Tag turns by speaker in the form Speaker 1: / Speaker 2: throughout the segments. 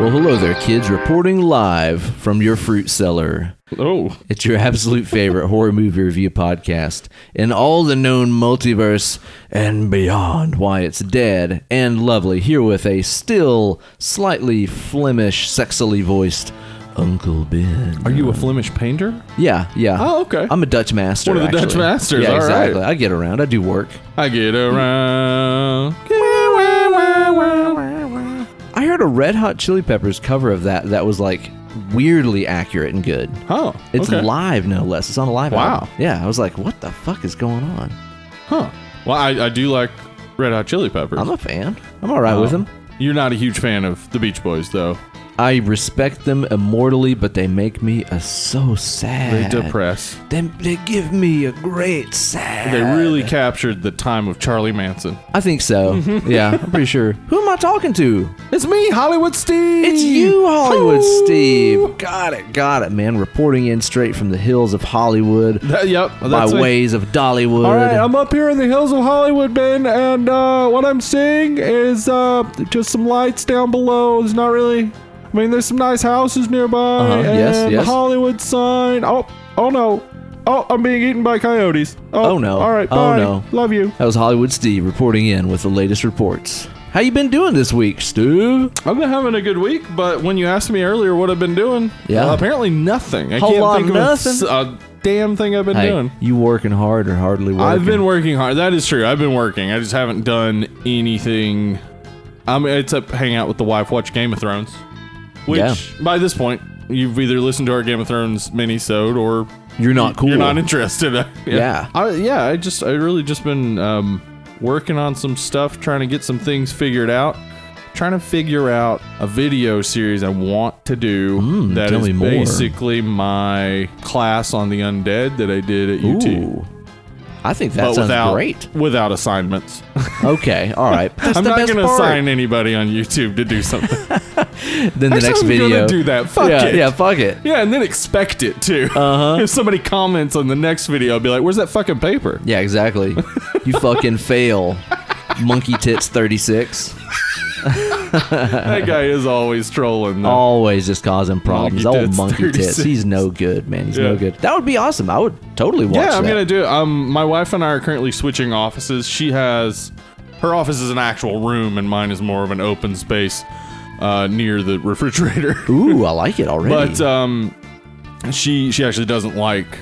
Speaker 1: Well, hello there, kids. Reporting live from your fruit cellar.
Speaker 2: Oh,
Speaker 1: It's your absolute favorite horror movie review podcast in all the known multiverse and beyond. Why it's dead and lovely. Here with a still slightly Flemish, sexily voiced Uncle Ben.
Speaker 2: are you a Flemish painter?
Speaker 1: Yeah, yeah.
Speaker 2: Oh, okay.
Speaker 1: I'm a Dutch master.
Speaker 2: One of the Dutch
Speaker 1: actually.
Speaker 2: masters,
Speaker 1: Yeah,
Speaker 2: all right.
Speaker 1: exactly. I get around. I do work.
Speaker 2: I get around.
Speaker 1: I heard a Red Hot Chili Peppers cover of that that was like weirdly accurate and good.
Speaker 2: Oh,
Speaker 1: It's
Speaker 2: okay.
Speaker 1: live, no less. It's on a live.
Speaker 2: Wow.
Speaker 1: album. Yeah, I was like, what the fuck is going on?
Speaker 2: Huh. Well, I, I do like Red Hot Chili Peppers.
Speaker 1: I'm a fan. I'm all right with
Speaker 2: Um,
Speaker 1: them.
Speaker 2: You're not a huge fan of the Beach Boys, though.
Speaker 1: I respect them immortally, but they make me a so sad.
Speaker 2: They depress.
Speaker 1: They, they give me a great sad.
Speaker 2: They really captured the time of Charlie Manson.
Speaker 1: I think so. yeah, I'm pretty sure. Who am I talking to?
Speaker 2: It's me, Hollywood Steve.
Speaker 1: It's you, Hollywood Steve. Got it, got it, man. Reporting in straight from the hills of Hollywood
Speaker 2: That- yep.
Speaker 1: by
Speaker 2: That's me.
Speaker 1: ways of Dollywood.
Speaker 2: All right, I'm up here in the hills of Hollywood, Ben, and uh, what I'm seeing is uh, just some lights down below. There's not really. I mean, there's some nice houses nearby,
Speaker 1: Uh-huh,
Speaker 2: and
Speaker 1: yes, yes.
Speaker 2: the Hollywood sign. Oh, oh no. Oh, I'm being eaten by coyotes. Oh,
Speaker 1: Oh, no.
Speaker 2: All right,
Speaker 1: Oh,
Speaker 2: bye.
Speaker 1: no.
Speaker 2: Love you.
Speaker 1: that was Hollywood Steve reporting in with the latest reports. How you been doing this week, Stu?
Speaker 2: I've been having a good week, but when you asked me earlier what I've been doing,
Speaker 1: Yeah.
Speaker 2: well, apparently nothing. I
Speaker 1: Whole
Speaker 2: can't
Speaker 1: lot
Speaker 2: think of
Speaker 1: nothing.
Speaker 2: A, s- a damn thing I've been
Speaker 1: Hey,
Speaker 2: doing.
Speaker 1: you working hard or hardly working?
Speaker 2: I've been working hard. That is true. I've been working. I just haven't done anything. I mean, except hang out with the wife, watch Game of Thrones. Which,
Speaker 1: Yeah.
Speaker 2: by this point, you've either listened to our Game of Thrones minisode or
Speaker 1: You're not cool.
Speaker 2: you're not interested. yeah.
Speaker 1: Yeah.
Speaker 2: I, yeah. I just, I really just been um, working on some stuff, trying to get some things figured out. Trying to figure out a video series I want to do.
Speaker 1: Mm,
Speaker 2: that
Speaker 1: tell
Speaker 2: is
Speaker 1: me more.
Speaker 2: basically my class on the undead that I did at UT
Speaker 1: Ooh. I think that
Speaker 2: but
Speaker 1: sounds
Speaker 2: without
Speaker 1: great.
Speaker 2: without assignments.
Speaker 1: Okay, all right. That's
Speaker 2: I'm
Speaker 1: the
Speaker 2: not
Speaker 1: best
Speaker 2: going to
Speaker 1: part.
Speaker 2: assign anybody on YouTube to do something.
Speaker 1: Then the next
Speaker 2: I'm
Speaker 1: video.
Speaker 2: going to do that. Fuck
Speaker 1: yeah,
Speaker 2: it.
Speaker 1: yeah, fuck it.
Speaker 2: Yeah, and then expect it too. Uh-huh. If somebody comments on the next video, I'll be like, "Where's that fucking paper?"
Speaker 1: Yeah, exactly. You fucking fail, monkey tits thirty six.
Speaker 2: That guy is always trolling. Though.
Speaker 1: Always just causing problems.
Speaker 2: Monkey
Speaker 1: Old
Speaker 2: tits,
Speaker 1: monkey tits.
Speaker 2: 36.
Speaker 1: He's no good, man. He's no
Speaker 2: Yeah.
Speaker 1: good. That would be awesome. I would totally watch
Speaker 2: yeah, I'm
Speaker 1: that.
Speaker 2: gonna do. it. Um, my wife and I are currently switching offices. She has her office is an actual room, and mine is more of an open space uh, near the refrigerator.
Speaker 1: Ooh, I like it already.
Speaker 2: But um, she she actually doesn't like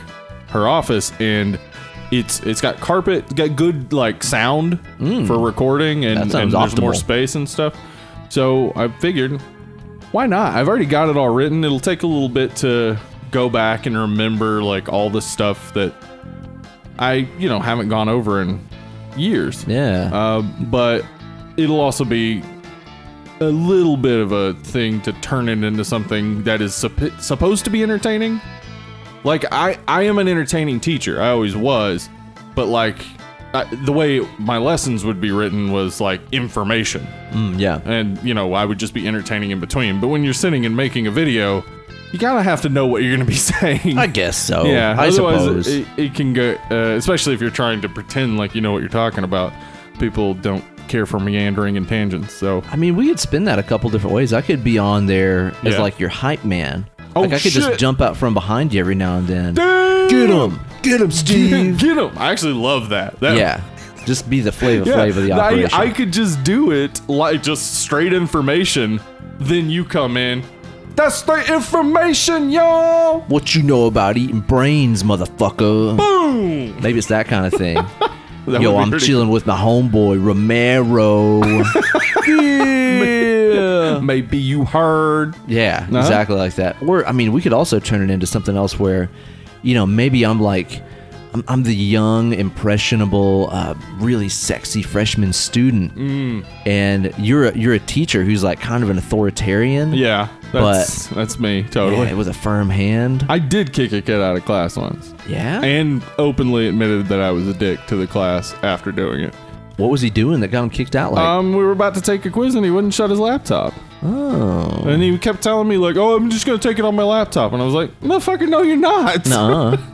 Speaker 2: her office, and it's it's got carpet, it's got good like sound for recording, and,
Speaker 1: Hmm. That sounds
Speaker 2: and there's more
Speaker 1: optimal.
Speaker 2: space and stuff. So I figured, why not? I've already got it all written. It'll take a little bit to go back and remember like all the stuff that I you know haven't gone over in years.
Speaker 1: yeah.
Speaker 2: Um, but it'll also be a little bit of a thing to turn it into something that is supp supposed to be entertaining. Like I, I am an entertaining teacher. I always was, but like I, the way my lessons would be written was like information,
Speaker 1: Mm, yeah.
Speaker 2: and you know I would just be entertaining in between. But when you're sitting and making a video, you gotta have to know what you're gonna be saying.
Speaker 1: I guess so.
Speaker 2: Yeah,
Speaker 1: I
Speaker 2: otherwise
Speaker 1: suppose.
Speaker 2: It, it can go, uh, especially if you're trying to pretend like you know what you're talking about. People don't care for meandering and tangents, so
Speaker 1: I mean, we could spin that a couple different ways. I could be on there as
Speaker 2: Yeah.
Speaker 1: like your hype man.
Speaker 2: Oh,
Speaker 1: like I could
Speaker 2: shit.
Speaker 1: just jump out from behind you every now and then.
Speaker 2: get
Speaker 1: him, get him,
Speaker 2: get him. I actually love that. that
Speaker 1: yeah, just be the flavor
Speaker 2: yeah.
Speaker 1: flavor of the
Speaker 2: I,
Speaker 1: operation.
Speaker 2: I could just do it like just straight information. Then you come in. That's the information, y'all.
Speaker 1: what you know about eating brains, motherfucker?
Speaker 2: Boom.
Speaker 1: Maybe it's that kind of thing.
Speaker 2: That
Speaker 1: Yo,
Speaker 2: would be
Speaker 1: I'm
Speaker 2: pretty
Speaker 1: chilling with my homeboy Romero. yeah.
Speaker 2: cool. Maybe you heard.
Speaker 1: Yeah,
Speaker 2: Uh-huh.
Speaker 1: exactly like that. Or I mean, we could also turn it into something else where, you know, maybe I'm like, I'm, I'm the young, impressionable, uh, really sexy freshman student,
Speaker 2: Mm.
Speaker 1: and you're a, you're a teacher who's like kind of an authoritarian,
Speaker 2: Yeah, that's that's me totally.
Speaker 1: yeah, with a firm hand.
Speaker 2: I did kick a kid out of class once.
Speaker 1: yeah.
Speaker 2: and openly admitted that I was a dick to the class after doing it.
Speaker 1: what was he doing that got him kicked out? Like,
Speaker 2: Um, we were about to take a quiz and he wouldn't shut his laptop,
Speaker 1: oh,
Speaker 2: and he kept telling me like, "Oh, I'm just gonna take it on my laptop," and I was like, "Motherfucker, no, you're not."
Speaker 1: no,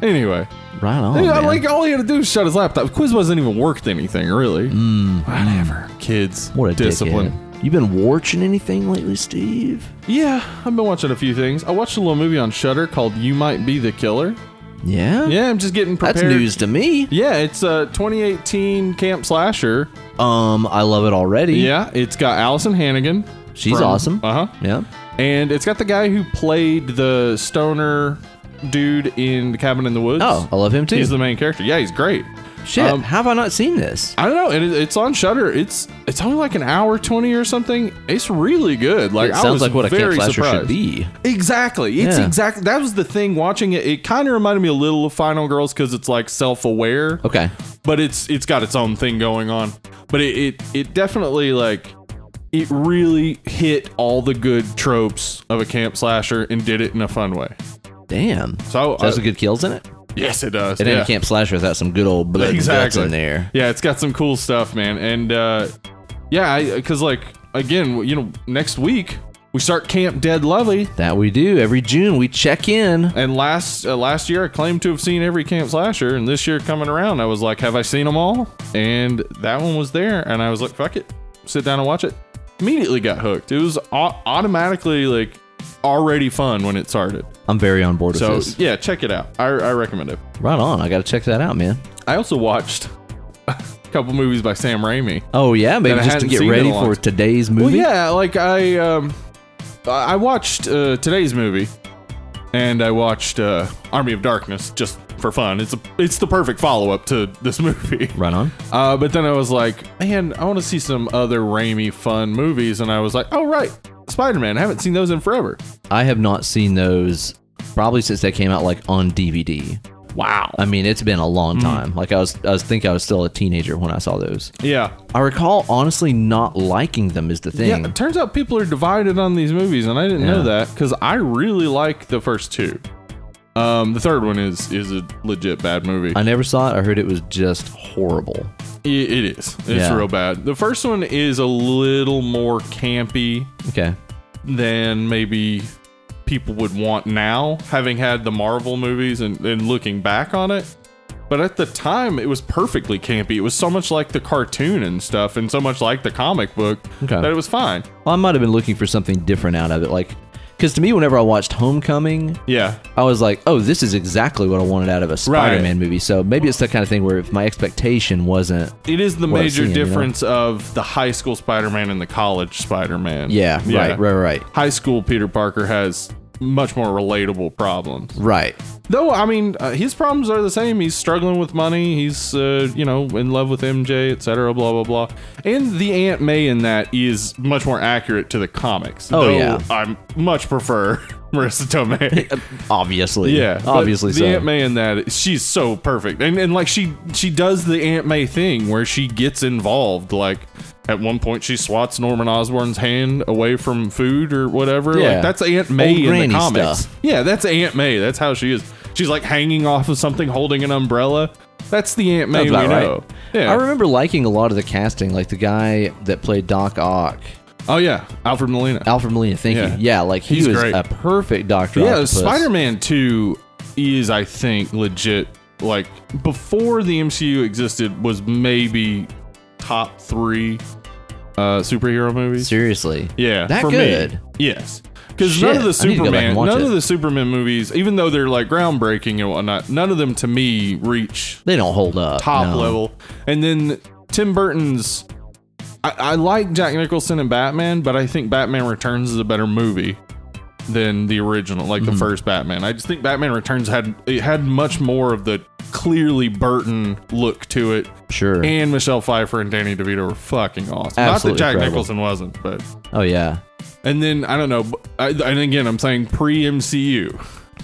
Speaker 2: Anyway,
Speaker 1: right on.
Speaker 2: yeah,
Speaker 1: man.
Speaker 2: like all he had to do was shut
Speaker 1: Hmm.
Speaker 2: his laptop. The quiz wasn't even worth anything, really. Mm, Whatever. Kids.
Speaker 1: What a
Speaker 2: discipline.
Speaker 1: dickhead. You been watching anything lately, Steve?
Speaker 2: Yeah, I've been watching a few things. I watched a little movie on Shutter called "You Might Be the Killer."
Speaker 1: Yeah.
Speaker 2: Yeah, I'm just getting prepared.
Speaker 1: That's news to me.
Speaker 2: Yeah, it's a 2018 camp slasher.
Speaker 1: Um, I love it already.
Speaker 2: Yeah, it's got Allison Hannigan.
Speaker 1: She's awesome.
Speaker 2: Uh huh.
Speaker 1: Yeah.
Speaker 2: And it's got the guy who played the stoner dude in the cabin in the woods.
Speaker 1: Oh, I love him too.
Speaker 2: he's the main character. Yeah, he's great.
Speaker 1: Shit,
Speaker 2: um,
Speaker 1: how have I not seen this?
Speaker 2: I don't know. It, it's on Shutter. It's it's only like an hour twenty or something. It's really good. Like
Speaker 1: it
Speaker 2: I
Speaker 1: sounds
Speaker 2: was
Speaker 1: like what a camp
Speaker 2: very
Speaker 1: slasher
Speaker 2: surprised.
Speaker 1: should be.
Speaker 2: Exactly. It's
Speaker 1: Yeah.
Speaker 2: exactly that was the thing. Watching it, it kind of reminded me a little of Final Girls because it's like self aware.
Speaker 1: Okay.
Speaker 2: but it's it's got its own thing going on. But it it, it definitely like it really hit all the good tropes of a camp slasher and did it in a fun way.
Speaker 1: Damn.
Speaker 2: So,
Speaker 1: That's
Speaker 2: I-
Speaker 1: some good kills in it.
Speaker 2: yes, it does.
Speaker 1: It
Speaker 2: yeah.
Speaker 1: ain't a camp slasher without some good old blood and guts
Speaker 2: exactly
Speaker 1: in there.
Speaker 2: Yeah, it's got some cool stuff, man. And uh, yeah, because like again, you know, next week we start Camp Dead Lovely.
Speaker 1: That we do every June. We check in.
Speaker 2: And last uh, last year, I claimed to have seen every camp slasher, and this year coming around, I was like, "Have I seen them all?" And that one was there, and I was like, "Fuck it, sit down and watch it." Immediately got hooked. It was au- automatically like already fun when it started.
Speaker 1: I'm very on board with
Speaker 2: So
Speaker 1: this.
Speaker 2: yeah, check it out. I, I recommend it.
Speaker 1: Right on. I got to check that out, man.
Speaker 2: I also watched a couple movies by Sam Raimi.
Speaker 1: Oh yeah, maybe
Speaker 2: I
Speaker 1: just to
Speaker 2: hadn't
Speaker 1: get
Speaker 2: seen in a
Speaker 1: ready
Speaker 2: long
Speaker 1: for
Speaker 2: time.
Speaker 1: today's
Speaker 2: Well,
Speaker 1: movie.
Speaker 2: yeah, like I um, I I watched uh, today's movie, and I watched uh, Army of Darkness just for fun. It's a, it's the perfect follow up to this movie.
Speaker 1: Right on.
Speaker 2: Uh, but then I was like, man, I want to see some other Raimi fun movies, and I was like, oh right, Spider Man. I haven't seen those in forever.
Speaker 1: I have not seen those probably since they came out like on DVD.
Speaker 2: Wow.
Speaker 1: I mean, it's been a
Speaker 2: Mm.
Speaker 1: long time. Like I was, I was think I was still a teenager when I saw those.
Speaker 2: Yeah.
Speaker 1: I recall honestly not liking them is the thing.
Speaker 2: Yeah. It turns out people are divided on these movies, and I didn't know
Speaker 1: Yeah.
Speaker 2: that because I really like the first two. Um, the third one is is a legit bad movie.
Speaker 1: I never saw it. I heard it was just horrible.
Speaker 2: I- It is. It's
Speaker 1: Yeah.
Speaker 2: real bad. The first one is a little more campy
Speaker 1: Okay.
Speaker 2: than maybe people would want now, having had the Marvel movies and, and looking back on it. But at the time, it was perfectly campy. It was so much like the cartoon and stuff, and so much like the comic book
Speaker 1: Okay.
Speaker 2: that it was fine.
Speaker 1: Well, I might have been looking for something different out of it. Like, because to me, whenever I watched Homecoming,
Speaker 2: Yeah.
Speaker 1: I was like, oh, this is exactly what I wanted out of a Spider Man movie. So maybe it's the kind of thing where if my expectation wasn't.
Speaker 2: It is the
Speaker 1: Well,
Speaker 2: major
Speaker 1: seeing, you know.
Speaker 2: difference of the high school Spider Man and the college Spider Man.
Speaker 1: Yeah, right, right, right,
Speaker 2: High school Peter Parker has much more relatable problems.
Speaker 1: right.
Speaker 2: Though I mean, uh, his problems are the same. He's struggling with money. He's uh, you know in love with MJ, etc. Blah blah blah. And the Aunt May in that is much more accurate to the comics.
Speaker 1: Oh,
Speaker 2: though
Speaker 1: yeah.
Speaker 2: I much prefer Marissa Tomei.
Speaker 1: Obviously.
Speaker 2: yeah, but
Speaker 1: Obviously
Speaker 2: The
Speaker 1: so.
Speaker 2: Aunt May in that she's so perfect, and and like she she does the Aunt May thing where she gets involved. Like at one point, she swats Norman Osborn's hand away from food or whatever.
Speaker 1: Yeah.
Speaker 2: Like that's Aunt May
Speaker 1: Old
Speaker 2: in
Speaker 1: granny
Speaker 2: the comics.
Speaker 1: stuff.
Speaker 2: Yeah, that's Aunt May. That's how she is. She's like hanging off of something, holding an umbrella. That's the Aunt May
Speaker 1: Sounds
Speaker 2: we
Speaker 1: about right.
Speaker 2: know. Yeah.
Speaker 1: I remember liking a lot of the casting, like the guy that played Doc Ock,
Speaker 2: oh yeah, Alfred Molina.
Speaker 1: Alfred Molina. Thank
Speaker 2: Yeah.
Speaker 1: you. Yeah, like he
Speaker 2: He's
Speaker 1: was
Speaker 2: great.
Speaker 1: a perfect Doctor.
Speaker 2: yeah,
Speaker 1: Octopus.
Speaker 2: Spider-Man Two is, I think, legit. Like before the MCU existed, was maybe top three uh, superhero movies.
Speaker 1: Seriously.
Speaker 2: Yeah,
Speaker 1: That
Speaker 2: for me.
Speaker 1: good?
Speaker 2: Yes, because
Speaker 1: Shit,
Speaker 2: none of the
Speaker 1: I need to go back
Speaker 2: Superman,
Speaker 1: and watch
Speaker 2: none of
Speaker 1: it.
Speaker 2: the Superman movies, even though they're like groundbreaking and whatnot, none of them to me reach
Speaker 1: They don't hold up.
Speaker 2: top
Speaker 1: no.
Speaker 2: level. And then Tim Burton's. I, I like Jack Nicholson and Batman, but I think Batman Returns is a better movie than the original, like
Speaker 1: Hmm.
Speaker 2: the first Batman. I just think Batman Returns had it had much more of the clearly Burton look to it.
Speaker 1: Sure.
Speaker 2: And Michelle Pfeiffer and Danny DeVito were fucking awesome. Not
Speaker 1: Absolutely
Speaker 2: that Jack
Speaker 1: incredible.
Speaker 2: Nicholson wasn't, but
Speaker 1: oh yeah.
Speaker 2: and then I don't know. b- I, and again, I'm saying pre MCU.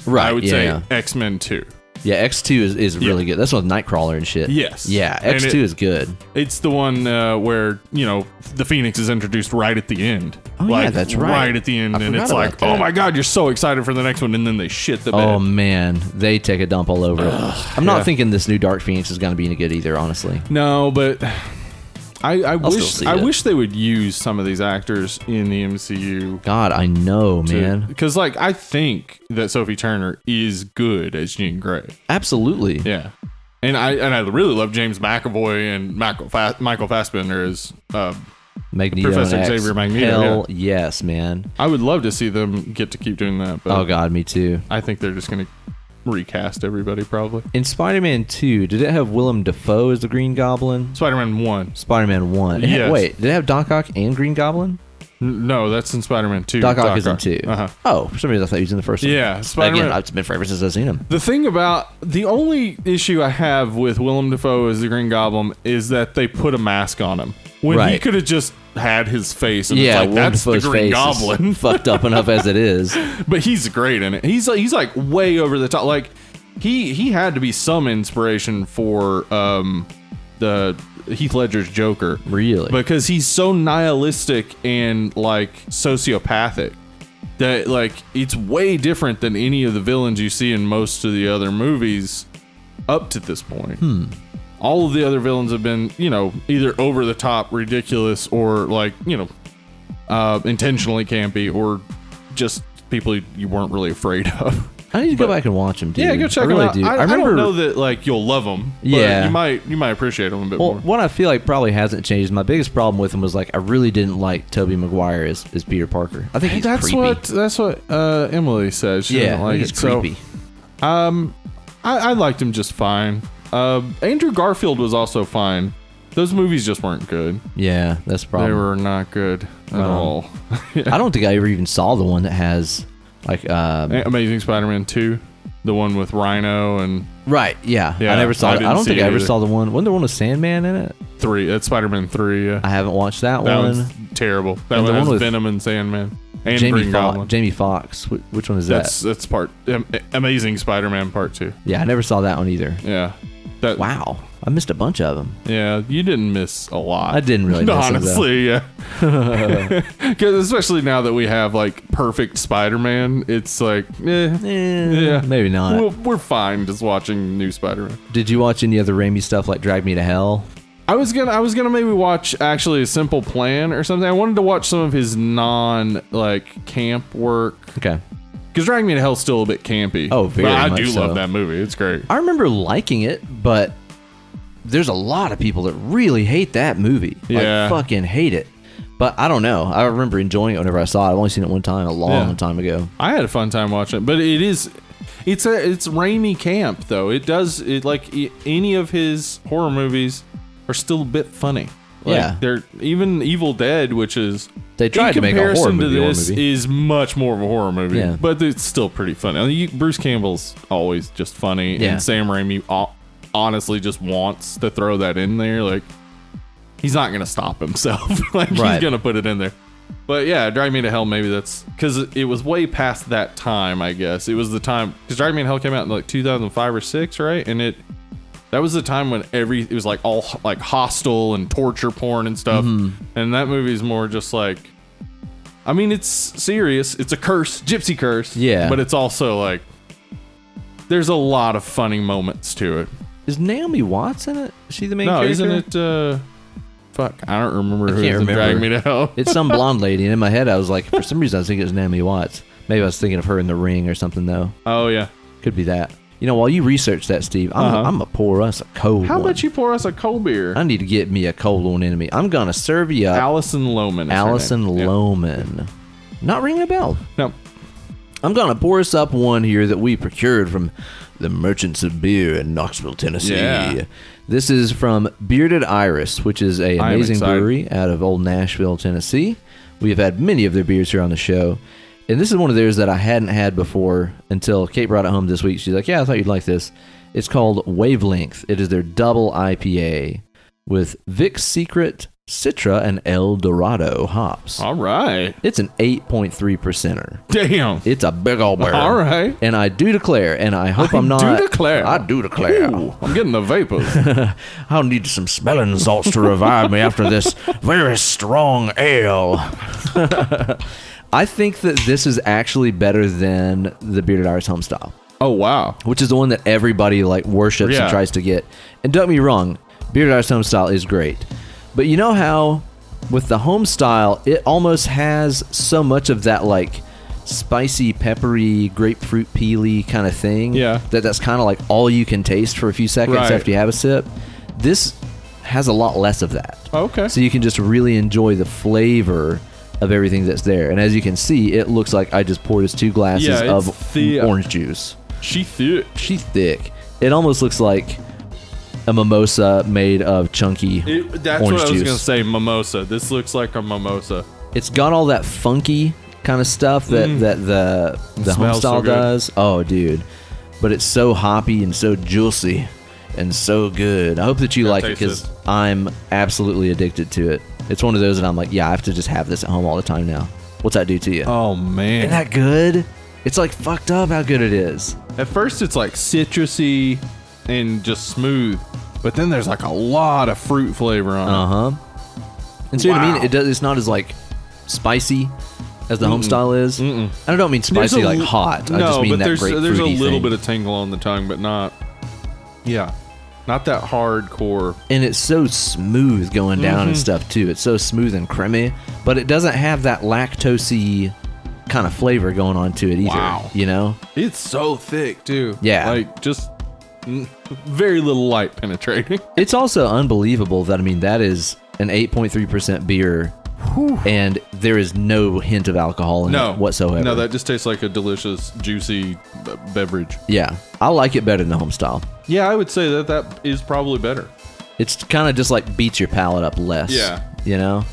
Speaker 1: Right.
Speaker 2: I would
Speaker 1: yeah,
Speaker 2: say
Speaker 1: yeah.
Speaker 2: X Men Two.
Speaker 1: Yeah, X two is, is really good. That's with Nightcrawler and shit.
Speaker 2: Yes.
Speaker 1: Yeah,
Speaker 2: And
Speaker 1: X
Speaker 2: it-
Speaker 1: two is good.
Speaker 2: It's the one uh, where you know the Phoenix is introduced right at the end.
Speaker 1: Oh, yeah,
Speaker 2: like,
Speaker 1: that's right.
Speaker 2: Right at the end,
Speaker 1: I
Speaker 2: and
Speaker 1: forgot
Speaker 2: it's
Speaker 1: about
Speaker 2: like,
Speaker 1: that.
Speaker 2: oh my god, you're so excited for the next one, and then they shit the bed.
Speaker 1: Oh man, they take a dump all over it. I'm not
Speaker 2: yeah.
Speaker 1: thinking this new Dark Phoenix is going to be any good either. Honestly,
Speaker 2: no, but I, I wish
Speaker 1: see
Speaker 2: I
Speaker 1: it.
Speaker 2: wish they would use some of these actors in the MCU.
Speaker 1: God, I know, man.
Speaker 2: Because like I think that Sophie Turner is good as Jean Grey.
Speaker 1: Absolutely.
Speaker 2: Yeah. And I and I really love James McAvoy and Michael Fa- Michael Fassbender as uh,
Speaker 1: Magneto. and
Speaker 2: Professor
Speaker 1: X.
Speaker 2: Xavier Magneto,
Speaker 1: Hell yes, man.
Speaker 2: I would love to see them get to keep doing that, but
Speaker 1: Oh god, me too.
Speaker 2: I think they're just going to recast everybody probably.
Speaker 1: In Spider-Man 2, did it have Willem Dafoe as the Green Goblin?
Speaker 2: Spider-Man 1.
Speaker 1: Spider-Man 1. It had-
Speaker 2: Yes.
Speaker 1: wait, did it have Doc Ock and Green Goblin?
Speaker 2: N- No, that's in Spider-Man 2.
Speaker 1: Doc, Ock is in
Speaker 2: Ock.
Speaker 1: 2.
Speaker 2: Uh-huh.
Speaker 1: Oh, for some reason I thought he was in the first one.
Speaker 2: Yeah, Spider-Man-
Speaker 1: Again, it's been forever since I've seen him.
Speaker 2: The thing about the only issue I have with Willem Dafoe as the Green Goblin is that they put a mask on him when he
Speaker 1: Right.
Speaker 2: could have just had his face. And it's
Speaker 1: yeah,
Speaker 2: like,
Speaker 1: Willem
Speaker 2: that's
Speaker 1: Dafoe's
Speaker 2: the Green
Speaker 1: face
Speaker 2: Goblin.
Speaker 1: is fucked up enough as it is.
Speaker 2: but he's great in it. He's he's like way over the top. Like he he had to be some inspiration for um the Heath Ledger's Joker.
Speaker 1: Really?
Speaker 2: Because he's so nihilistic and like sociopathic that like it's way different than any of the villains you see in most of the other movies up to this point. All of the other villains have been, you know, either over the top, ridiculous, or like, you know, uh, intentionally campy, or just people you weren't really afraid of.
Speaker 1: I need to go back and watch him, dude.
Speaker 2: Yeah, go check
Speaker 1: I really
Speaker 2: them out.
Speaker 1: Do.
Speaker 2: I, I
Speaker 1: remember
Speaker 2: don't know that like you'll love them.
Speaker 1: Yeah.
Speaker 2: but you might you might appreciate them a bit
Speaker 1: Well,
Speaker 2: more.
Speaker 1: what I feel like probably hasn't changed. My biggest problem with him was like I really didn't like Toby Maguire as, as Peter Parker. I think he's
Speaker 2: that's
Speaker 1: creepy.
Speaker 2: what that's what uh, Emily says. She
Speaker 1: yeah,
Speaker 2: doesn't like
Speaker 1: he's
Speaker 2: it. So,
Speaker 1: creepy.
Speaker 2: um, I, I liked him just fine. Um, Andrew Garfield was also fine. Those movies just weren't good.
Speaker 1: yeah, that's probably.
Speaker 2: They were not good at
Speaker 1: um,
Speaker 2: all.
Speaker 1: I don't think I ever even saw the one that has like um,
Speaker 2: A- Amazing Spider-Man two, the one with Rhino and
Speaker 1: right. Yeah,
Speaker 2: Yeah,
Speaker 1: I never saw.
Speaker 2: I
Speaker 1: it.
Speaker 2: didn't
Speaker 1: I don't
Speaker 2: see
Speaker 1: think
Speaker 2: it
Speaker 1: I ever
Speaker 2: either.
Speaker 1: saw the one. Wasn't there one with Sandman in it?
Speaker 2: three. That's Spider-Man three. uh, Yeah,
Speaker 1: I haven't watched that,
Speaker 2: that
Speaker 1: one.
Speaker 2: one's terrible. That
Speaker 1: And the one
Speaker 2: one has
Speaker 1: with
Speaker 2: Venom and Sandman and
Speaker 1: Jamie
Speaker 2: Green
Speaker 1: Fox.
Speaker 2: Goblin.
Speaker 1: Jamie Fox. Wh- Which one is
Speaker 2: That's that's part am- Amazing Spider-Man part two.
Speaker 1: that? Yeah, I never saw that one either.
Speaker 2: Yeah, that
Speaker 1: Wow, I missed a bunch of them.
Speaker 2: yeah you didn't miss a lot.
Speaker 1: I didn't really miss them, though. Uh,
Speaker 2: honestly, yeah. 'Cause especially now that we have like perfect Spider-Man, it's like eh,
Speaker 1: yeah, maybe not.
Speaker 2: We'll, we're fine just watching new Spider-Man.
Speaker 1: Did you watch any other Raimi stuff like Drag Me to Hell?
Speaker 2: I was gonna I was gonna maybe watch actually a Simple Plan or something. I wanted to watch some of his non like camp work
Speaker 1: Okay.
Speaker 2: because Drag Me to Hell's still a bit campy.
Speaker 1: Oh, very
Speaker 2: but I
Speaker 1: much
Speaker 2: do
Speaker 1: so.
Speaker 2: love that movie. It's great.
Speaker 1: I remember liking it, but there's a lot of people that really hate that movie.
Speaker 2: Yeah.
Speaker 1: Like, fucking hate it. But I don't know. I remember enjoying it whenever I saw it. I've only seen it one time, a long
Speaker 2: Yeah.
Speaker 1: time ago.
Speaker 2: I had a fun time watching it, but it is it's a it's rainy camp though. It does it like i any of his horror movies are still a bit funny. Like,
Speaker 1: Yeah.
Speaker 2: they're even Evil Dead, which is
Speaker 1: They tried
Speaker 2: in
Speaker 1: to make a horror
Speaker 2: comparison
Speaker 1: movie,
Speaker 2: to
Speaker 1: horror
Speaker 2: this
Speaker 1: movie.
Speaker 2: is much more of a horror movie,
Speaker 1: Yeah.
Speaker 2: but it's still pretty funny. I mean, you, Bruce Campbell's always just funny,
Speaker 1: Yeah.
Speaker 2: and Sam Raimi ho- honestly just wants to throw that in there. Like he's not gonna stop himself. like he's
Speaker 1: Right.
Speaker 2: gonna put it in there. But yeah, Drag Me to Hell. Maybe that's because it was way past that time. I guess it was the time because Drag Me to Hell came out in like 2005 or six, right? And it that was the time when every it was like all like hostile and torture porn and stuff.
Speaker 1: Mm-hmm.
Speaker 2: And that movie's more just like, I mean, it's serious. It's a curse, gypsy curse.
Speaker 1: Yeah.
Speaker 2: but it's also like there's a lot of funny moments to it.
Speaker 1: Is Naomi Watts in it? Is she the main
Speaker 2: No,
Speaker 1: character?
Speaker 2: isn't it? uh Fuck, I don't remember who
Speaker 1: can't
Speaker 2: was in Drag
Speaker 1: remember.
Speaker 2: Me to Hell.
Speaker 1: It's some blonde lady. And in my head, I was like, for some reason, I was thinking it was Naomi Watts. Maybe I was thinking of her in The Ring or something, though.
Speaker 2: Oh yeah.
Speaker 1: Could be that. You know, while you research that, Steve, I'm
Speaker 2: Uh-huh.
Speaker 1: going to pour us a cold
Speaker 2: How
Speaker 1: one. Uh,
Speaker 2: about you pour us a cold beer?
Speaker 1: I need to get me a cold one enemy. I'm going to serve you up.
Speaker 2: Allison Lohman. is her
Speaker 1: Allison
Speaker 2: name. Yeah.
Speaker 1: Lohman. Not ringing a bell.
Speaker 2: No.
Speaker 1: I'm gonna pour us up one here that we procured from the Merchants of Beer in Knoxville, Tennessee.
Speaker 2: Yeah.
Speaker 1: This is from Bearded Iris, which is a
Speaker 2: I am
Speaker 1: amazing
Speaker 2: excited.
Speaker 1: brewery out of Old Nashville, Tennessee. We have had many of their beers here on the show, and this is one of theirs that I hadn't had before until Kate brought it home this week. She's like, "Yeah, I thought you'd like this." It's called Wavelength. It is their double IPA with Vic's Secret, Citra, and El Dorado hops.
Speaker 2: All right.
Speaker 1: It's an 8.3 percenter.
Speaker 2: Damn.
Speaker 1: It's a big old bear.
Speaker 2: All right.
Speaker 1: And I do declare, and I hope I
Speaker 2: I
Speaker 1: am
Speaker 2: do
Speaker 1: not.
Speaker 2: declare.
Speaker 1: I do declare.
Speaker 2: Ooh, I'm getting the vapors.
Speaker 1: I'll need some smelling salts to revive me after this very strong ale. I think that this is actually better than the Bearded Irish Home Style,
Speaker 2: oh wow.
Speaker 1: which is the one that everybody like worships
Speaker 2: Yeah.
Speaker 1: and tries to get. And don't get me wrong, Bearded Irish Home Style is great, but you know how with the Home Style, it almost has so much of that like spicy, peppery, grapefruit peely kind of thing
Speaker 2: Yeah.
Speaker 1: that that's kind of like all you can taste for a few seconds
Speaker 2: Right.
Speaker 1: after you have a sip. This has a lot less of that.
Speaker 2: Okay.
Speaker 1: So you can just really enjoy the flavor of everything that's there. And as you can see, it looks like I just poured us two glasses
Speaker 2: Yeah, it's
Speaker 1: of
Speaker 2: thick.
Speaker 1: orange juice.
Speaker 2: She thick.
Speaker 1: She's thick. It almost looks like a mimosa made of chunky
Speaker 2: It, that's
Speaker 1: orange
Speaker 2: what I was
Speaker 1: juice.
Speaker 2: gonna say. Mimosa. This looks like a mimosa.
Speaker 1: It's got all that funky kind of stuff that that the the
Speaker 2: Mm. It
Speaker 1: home
Speaker 2: smells so
Speaker 1: style
Speaker 2: good.
Speaker 1: does. Oh, dude! But it's so hoppy and so juicy and so good. I hope that you
Speaker 2: Gotta
Speaker 1: like it
Speaker 2: taste
Speaker 1: because
Speaker 2: this.
Speaker 1: I'm absolutely addicted to it. It's one of those that I'm like, yeah, I have to just have this at home all the time now. What's that do to you?
Speaker 2: Oh man.
Speaker 1: Isn't that good? It's like fucked up how good it is.
Speaker 2: At first, it's like citrusy and just smooth, but then there's like a lot of fruit flavor on it.
Speaker 1: Uh huh. And see what I
Speaker 2: Wow.
Speaker 1: mean? It does. It's not as like spicy as the home style is. And I don't mean
Speaker 2: There's
Speaker 1: spicy
Speaker 2: a
Speaker 1: like
Speaker 2: l-
Speaker 1: hot.
Speaker 2: No,
Speaker 1: I just mean
Speaker 2: but
Speaker 1: that
Speaker 2: there's
Speaker 1: great
Speaker 2: there's a
Speaker 1: fruity
Speaker 2: little
Speaker 1: thing.
Speaker 2: bit of tingle on the tongue, but not. Yeah, not that hardcore.
Speaker 1: and it's so smooth going down
Speaker 2: Mm-hmm.
Speaker 1: and stuff too. It's so smooth and creamy, but it doesn't have that lactosey kind of flavor going on to it either.
Speaker 2: Wow.
Speaker 1: You know?
Speaker 2: It's so thick too.
Speaker 1: Yeah.
Speaker 2: like just mm, very little light penetrating.
Speaker 1: It's also unbelievable that I mean that is an 8.3% beer and there is no hint of alcohol in
Speaker 2: No,
Speaker 1: it whatsoever.
Speaker 2: No, that just tastes like a delicious, juicy b- beverage.
Speaker 1: yeah. I like it better than the homestyle.
Speaker 2: Yeah, I would say that that is probably better.
Speaker 1: It's kind of just like beats your palate up less.
Speaker 2: Yeah.
Speaker 1: You know?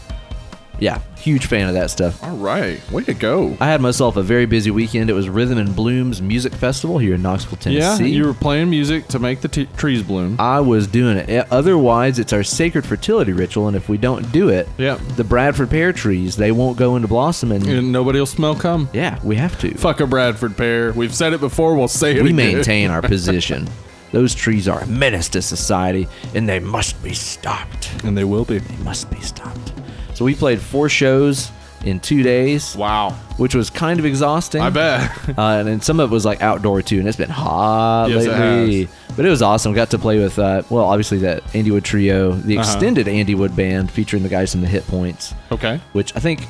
Speaker 1: Yeah, huge fan of that stuff.
Speaker 2: All right, way to go.
Speaker 1: I had myself a very busy weekend. It was Rhythm and Blooms Music Festival here in Knoxville,
Speaker 2: Yeah,
Speaker 1: Tennessee.
Speaker 2: you were playing music to make the t- trees bloom.
Speaker 1: I was doing it. Eh, Otherwise, it's our sacred fertility ritual, and if we don't do it,
Speaker 2: Yeah.
Speaker 1: the Bradford pear trees they won't go into blossom, and
Speaker 2: and nobody will smell cum.
Speaker 1: yeah, we have to.
Speaker 2: Fuck a Bradford pear. We've said it before. We'll say it
Speaker 1: we
Speaker 2: again.
Speaker 1: maintain our position. Those trees are a menace to society, and they must be stopped.
Speaker 2: and they will be.
Speaker 1: They must be stopped. So we played four shows in two days,
Speaker 2: Wow,
Speaker 1: which was kind of exhausting.
Speaker 2: I bet.
Speaker 1: uh, and then some of it was like outdoor too, and it's been hot
Speaker 2: Yes, it
Speaker 1: lately. But it was awesome. Got to play with uh, well, obviously that Andy Wood trio, the
Speaker 2: Uh-huh.
Speaker 1: extended Andy Wood band featuring the guys from the Hit Points,
Speaker 2: okay.
Speaker 1: which I think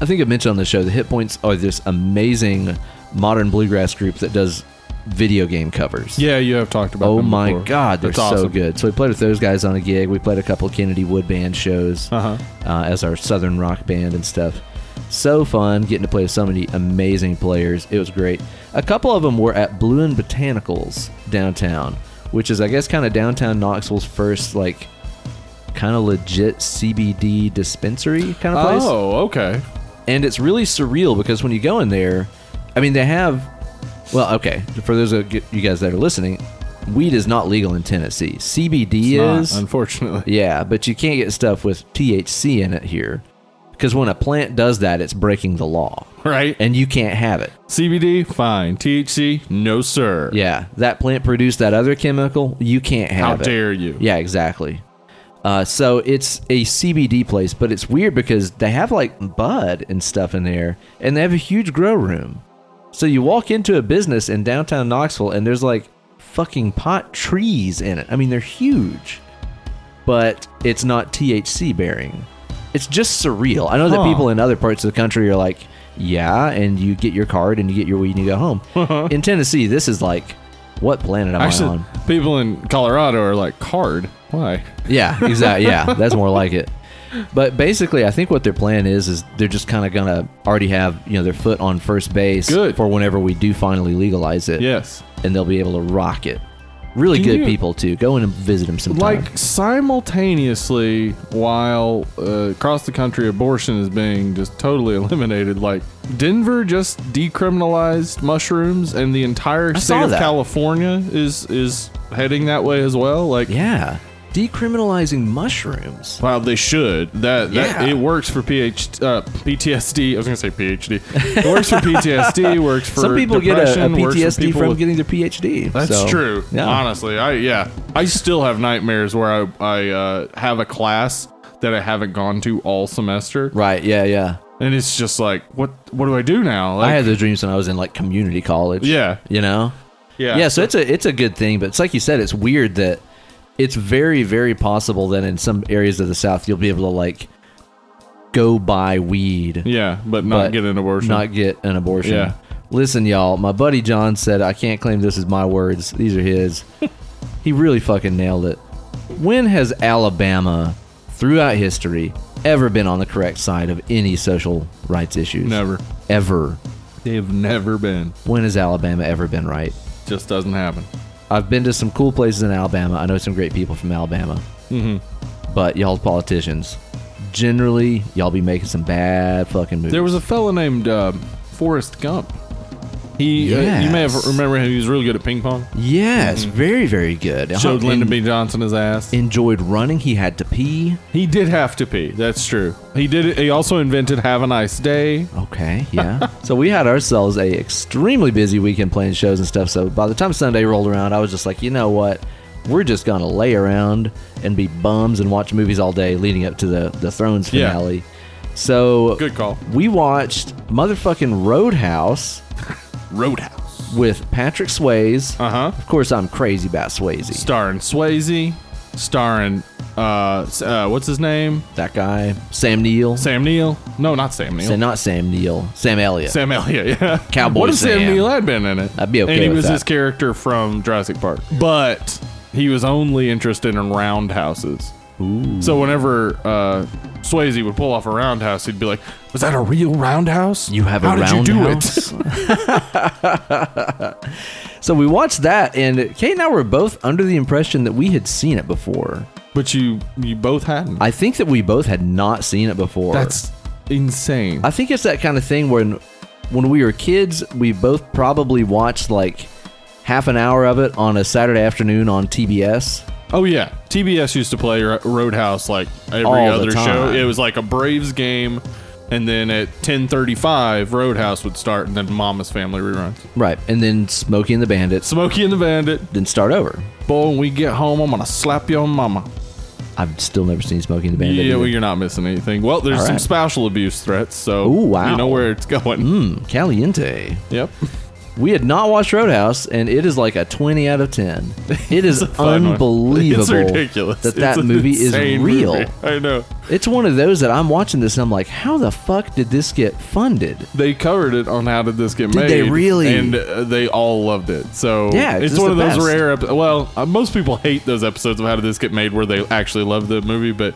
Speaker 1: I think I mentioned on the show. The Hit Points are this amazing modern bluegrass group that does video game covers.
Speaker 2: Yeah, you have talked about.
Speaker 1: Oh
Speaker 2: them
Speaker 1: my
Speaker 2: before.
Speaker 1: God, they're
Speaker 2: That's
Speaker 1: so
Speaker 2: awesome.
Speaker 1: good. So we played with those guys on a gig. We played a couple Kennedy Wood Band shows
Speaker 2: Uh-huh.
Speaker 1: uh, as our southern rock band and stuff. So fun getting to play with so many amazing players. It was great. A couple of them were at Blue and Botanicals downtown, which is I guess kind of downtown Knoxville's first like kind of legit CBD dispensary kind of place.
Speaker 2: Oh, okay.
Speaker 1: And it's really surreal because when you go in there, I mean, they have. Well, okay. For those of you guys that are listening, weed is not legal in Tennessee. CBD
Speaker 2: Not,
Speaker 1: is.
Speaker 2: unfortunately.
Speaker 1: yeah, but you can't get stuff with THC in it here because when a plant does that, it's breaking the law
Speaker 2: Right.
Speaker 1: and you can't have it.
Speaker 2: CBD, fine. THC, no sir.
Speaker 1: Yeah, that plant produced that other chemical. You can't
Speaker 2: How
Speaker 1: have it.
Speaker 2: dare you?
Speaker 1: Yeah, exactly. Uh, so it's a CBD place, but it's weird because they have like bud and stuff in there, and they have a huge grow room. So you walk into a business in downtown Knoxville, and there's like fucking pot trees in it. I mean, they're huge, but it's not THC bearing. It's just surreal. I know that
Speaker 2: Huh.
Speaker 1: people in other parts of the country are like, yeah, and you get your card and you get your weed and you go home. in Tennessee, this is like, what planet am I
Speaker 2: Uh-huh. Actually,
Speaker 1: on?
Speaker 2: people in Colorado are like card. Why?
Speaker 1: Yeah, exactly. Yeah, that's more like it. But basically, I think what their plan is is they're just kind of gonna already have you know their foot on first base
Speaker 2: Good.
Speaker 1: for whenever we do finally legalize it,
Speaker 2: Yes.
Speaker 1: and they'll be able to rock it. Really
Speaker 2: Can
Speaker 1: good
Speaker 2: you-
Speaker 1: people too. Go in and visit them sometime.
Speaker 2: like simultaneously while uh, across the country abortion is being just totally eliminated like denver just decriminalized mushrooms and the entire state
Speaker 1: saw
Speaker 2: of
Speaker 1: that.
Speaker 2: california is is heading that way as well like
Speaker 1: yeah, decriminalizing mushrooms.
Speaker 2: Wow, they should. That, that
Speaker 1: Yeah.
Speaker 2: it works for PH, uh, PTSD. I was gonna say PhD. It works for PTSD. Works for
Speaker 1: Some people get a, a
Speaker 2: depression, works for
Speaker 1: PTSD
Speaker 2: people
Speaker 1: from
Speaker 2: with-
Speaker 1: getting their PhD.
Speaker 2: That's
Speaker 1: so,
Speaker 2: true.
Speaker 1: Yeah.
Speaker 2: Honestly, I yeah, I still have nightmares where I I uh, have a class that I haven't gone to all semester,
Speaker 1: Right. Yeah. Yeah.
Speaker 2: and it's just like, what what do I do now? Like,
Speaker 1: I had those dreams when I was in like community college.
Speaker 2: Yeah.
Speaker 1: You know.
Speaker 2: yeah,
Speaker 1: yeah so it's a it's a good thing but it's like you said it's weird that it's very very possible that in some areas of the south you'll be able to like go buy weed
Speaker 2: yeah, but not
Speaker 1: but
Speaker 2: get an abortion.
Speaker 1: not get an abortion
Speaker 2: Yeah.
Speaker 1: listen y'all my buddy john said i can't claim this is my words these are his he really fucking nailed it when has alabama throughout history ever been on the correct side of any social rights issues.
Speaker 2: Never.
Speaker 1: Ever.
Speaker 2: They've never been.
Speaker 1: When has Alabama ever been right?
Speaker 2: Just doesn't happen.
Speaker 1: I've been to some cool places in Alabama. I know some great people from Alabama. Mm-hmm. But y'all politicians, generally, y'all be making some bad fucking moves.
Speaker 2: There was a fella named uh, Forrest Gump. He, uh, you may have
Speaker 1: Yes.
Speaker 2: remember him. He was really good at ping pong.
Speaker 1: yes, very very good. Uh-huh.
Speaker 2: Mm-hmm. Showed Lyndon
Speaker 1: En-
Speaker 2: B. Johnson his ass.
Speaker 1: enjoyed running. He had to pee.
Speaker 2: He did have to pee. That's true. He did. He also invented "Have a nice day."
Speaker 1: Okay, yeah. so we had ourselves a extremely busy weekend playing shows and stuff. So by the time Sunday rolled around, I was just like, you know what? We're just gonna lay around and be bums and watch movies all day leading up to the the Thrones
Speaker 2: Yeah.
Speaker 1: finale. So
Speaker 2: Good call.
Speaker 1: We watched motherfucking Roadhouse
Speaker 2: Roadhouse,
Speaker 1: with Patrick Swayze.
Speaker 2: Uh-huh.
Speaker 1: Of course, I'm crazy about Swayze.
Speaker 2: starring Swayze, starring uh, s- uh what's his name?
Speaker 1: That guy, Sam Neill.
Speaker 2: Sam Neill? No, not Sam Neill.
Speaker 1: Say,
Speaker 2: Sam,
Speaker 1: not Sam Neill. Sam Elliott.
Speaker 2: Elliott. Yeah.
Speaker 1: Cowboy
Speaker 2: What if Sam,
Speaker 1: Sam.
Speaker 2: Neill had been in it?
Speaker 1: I'd be okay
Speaker 2: And he
Speaker 1: with
Speaker 2: was
Speaker 1: that.
Speaker 2: his character from Jurassic Park, but he was only interested in roundhouses. Ooh. So whenever uh, Swayze would pull off a roundhouse, he'd be like, "Was that a real roundhouse?
Speaker 1: You have a
Speaker 2: How did you do it?"
Speaker 1: roundhouse? so we watched that, and Kate and I were both under the impression that we had seen it before.
Speaker 2: But you you both hadn't.
Speaker 1: I think that we both had not seen it before.
Speaker 2: That's insane.
Speaker 1: I think it's that kind of thing when when we were kids, we both probably watched like half an hour of it on a Saturday afternoon on TBS.
Speaker 2: oh yeah, TBS used to play Ro- Roadhouse like every
Speaker 1: All the
Speaker 2: other show.
Speaker 1: time.
Speaker 2: It was like a Braves game, and then at 10:35 Roadhouse would start, and then Mama's Family reruns.
Speaker 1: Right. And then Smokey and the Bandits,
Speaker 2: Smokey and the Bandit.
Speaker 1: then start over.
Speaker 2: Boy, when we get home, I'm gonna slap your mama.
Speaker 1: I've still never seen Smokey and the Bandit.
Speaker 2: yeah,
Speaker 1: either.
Speaker 2: well, you're not missing anything. Well, there's
Speaker 1: All
Speaker 2: some
Speaker 1: right.
Speaker 2: spousal abuse threats, so
Speaker 1: Ooh, wow.
Speaker 2: you know where it's going.
Speaker 1: Mm, caliente.
Speaker 2: Yep.
Speaker 1: We had not watched Roadhouse, and it is like a 20 out of 10. It is
Speaker 2: Fun one.
Speaker 1: unbelievable
Speaker 2: It's ridiculous.
Speaker 1: that
Speaker 2: It's
Speaker 1: that
Speaker 2: an
Speaker 1: movie is
Speaker 2: insane
Speaker 1: real.
Speaker 2: movie. I know.
Speaker 1: It's one of those that I'm watching this and I'm like, how the fuck did this get funded?
Speaker 2: they covered it on how did this get made.
Speaker 1: they really?
Speaker 2: And uh, they all loved it. So
Speaker 1: Yeah, it's
Speaker 2: it's
Speaker 1: just
Speaker 2: one of
Speaker 1: the
Speaker 2: those
Speaker 1: best.
Speaker 2: rare. Epi- well, uh, most people hate those episodes of how did this get made where they actually love the movie, but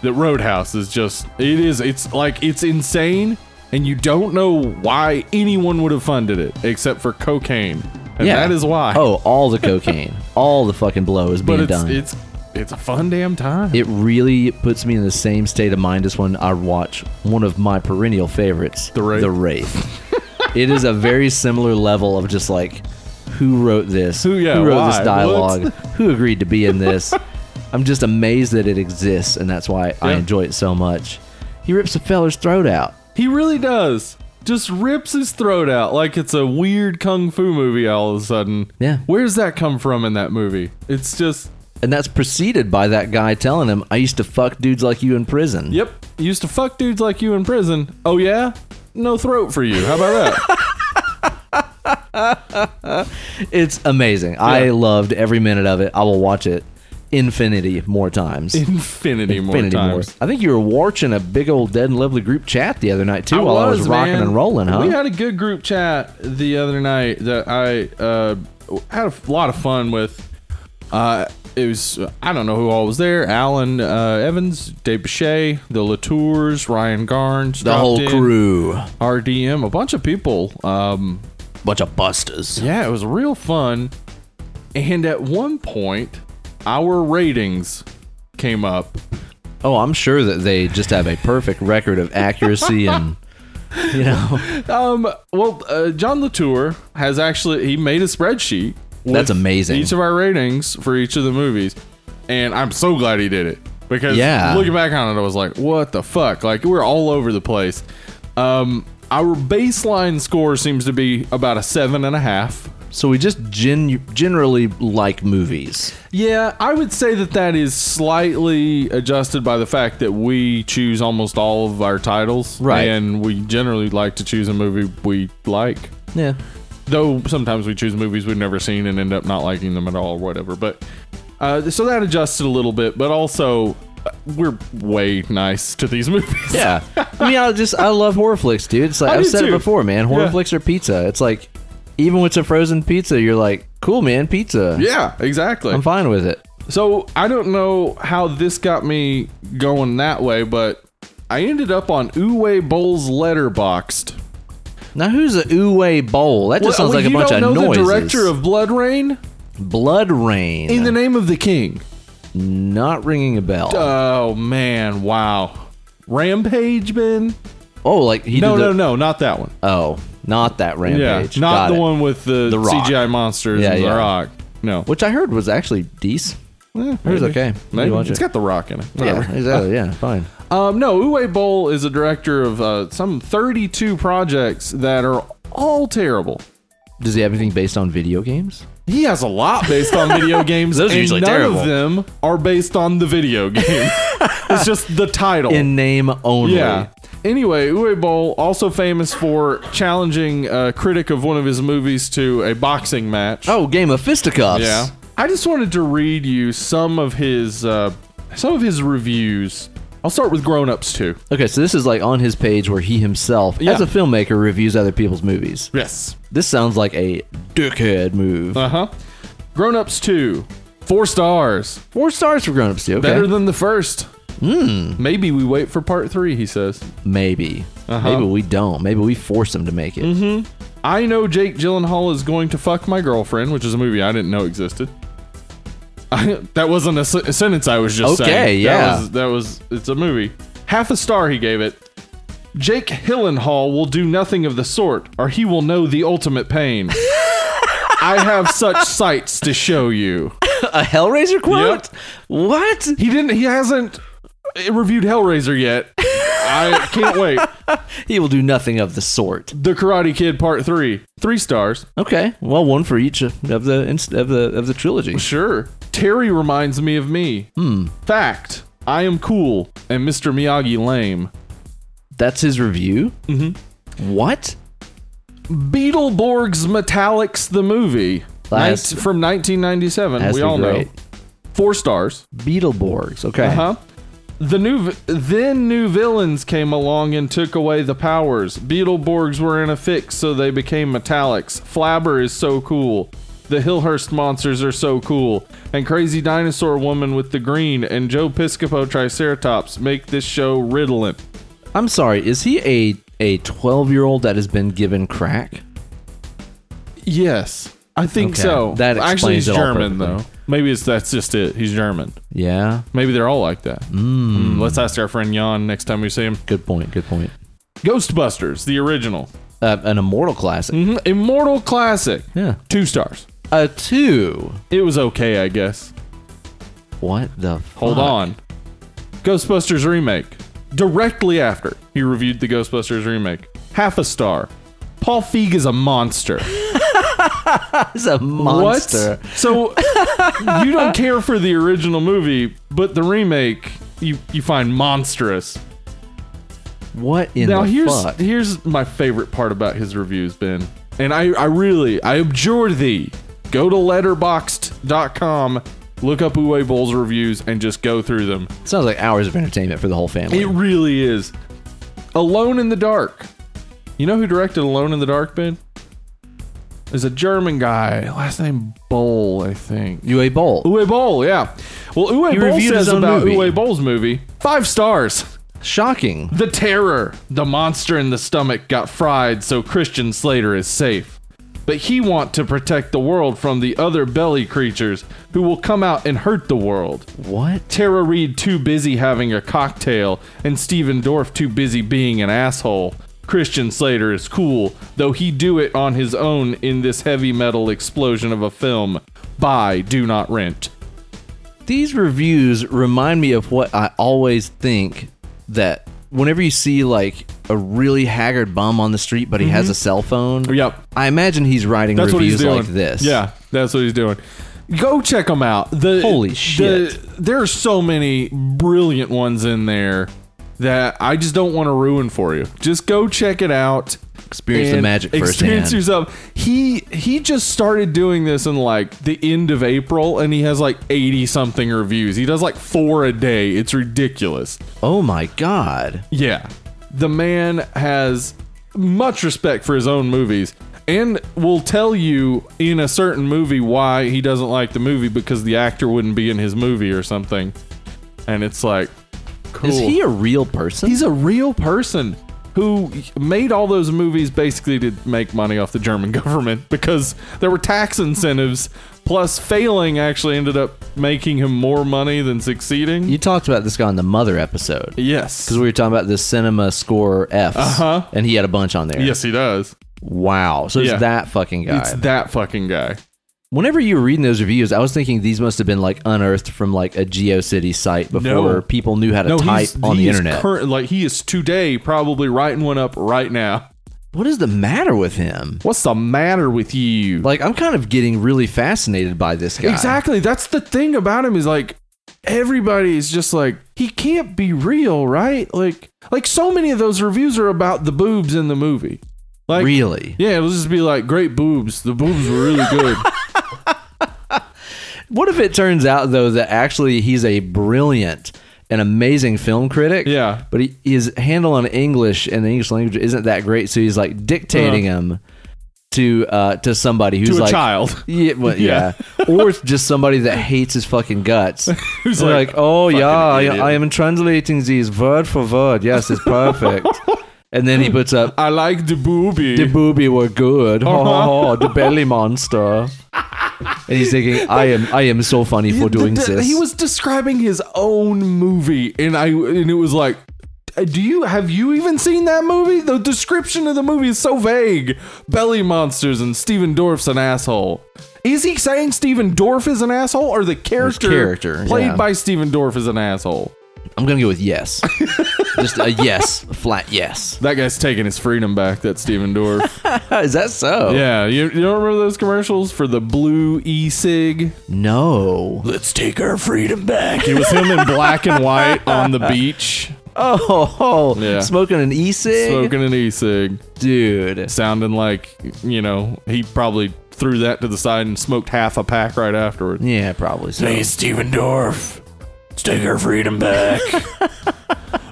Speaker 2: the Roadhouse is just it is it's like it's insane, and you don't know why anyone would have funded it except for cocaine, and
Speaker 1: yeah.
Speaker 2: that is why.
Speaker 1: Oh, all the cocaine, all the fucking blow is
Speaker 2: but
Speaker 1: being
Speaker 2: it's
Speaker 1: done.
Speaker 2: it's it's a fun damn time.
Speaker 1: it really puts me in the same state of mind as when I watch one of my perennial favorites,
Speaker 2: The Wraith.
Speaker 1: The Wraith. it is a very similar level of just like, who wrote this?
Speaker 2: Who- yeah,
Speaker 1: wrote
Speaker 2: why?
Speaker 1: this dialogue? who agreed to be in this? I'm just amazed that it exists, and that's why I
Speaker 2: Yeah.
Speaker 1: enjoy it so much. He rips a feller's throat out.
Speaker 2: He really does. Just rips his throat out like it's a weird kung fu movie all of a sudden.
Speaker 1: Yeah.
Speaker 2: Where's that come from in that movie? It's just,
Speaker 1: And that's preceded by that guy telling him, I used to fuck dudes like you in prison.
Speaker 2: yep, used to fuck dudes like you in prison. Oh, yeah? No throat for you. How about that?
Speaker 1: It's amazing. I loved every minute of it. I will watch it infinity more times.
Speaker 2: Infinity, more
Speaker 1: Infinity more.
Speaker 2: times.
Speaker 1: I think you were watching a big old dead and lovely group chat the other night too,
Speaker 2: I
Speaker 1: while I was rocking
Speaker 2: man.
Speaker 1: and rolling, huh?
Speaker 2: We had a good group chat the other night that I uh, had a f- lot of fun with. Uh, it was I don't know who all was there: Alan uh, Evans, Dave Bechet, the Latours, Ryan Garnes,
Speaker 1: the whole crew,
Speaker 2: RDM, a bunch of people. Um,
Speaker 1: bunch of busters.
Speaker 2: yeah, it was real fun. And at one point, our ratings came up.
Speaker 1: Oh, I'm sure that they just have a perfect record of accuracy and you know
Speaker 2: Um, well, uh, John Latour has actually he made a spreadsheet. with
Speaker 1: That's amazing.
Speaker 2: Each of our ratings for each of the movies, and I'm so glad he did it because
Speaker 1: Yeah.
Speaker 2: looking back on it, I was like, what the fuck? Like we're all over the place. Um, our baseline score seems to be about a seven and a half.
Speaker 1: so we just gen- generally like movies.
Speaker 2: Yeah, I would say that that is slightly adjusted by the fact that we choose almost all of our titles,
Speaker 1: Right.
Speaker 2: And we generally like to choose a movie we like.
Speaker 1: Yeah.
Speaker 2: though sometimes we choose movies we've never seen and end up not liking them at all or whatever but uh, so that adjusted a little bit but also uh, we're way nice to these movies
Speaker 1: Yeah. I mean, I just I love horror flicks, dude. It's like
Speaker 2: I
Speaker 1: I've
Speaker 2: do
Speaker 1: said
Speaker 2: too.
Speaker 1: it before, man. Horror
Speaker 2: Yeah.
Speaker 1: flicks are pizza. It's like even with a frozen pizza, you're like, cool, man, pizza.
Speaker 2: yeah exactly
Speaker 1: I'm fine with it.
Speaker 2: So I don't know how this got me going that way, but I ended up on Uwe Boll's Letterboxed.
Speaker 1: Now, who's a Uwe Bowl? That just
Speaker 2: Well,
Speaker 1: sounds like a
Speaker 2: you
Speaker 1: bunch
Speaker 2: don't
Speaker 1: of
Speaker 2: know
Speaker 1: noises.
Speaker 2: The director of Blood Rain
Speaker 1: Blood Rain.
Speaker 2: in the name of the King.
Speaker 1: Not ringing a bell.
Speaker 2: Oh man, wow. Rampage, Ben?
Speaker 1: oh, like he
Speaker 2: No,
Speaker 1: did.
Speaker 2: no,
Speaker 1: the-
Speaker 2: no, not that one.
Speaker 1: Oh, not that rampage.
Speaker 2: Yeah,
Speaker 1: Got
Speaker 2: not the
Speaker 1: it.
Speaker 2: one with the,
Speaker 1: The Rock.
Speaker 2: CGI monsters
Speaker 1: Yeah,
Speaker 2: and
Speaker 1: yeah.
Speaker 2: the rock. No,
Speaker 1: Which I heard was actually decent.
Speaker 2: Eh,
Speaker 1: It was
Speaker 2: maybe.
Speaker 1: okay.
Speaker 2: Maybe.
Speaker 1: You watch
Speaker 2: It's
Speaker 1: it.
Speaker 2: got the rock in it.
Speaker 1: Yeah,
Speaker 2: Whatever.
Speaker 1: exactly. Yeah, fine.
Speaker 2: Um, no, Uwe Boll is a director of uh, some 32 projects that are all terrible.
Speaker 1: Does he have anything based on video games?
Speaker 2: He has a lot based on video games.
Speaker 1: Those are
Speaker 2: and
Speaker 1: usually
Speaker 2: none
Speaker 1: terrible.
Speaker 2: of them are based on the video game. it's just the title.
Speaker 1: In name only.
Speaker 2: yeah. Anyway, Uwe Boll also famous for challenging a critic of one of his movies to a boxing match.
Speaker 1: Oh, game of fisticuffs.
Speaker 2: Yeah. I just wanted to read you some of his uh, some of his reviews. I'll start with Grown Ups too.
Speaker 1: Okay, so this is like on his page where he himself,
Speaker 2: Yeah.
Speaker 1: as a filmmaker, reviews other people's movies.
Speaker 2: Yes.
Speaker 1: This sounds like a dickhead move.
Speaker 2: Uh huh. Grown Ups two. Four stars.
Speaker 1: Four stars for grown-ups, too. Okay.
Speaker 2: Better than the first. Maybe we wait for part three. He says.
Speaker 1: Maybe.
Speaker 2: Uh-huh.
Speaker 1: Maybe we don't. Maybe we force him to make it.
Speaker 2: Mm-hmm. I know Jake Gyllenhaal is going to fuck my girlfriend, which is a movie I didn't know existed. I, that wasn't a, s- a sentence I was just
Speaker 1: Okay,
Speaker 2: saying. That
Speaker 1: yeah.
Speaker 2: was- that was it's a movie. Half a star he gave it. Jake Hillenhall will do nothing of the sort, or he will know the ultimate pain. I have such sights to show you.
Speaker 1: A Hellraiser quote?
Speaker 2: Yep.
Speaker 1: What?
Speaker 2: He didn't. He hasn't reviewed Hellraiser yet. I can't wait.
Speaker 1: He will do nothing of the sort.
Speaker 2: The Karate Kid Part Three, three stars.
Speaker 1: Okay, well, one for each of the inst- of the of the trilogy.
Speaker 2: Sure. Terry reminds me of me. Hmm. Fact. I am cool and Mr. Miyagi lame.
Speaker 1: That's his review. Mm-hmm. What?
Speaker 2: Beetleborgs Metallics the movie.
Speaker 1: That's-
Speaker 2: Night- from 1997.
Speaker 1: Has
Speaker 2: We
Speaker 1: to be
Speaker 2: all
Speaker 1: great.
Speaker 2: know. Four stars.
Speaker 1: Beetleborgs. Okay.
Speaker 2: Uh huh. The new v- then new villains came along and took away the powers. Beetleborgs were in a fix, so they became Metallics. Flabber is so cool. The Hillhurst monsters are so cool. And Crazy Dinosaur Woman with the Green and Joe Piscopo Triceratops make this show riddling.
Speaker 1: I'm sorry. Is he a a 12 year old that has been given crack?
Speaker 2: Yes, I think
Speaker 1: Okay,
Speaker 2: so.
Speaker 1: that
Speaker 2: actually
Speaker 1: explains
Speaker 2: he's
Speaker 1: it all
Speaker 2: German though.
Speaker 1: perfectly.
Speaker 2: Maybe it's that's just it. He's German.
Speaker 1: Yeah.
Speaker 2: Maybe they're all like that.
Speaker 1: Hmm.
Speaker 2: Mm, let's ask our friend Jan next time we see him.
Speaker 1: Good point. Good point.
Speaker 2: Ghostbusters, the original.
Speaker 1: Uh, an immortal classic.
Speaker 2: Mhm, Immortal classic.
Speaker 1: Yeah.
Speaker 2: Two stars.
Speaker 1: A two.
Speaker 2: It was okay, I guess.
Speaker 1: What the?
Speaker 2: Hold on. Ghostbusters remake. Directly after he reviewed the Ghostbusters remake, half a star. Paul Feig is a monster.
Speaker 1: That's a monster.
Speaker 2: What? So you don't care for the original movie, but the remake you you find monstrous.
Speaker 1: What, in
Speaker 2: Now
Speaker 1: the
Speaker 2: here's
Speaker 1: fuck?
Speaker 2: here's my favorite part about his reviews, Ben. And I I really I abjure thee. Go to letterboxed.com, look up Uwe Boll's reviews and just go through them.
Speaker 1: Sounds like hours of entertainment for the whole family.
Speaker 2: It really is. Alone in the Dark. You know who directed Alone in the Dark, Ben? There's a German guy, last name Boll, I think.
Speaker 1: you a bowl?
Speaker 2: Uwe Boll, yeah. Well, Uwe
Speaker 1: He
Speaker 2: Boll
Speaker 1: reviewed his
Speaker 2: says
Speaker 1: own
Speaker 2: about
Speaker 1: movie.
Speaker 2: Uwe Boll's movie five stars.
Speaker 1: Shocking.
Speaker 2: The terror, the monster in the stomach got fried, so Christian Slater is safe. But he want to protect the world from the other belly creatures who will come out and hurt the world.
Speaker 1: What?
Speaker 2: Tara Reid too busy having a cocktail, and Steven Dorff too busy being an asshole. Christian Slater is cool, though he do it on his own in this heavy metal explosion of a film. Buy, do not rent.
Speaker 1: These reviews remind me of what I always think that whenever you see like a really haggard bum on the street, but he has a cell phone.
Speaker 2: Mm-hmm. Yep.
Speaker 1: I imagine he's writing
Speaker 2: That's what he's
Speaker 1: reviews
Speaker 2: doing.
Speaker 1: like this.
Speaker 2: Yeah, that's what he's doing. Go check them out. The
Speaker 1: Holy
Speaker 2: the-
Speaker 1: shit.
Speaker 2: there are so many brilliant ones in there that I just don't want to ruin for you. Just go check it out.
Speaker 1: Experience the
Speaker 2: and
Speaker 1: magic
Speaker 2: Experience
Speaker 1: firsthand.
Speaker 2: yourself. He he just started doing this in like the end of April, and he has like eighty something reviews. He does like four a day. It's ridiculous.
Speaker 1: Oh my god.
Speaker 2: Yeah. The man has much respect for his own movies. and will tell you in a certain movie why he doesn't like the movie because the actor wouldn't be in his movie or something. And it's like, cool.
Speaker 1: Is he a real person?
Speaker 2: He's a real person who made all those movies basically to make money off the German government because there were tax incentives. Plus, failing actually ended up making him more money than succeeding.
Speaker 1: you talked about this guy on the Mother episode.
Speaker 2: Yes.
Speaker 1: Because we were talking about the cinema score Fs.
Speaker 2: Uh-huh.
Speaker 1: And he had a bunch on there.
Speaker 2: Yes, he does.
Speaker 1: Wow. So
Speaker 2: Yeah.
Speaker 1: it's that fucking guy.
Speaker 2: It's that fucking guy.
Speaker 1: Whenever you were reading those reviews, I was thinking these must have been like unearthed from like a GeoCity site before
Speaker 2: No.
Speaker 1: people knew how to type
Speaker 2: he's,
Speaker 1: on the
Speaker 2: he is
Speaker 1: internet.
Speaker 2: current- like he is today probably writing one up right now.
Speaker 1: what is the matter with him?
Speaker 2: What's the matter with you?
Speaker 1: Like, I'm kind of getting really fascinated by this guy.
Speaker 2: Exactly. That's the thing about him is like everybody is just like he can't be real, right? Like like so many of those reviews are about the boobs in the movie. Like
Speaker 1: Really?
Speaker 2: yeah, it'll just be like great boobs. The boobs were really good.
Speaker 1: What if it turns out, though, that actually he's a brilliant and amazing film critic?
Speaker 2: Yeah.
Speaker 1: But he, his handle on English and the English language isn't that great, so he's like dictating him to uh, to somebody who's
Speaker 2: Uh-huh. to a
Speaker 1: like
Speaker 2: child.
Speaker 1: Yeah, well,
Speaker 2: Yeah.
Speaker 1: yeah. or it's just somebody that hates his fucking guts.
Speaker 2: Who's
Speaker 1: Who's like,
Speaker 2: like,
Speaker 1: oh yeah, I,
Speaker 2: idiot."
Speaker 1: I am translating these word for word. Yes, it's perfect. and then he puts up,
Speaker 2: I like the boobie.
Speaker 1: the booby were good.
Speaker 2: Uh-huh.
Speaker 1: Ha, ha, ha, the belly monster. and he's thinking, I am, I am so funny for doing
Speaker 2: The- the-
Speaker 1: this.
Speaker 2: He was describing his own movie, and I and it was like, uh, do you have you even seen that movie? The description of the movie is so vague. Belly monsters and Steven Dorff's an asshole. Is he saying Steven Dorff is an asshole, or the character,
Speaker 1: character,
Speaker 2: played
Speaker 1: yeah.
Speaker 2: by Steven Dorff is an asshole?
Speaker 1: I'm gonna go with yes, just a yes, a flat yes.
Speaker 2: That guy's taking his freedom back. That Steven Dorff.
Speaker 1: Is that so?
Speaker 2: yeah, you, you don't remember those commercials for the blue e cig?
Speaker 1: No.
Speaker 2: Let's take our freedom back. It was him in black and white on the beach,
Speaker 1: Oh,
Speaker 2: Yeah.
Speaker 1: smoking an e-cig,
Speaker 2: smoking an e cig.
Speaker 1: dude.
Speaker 2: sounding like you know he probably threw that to the side and smoked half a pack right afterwards.
Speaker 1: Yeah, probably. So.
Speaker 2: Steven Dorff, let's take our freedom back.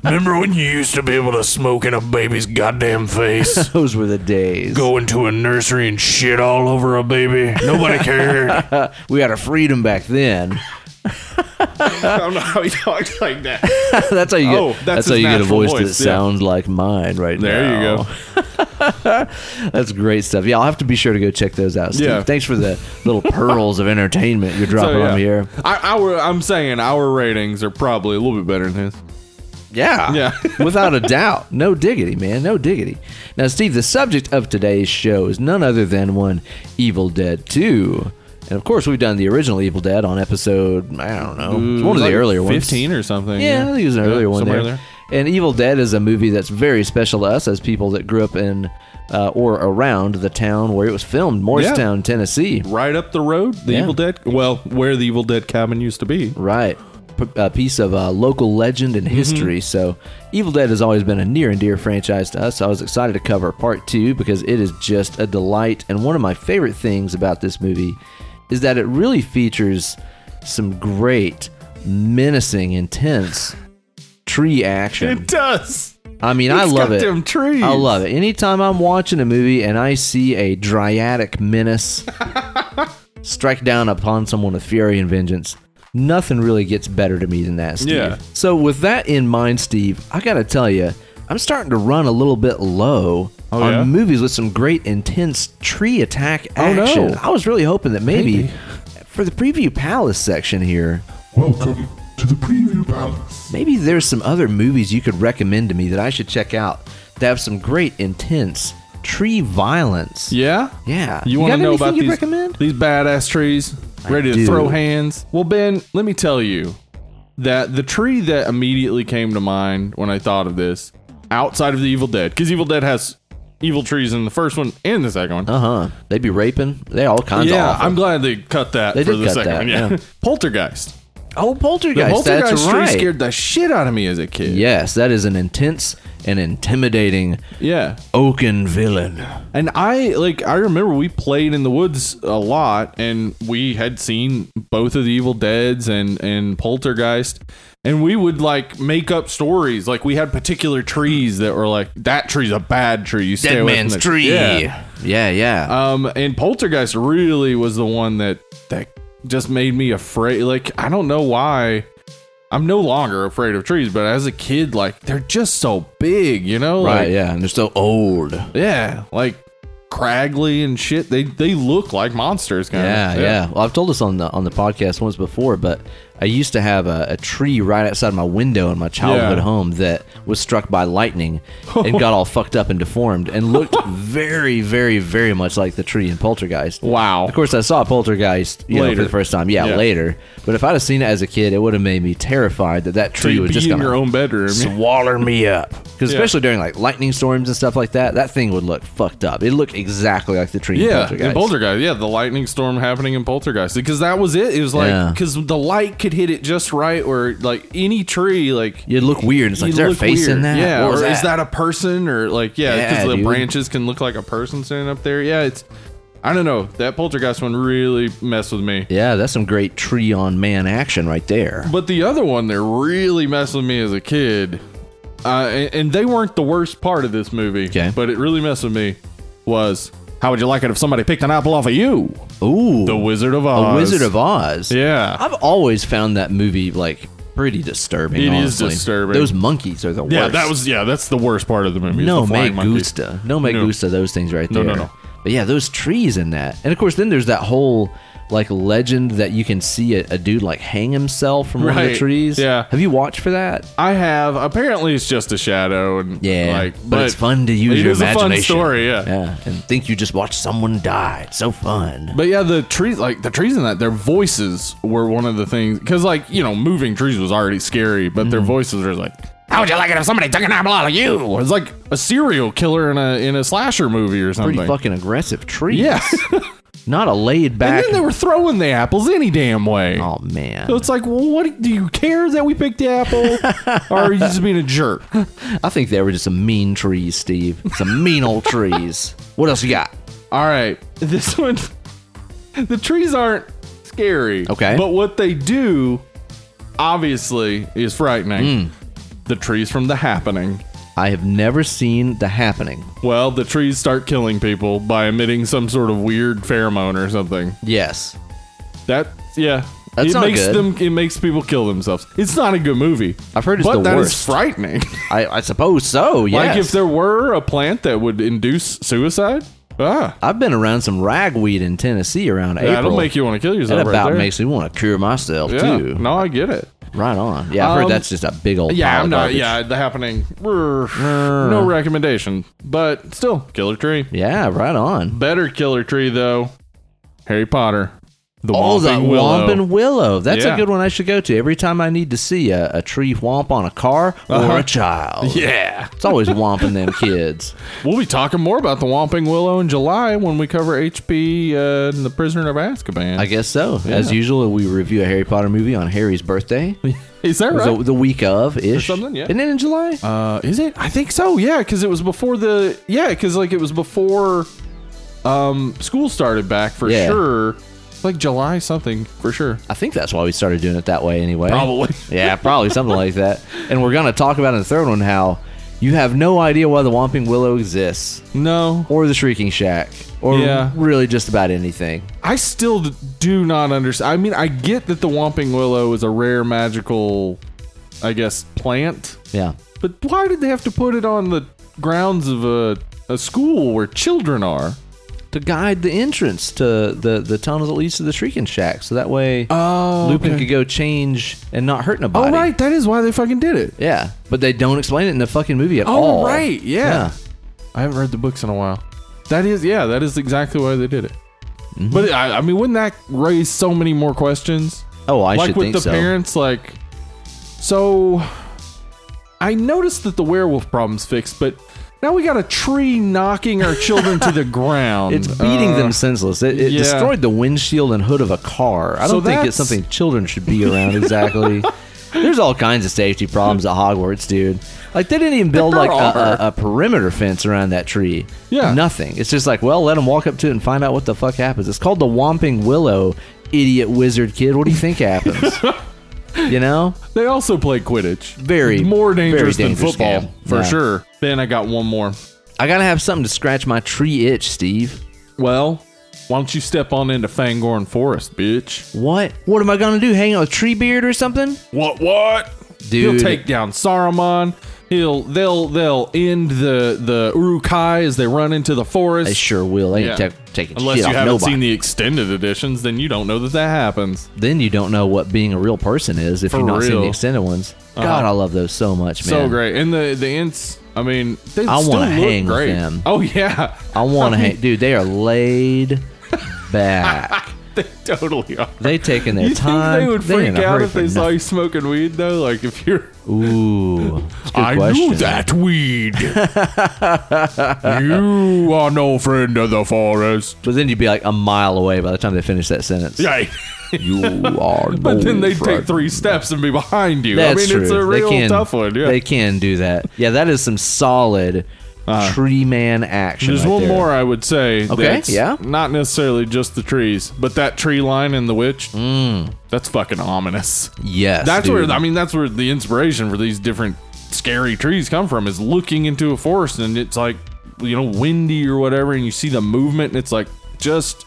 Speaker 2: Remember when you used to be able to smoke in a baby's goddamn face,
Speaker 1: Those were the days.
Speaker 2: go into a nursery and shit all over a baby? Nobody cared.
Speaker 1: We had a freedom back then.
Speaker 2: I don't know how he talks like that.
Speaker 1: that's how you get.
Speaker 2: Oh,
Speaker 1: that's,
Speaker 2: that's
Speaker 1: how
Speaker 2: his
Speaker 1: you get a
Speaker 2: natural
Speaker 1: voice, that
Speaker 2: voice, yeah.
Speaker 1: sounds like mine right
Speaker 2: There you
Speaker 1: now.
Speaker 2: go.
Speaker 1: go. That's great stuff. Yeah, I'll have to be sure to go check those out. Steve.
Speaker 2: Yeah.
Speaker 1: Thanks for the little pearls of entertainment you're dropping
Speaker 2: So, yeah.
Speaker 1: on here.
Speaker 2: I, our, I'm saying our ratings are probably a little bit better than his.
Speaker 1: Yeah.
Speaker 2: Yeah.
Speaker 1: Without a doubt. No diggity, man. No diggity. Now, Steve, the subject of today's show is none other than one Evil Dead 2. And of course, we've done the original Evil Dead on episode, I don't know, it's one of the
Speaker 2: Like
Speaker 1: earlier ones.
Speaker 2: 15 or something.
Speaker 1: Yeah, I think it was an earlier one
Speaker 2: somewhere
Speaker 1: there. And Evil Dead is a movie that's very special to us as people that grew up in uh, or around the town where it was filmed, Morristown, Tennessee.
Speaker 2: right up the road, the
Speaker 1: Yeah.
Speaker 2: Evil Dead. Well, where the Evil Dead cabin used to be.
Speaker 1: Right. P- a piece of uh, local legend and history. So, Evil Dead has always been a near and dear franchise to us. So I was excited to cover part two because it is just a delight. And one of my favorite things about this movie is that it really features some great, menacing, intense tree action.
Speaker 2: does.
Speaker 1: I mean, I
Speaker 2: It's
Speaker 1: love
Speaker 2: got
Speaker 1: it.
Speaker 2: them trees.
Speaker 1: I love it. Anytime I'm watching a movie and I see a dryadic menace strike down upon someone with fury and vengeance, nothing really gets better to me than that, Steve.
Speaker 2: Yeah.
Speaker 1: So, with that in mind, Steve, I got to tell you, I'm starting to run a little bit low
Speaker 2: Oh,
Speaker 1: on
Speaker 2: yeah? Oh,
Speaker 1: movies with some great intense tree attack
Speaker 2: no.
Speaker 1: action. I was really hoping that maybe for the preview palace section here,
Speaker 3: Welcome to the Preview Palace.
Speaker 1: Maybe there's some other movies you could recommend to me that I should check out that have some great intense tree violence.
Speaker 2: Yeah.
Speaker 1: Yeah.
Speaker 2: You want
Speaker 1: got
Speaker 2: to know
Speaker 1: anything
Speaker 2: about
Speaker 1: you'd
Speaker 2: these
Speaker 1: recommend?
Speaker 2: these badass trees ready
Speaker 1: do.
Speaker 2: to throw hands? Well, Ben, let me tell you that the tree that immediately came to mind when I thought of this, outside of the Evil Dead, because Evil Dead has evil trees in the first one and the second one.
Speaker 1: Uh huh. They'd be raping. They all kinds
Speaker 2: yeah,
Speaker 1: of. awful.
Speaker 2: I'm glad they cut that
Speaker 1: They
Speaker 2: for
Speaker 1: did
Speaker 2: the
Speaker 1: cut
Speaker 2: second
Speaker 1: that,
Speaker 2: one. Yeah.
Speaker 1: yeah.
Speaker 2: Poltergeist.
Speaker 1: Oh,
Speaker 2: The
Speaker 1: Poltergeist.
Speaker 2: Poltergeist
Speaker 1: that's
Speaker 2: tree
Speaker 1: right.
Speaker 2: scared the shit out of me as a kid.
Speaker 1: Yes, that is an intense and intimidating
Speaker 2: Yeah.
Speaker 1: oaken villain.
Speaker 2: And I like I remember we played in the woods a lot and we had seen both of the Evil Deads and and Poltergeist and we would like make up stories like we had particular trees that were like that tree's a bad tree you stay
Speaker 1: Dead
Speaker 2: away from
Speaker 1: man's
Speaker 2: that-"
Speaker 1: tree.
Speaker 2: Yeah.
Speaker 1: Yeah, yeah.
Speaker 2: Um and Poltergeist really was the one that that just made me afraid like I don't know why I'm no longer afraid of trees but as a kid like they're just so big, you know?
Speaker 1: right.
Speaker 2: Like,
Speaker 1: yeah, and they're so old.
Speaker 2: yeah, like craggly and shit. They they look like monsters, kind
Speaker 1: Yeah,
Speaker 2: of.
Speaker 1: yeah, Well, I've told this on the on the podcast once before, but I used to have a, a tree right outside my window in my childhood
Speaker 2: Yeah.
Speaker 1: home that was struck by lightning and got all fucked up and deformed and looked very, very, very much like the tree in Poltergeist.
Speaker 2: Wow.
Speaker 1: Of course, I saw Poltergeist you know,
Speaker 2: Later.
Speaker 1: for the first time. Yeah,
Speaker 2: Yeah.
Speaker 1: later. But if I'd have seen it as a kid, it would have made me terrified that that
Speaker 2: So
Speaker 1: tree
Speaker 2: you'd
Speaker 1: was
Speaker 2: be
Speaker 1: just
Speaker 2: in
Speaker 1: going
Speaker 2: your
Speaker 1: to
Speaker 2: own bedroom.
Speaker 1: swallow me up. Because
Speaker 2: Yeah.
Speaker 1: especially during like lightning storms and stuff like that, that thing would look fucked up. It looked exactly like the tree in
Speaker 2: Yeah,
Speaker 1: Poltergeist.
Speaker 2: in Poltergeist. Yeah, the lightning storm happening in Poltergeist because that was it. It was
Speaker 1: Yeah.
Speaker 2: like because the light could hit it just right, or like any tree, like
Speaker 1: You'd look weird. It's like,
Speaker 2: you'd
Speaker 1: is there a
Speaker 2: look
Speaker 1: face in
Speaker 2: weird.
Speaker 1: that?
Speaker 2: Yeah,
Speaker 1: What
Speaker 2: or
Speaker 1: was
Speaker 2: is that a person? Or like yeah,
Speaker 1: Yeah,
Speaker 2: because the
Speaker 1: dude.
Speaker 2: branches can look like a person standing up there. Yeah, it's I don't know that Poltergeist one really messed with me.
Speaker 1: Yeah, that's some great tree on man action right there.
Speaker 2: But the other one that really messed with me as a kid, uh, and, and they weren't the worst part of this movie,
Speaker 1: Okay.
Speaker 2: but it really messed with me, was how would you like it if somebody picked an apple off of you?
Speaker 1: Ooh,
Speaker 2: The Wizard of
Speaker 1: The
Speaker 2: Oz.
Speaker 1: Wizard of Oz.
Speaker 2: Yeah.
Speaker 1: I've always found that movie like pretty disturbing.
Speaker 2: It is
Speaker 1: honestly.
Speaker 2: disturbing.
Speaker 1: Those monkeys are the worst.
Speaker 2: yeah, that was yeah, that's the worst part of the movie. is
Speaker 1: no
Speaker 2: the flying
Speaker 1: me
Speaker 2: monkey.
Speaker 1: gusta, no me
Speaker 2: No.
Speaker 1: gusta. Those things right
Speaker 2: No,
Speaker 1: there.
Speaker 2: no, no.
Speaker 1: But yeah, those trees in that, and of course, then there's that whole like legend that you can see a, a dude like hang himself from one of the
Speaker 2: Right.
Speaker 1: trees.
Speaker 2: Yeah.
Speaker 1: have you watched for that?
Speaker 2: I have. Apparently, it's just a shadow, and
Speaker 1: Yeah,
Speaker 2: like,
Speaker 1: but, it's fun to use
Speaker 2: it
Speaker 1: your
Speaker 2: is a
Speaker 1: imagination.
Speaker 2: fun story. Yeah.
Speaker 1: yeah, and think you just watched someone die. It's so fun.
Speaker 2: But yeah, the trees, like the trees in that, their voices were one of the things. Because, like, you know, moving trees was already scary, but
Speaker 1: Mm.
Speaker 2: their voices were like, How would you like it if somebody took an apple out of you? It's like a serial killer in a in a slasher movie or something.
Speaker 1: Pretty fucking aggressive trees.
Speaker 2: yeah.
Speaker 1: not a laid
Speaker 2: and
Speaker 1: back.
Speaker 2: then they were throwing the apples any damn way.
Speaker 1: oh man,
Speaker 2: So it's like, well, what do you care that we picked the apple? or are you just being a jerk?
Speaker 1: I think they were just some mean trees, Steve. Some mean old trees. What else you got?
Speaker 2: All right. This one, the trees aren't scary.
Speaker 1: Okay.
Speaker 2: But what they do, obviously, is
Speaker 1: Hmm.
Speaker 2: frightening. The trees from The Happening.
Speaker 1: I have never seen the happening.
Speaker 2: Well, the trees start killing people by emitting some sort of weird pheromone or something.
Speaker 1: Yes,
Speaker 2: That, yeah.
Speaker 1: That's
Speaker 2: it
Speaker 1: not
Speaker 2: makes
Speaker 1: good.
Speaker 2: them. It makes people kill themselves. It's not a good movie.
Speaker 1: I've heard it's
Speaker 2: but
Speaker 1: the
Speaker 2: that is
Speaker 1: worst.
Speaker 2: frightening.
Speaker 1: I, I suppose so. Yes.
Speaker 2: like if there were a plant that would induce suicide, ah,
Speaker 1: I've been around some ragweed in Tennessee around
Speaker 2: that'll
Speaker 1: April.
Speaker 2: make you want to kill yourself.
Speaker 1: that
Speaker 2: right
Speaker 1: about
Speaker 2: there.
Speaker 1: makes me want to cure myself
Speaker 2: yeah.
Speaker 1: too.
Speaker 2: No, I get it.
Speaker 1: Right on. Yeah, I've
Speaker 2: Um,
Speaker 1: heard that's just a big old.
Speaker 2: Yeah,
Speaker 1: pile
Speaker 2: I'm
Speaker 1: of
Speaker 2: not.
Speaker 1: garbage.
Speaker 2: Yeah, the happening. No recommendation, but still, killer tree.
Speaker 1: Yeah, right on.
Speaker 2: Better killer tree though. Harry Potter. The
Speaker 1: Oh, the
Speaker 2: Whomping Willow.
Speaker 1: Whomping Willow. That's a
Speaker 2: Yeah.
Speaker 1: good one I should go to every time I need to see a, a tree whomp on a car or
Speaker 2: Uh-huh.
Speaker 1: a child.
Speaker 2: Yeah.
Speaker 1: It's always whomping them kids.
Speaker 2: We'll be talking more about the Whomping Willow in July when we cover HP uh, and the Prisoner of Azkaban.
Speaker 1: I guess so. As
Speaker 2: Yeah.
Speaker 1: usual, we review a Harry Potter movie on Harry's birthday.
Speaker 2: is that right?
Speaker 1: The, the week of ish.
Speaker 2: something, yeah.
Speaker 1: Isn't it in July?
Speaker 2: Uh, is it? I think so. Yeah, because it was before the yeah, because like it was before um school started back for
Speaker 1: Yeah.
Speaker 2: sure. Like July something for sure.
Speaker 1: I think that's why we started doing it that way anyway.
Speaker 2: Probably.
Speaker 1: Yeah, probably something like that. And we're going to talk about in the third one how you have no idea why the Whomping Willow exists
Speaker 2: No,
Speaker 1: or the Shrieking Shack or
Speaker 2: Yeah.
Speaker 1: really just about anything.
Speaker 2: I still do not understand. I mean, I get that the Whomping Willow is a rare magical, I guess, plant,
Speaker 1: Yeah.
Speaker 2: but why did they have to put it on the grounds of a, a school where children are?
Speaker 1: To guide the entrance to the, the tunnel that leads to the Shrieking Shack. So that way
Speaker 2: Oh,
Speaker 1: Lupin could go change and not hurt
Speaker 2: Oh,
Speaker 1: nobody.
Speaker 2: right. That is why they fucking did it.
Speaker 1: Yeah, but they don't explain it in the fucking movie at
Speaker 2: Oh,
Speaker 1: all.
Speaker 2: right. Yeah. I haven't read the books in a while. That is, yeah, that is exactly why they did it. But I, I mean, wouldn't that raise so many more questions?
Speaker 1: Oh, I
Speaker 2: like
Speaker 1: should
Speaker 2: with
Speaker 1: think
Speaker 2: the
Speaker 1: so.
Speaker 2: parents, like so. I noticed that the werewolf problem's fixed, but Now we got a tree knocking our children to the ground.
Speaker 1: It's beating
Speaker 2: Uh,
Speaker 1: them senseless. It, it
Speaker 2: yeah.
Speaker 1: destroyed the windshield and hood of a car. I
Speaker 2: So
Speaker 1: don't think it's
Speaker 2: that's-
Speaker 1: something children should be around exactly. There's all kinds of safety problems at Hogwarts, dude. Like they didn't even build
Speaker 2: There
Speaker 1: like a,
Speaker 2: are.
Speaker 1: a, a perimeter fence around that tree.
Speaker 2: Yeah.
Speaker 1: nothing. It's just like, well, let them walk up to it and find out what the fuck happens. It's called the Whomping Willow, idiot wizard kid. What do you think happens? you know,
Speaker 2: They also play Quidditch.
Speaker 1: Very-
Speaker 2: more dangerous,
Speaker 1: very dangerous
Speaker 2: than
Speaker 1: game.
Speaker 2: football for
Speaker 1: Yeah.
Speaker 2: sure. Then I got one more.
Speaker 1: I gotta have something to scratch my tree itch, Steve.
Speaker 2: Well, why don't you step on into Fangorn Forest, bitch?
Speaker 1: What? What am I gonna do? Hang out with tree beard or something?
Speaker 2: What? What?
Speaker 1: Dude.
Speaker 2: He'll take down Saruman. He'll they'll they'll end the the Urukai as they run into the forest.
Speaker 1: They sure will. They ain't
Speaker 2: Yeah.
Speaker 1: ta- taking
Speaker 2: Unless
Speaker 1: shit
Speaker 2: you
Speaker 1: off
Speaker 2: haven't
Speaker 1: nobody.
Speaker 2: seen the extended editions, then you don't know that that happens.
Speaker 1: then you don't know what being a real person is if
Speaker 2: For
Speaker 1: you've not seen the
Speaker 2: real. Uh-huh.
Speaker 1: extended ones. God, I love those so much, man.
Speaker 2: So great, and the the ints. I mean, they
Speaker 1: I
Speaker 2: still
Speaker 1: wanna
Speaker 2: look
Speaker 1: hang with
Speaker 2: great.
Speaker 1: them.
Speaker 2: Oh yeah,
Speaker 1: I want to hang, dude. They are laid back.
Speaker 2: they totally are.
Speaker 1: they taking their
Speaker 2: You
Speaker 1: time.
Speaker 2: think they would
Speaker 1: ain't
Speaker 2: freak
Speaker 1: in a
Speaker 2: out
Speaker 1: hurry
Speaker 2: if
Speaker 1: for
Speaker 2: they saw you smoking weed though? Like if you're
Speaker 1: nothing. Ooh, it's a good
Speaker 2: I
Speaker 1: question.
Speaker 2: knew that weed. you are no friend of the forest.
Speaker 1: But then you'd be like a mile away by the time they finish that sentence.
Speaker 2: Yeah.
Speaker 1: You are.
Speaker 2: But then they
Speaker 1: friend.
Speaker 2: take three steps and be behind you.
Speaker 1: That's
Speaker 2: I mean,
Speaker 1: true.
Speaker 2: it's a real
Speaker 1: they can,
Speaker 2: tough one. Yeah.
Speaker 1: They can do that. Yeah, that is some solid tree man action.
Speaker 2: Uh-huh. There's
Speaker 1: right
Speaker 2: one
Speaker 1: there.
Speaker 2: more I would say.
Speaker 1: Okay,
Speaker 2: that's
Speaker 1: yeah.
Speaker 2: Not necessarily just the trees, but that tree line in the witch. That's fucking ominous.
Speaker 1: Mm. Yes,
Speaker 2: That's
Speaker 1: dude.
Speaker 2: where I mean that's where the inspiration for these different scary trees come from is looking into a forest and it's like you know windy or whatever and you see the movement and it's like just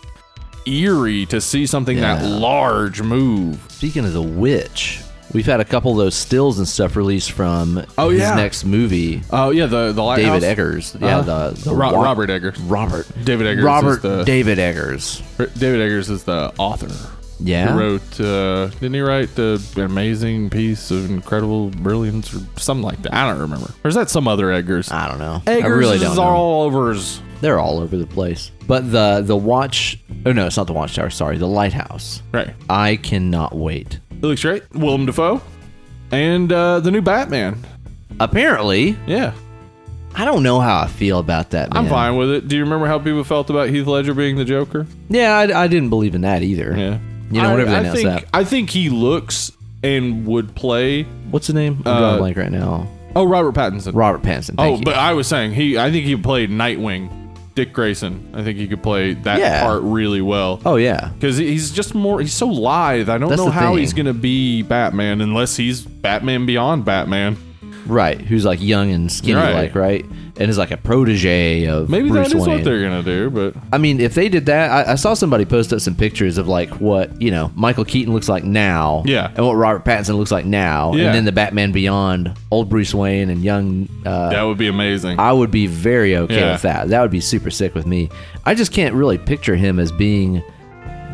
Speaker 2: eerie to see something that
Speaker 1: Yeah.
Speaker 2: large move.
Speaker 1: Speaking of the witch, we've had a couple of those stills and stuff released from
Speaker 2: Oh,
Speaker 1: his
Speaker 2: yeah.
Speaker 1: next movie,
Speaker 2: Oh yeah, the the lighthouse.
Speaker 1: David Eggers. Yeah,
Speaker 2: Uh-huh.
Speaker 1: the, the
Speaker 2: Ro-
Speaker 1: wa-
Speaker 2: Robert Eggers.
Speaker 1: Robert
Speaker 2: David Eggers
Speaker 1: Robert
Speaker 2: is the
Speaker 1: David Eggers.
Speaker 2: David Eggers is the author.
Speaker 1: Yeah,
Speaker 2: Who wrote uh, didn't he write the amazing piece of incredible brilliance or something like that? I don't remember. Or is that some other Eggers?
Speaker 1: I don't know.
Speaker 2: Eggers
Speaker 1: I really don't
Speaker 2: is
Speaker 1: know.
Speaker 2: all over his
Speaker 1: They're all over the place. But the the watch. Oh no, it's not the watchtower. Sorry, the lighthouse.
Speaker 2: right.
Speaker 1: I cannot wait.
Speaker 2: It looks great. Willem Dafoe. And uh, the new Batman.
Speaker 1: Apparently,
Speaker 2: Yeah.
Speaker 1: I don't know how I feel about that. Man.
Speaker 2: I'm fine with it. Do you remember how people felt about Heath Ledger being the Joker?
Speaker 1: Yeah, I, I didn't believe in that either.
Speaker 2: Yeah.
Speaker 1: You know,
Speaker 2: I-
Speaker 1: whenever they
Speaker 2: I,
Speaker 1: announced
Speaker 2: think,
Speaker 1: that.
Speaker 2: I think he looks and would play.
Speaker 1: What's the name? I'm drawing
Speaker 2: Uh,
Speaker 1: a blank right now.
Speaker 2: Oh, Robert Pattinson.
Speaker 1: Robert Pattinson. Thank
Speaker 2: oh,
Speaker 1: you.
Speaker 2: but I was saying he. I think he played Nightwing, Dick Grayson. I think he could play that
Speaker 1: Yeah.
Speaker 2: part really well.
Speaker 1: oh yeah.
Speaker 2: Because he's just more, he's so lithe. I don't
Speaker 1: That's
Speaker 2: know
Speaker 1: the
Speaker 2: how
Speaker 1: thing.
Speaker 2: he's going to be Batman unless he's Batman beyond Batman.
Speaker 1: Right, who's like young and skinny,
Speaker 2: Right.
Speaker 1: like right, and is like a protege of
Speaker 2: Maybe
Speaker 1: Bruce
Speaker 2: that is
Speaker 1: Wayne.
Speaker 2: what they're going to do, but
Speaker 1: I mean, if they did that, I, I saw somebody post up some pictures of like what you know Michael Keaton looks like now,
Speaker 2: Yeah.
Speaker 1: and what Robert Pattinson looks like now,
Speaker 2: Yeah.
Speaker 1: and then the Batman Beyond, old Bruce Wayne and young. Uh,
Speaker 2: that would be amazing.
Speaker 1: I would be very okay
Speaker 2: Yeah.
Speaker 1: with that. That would be super sick with me. I just can't really picture him as being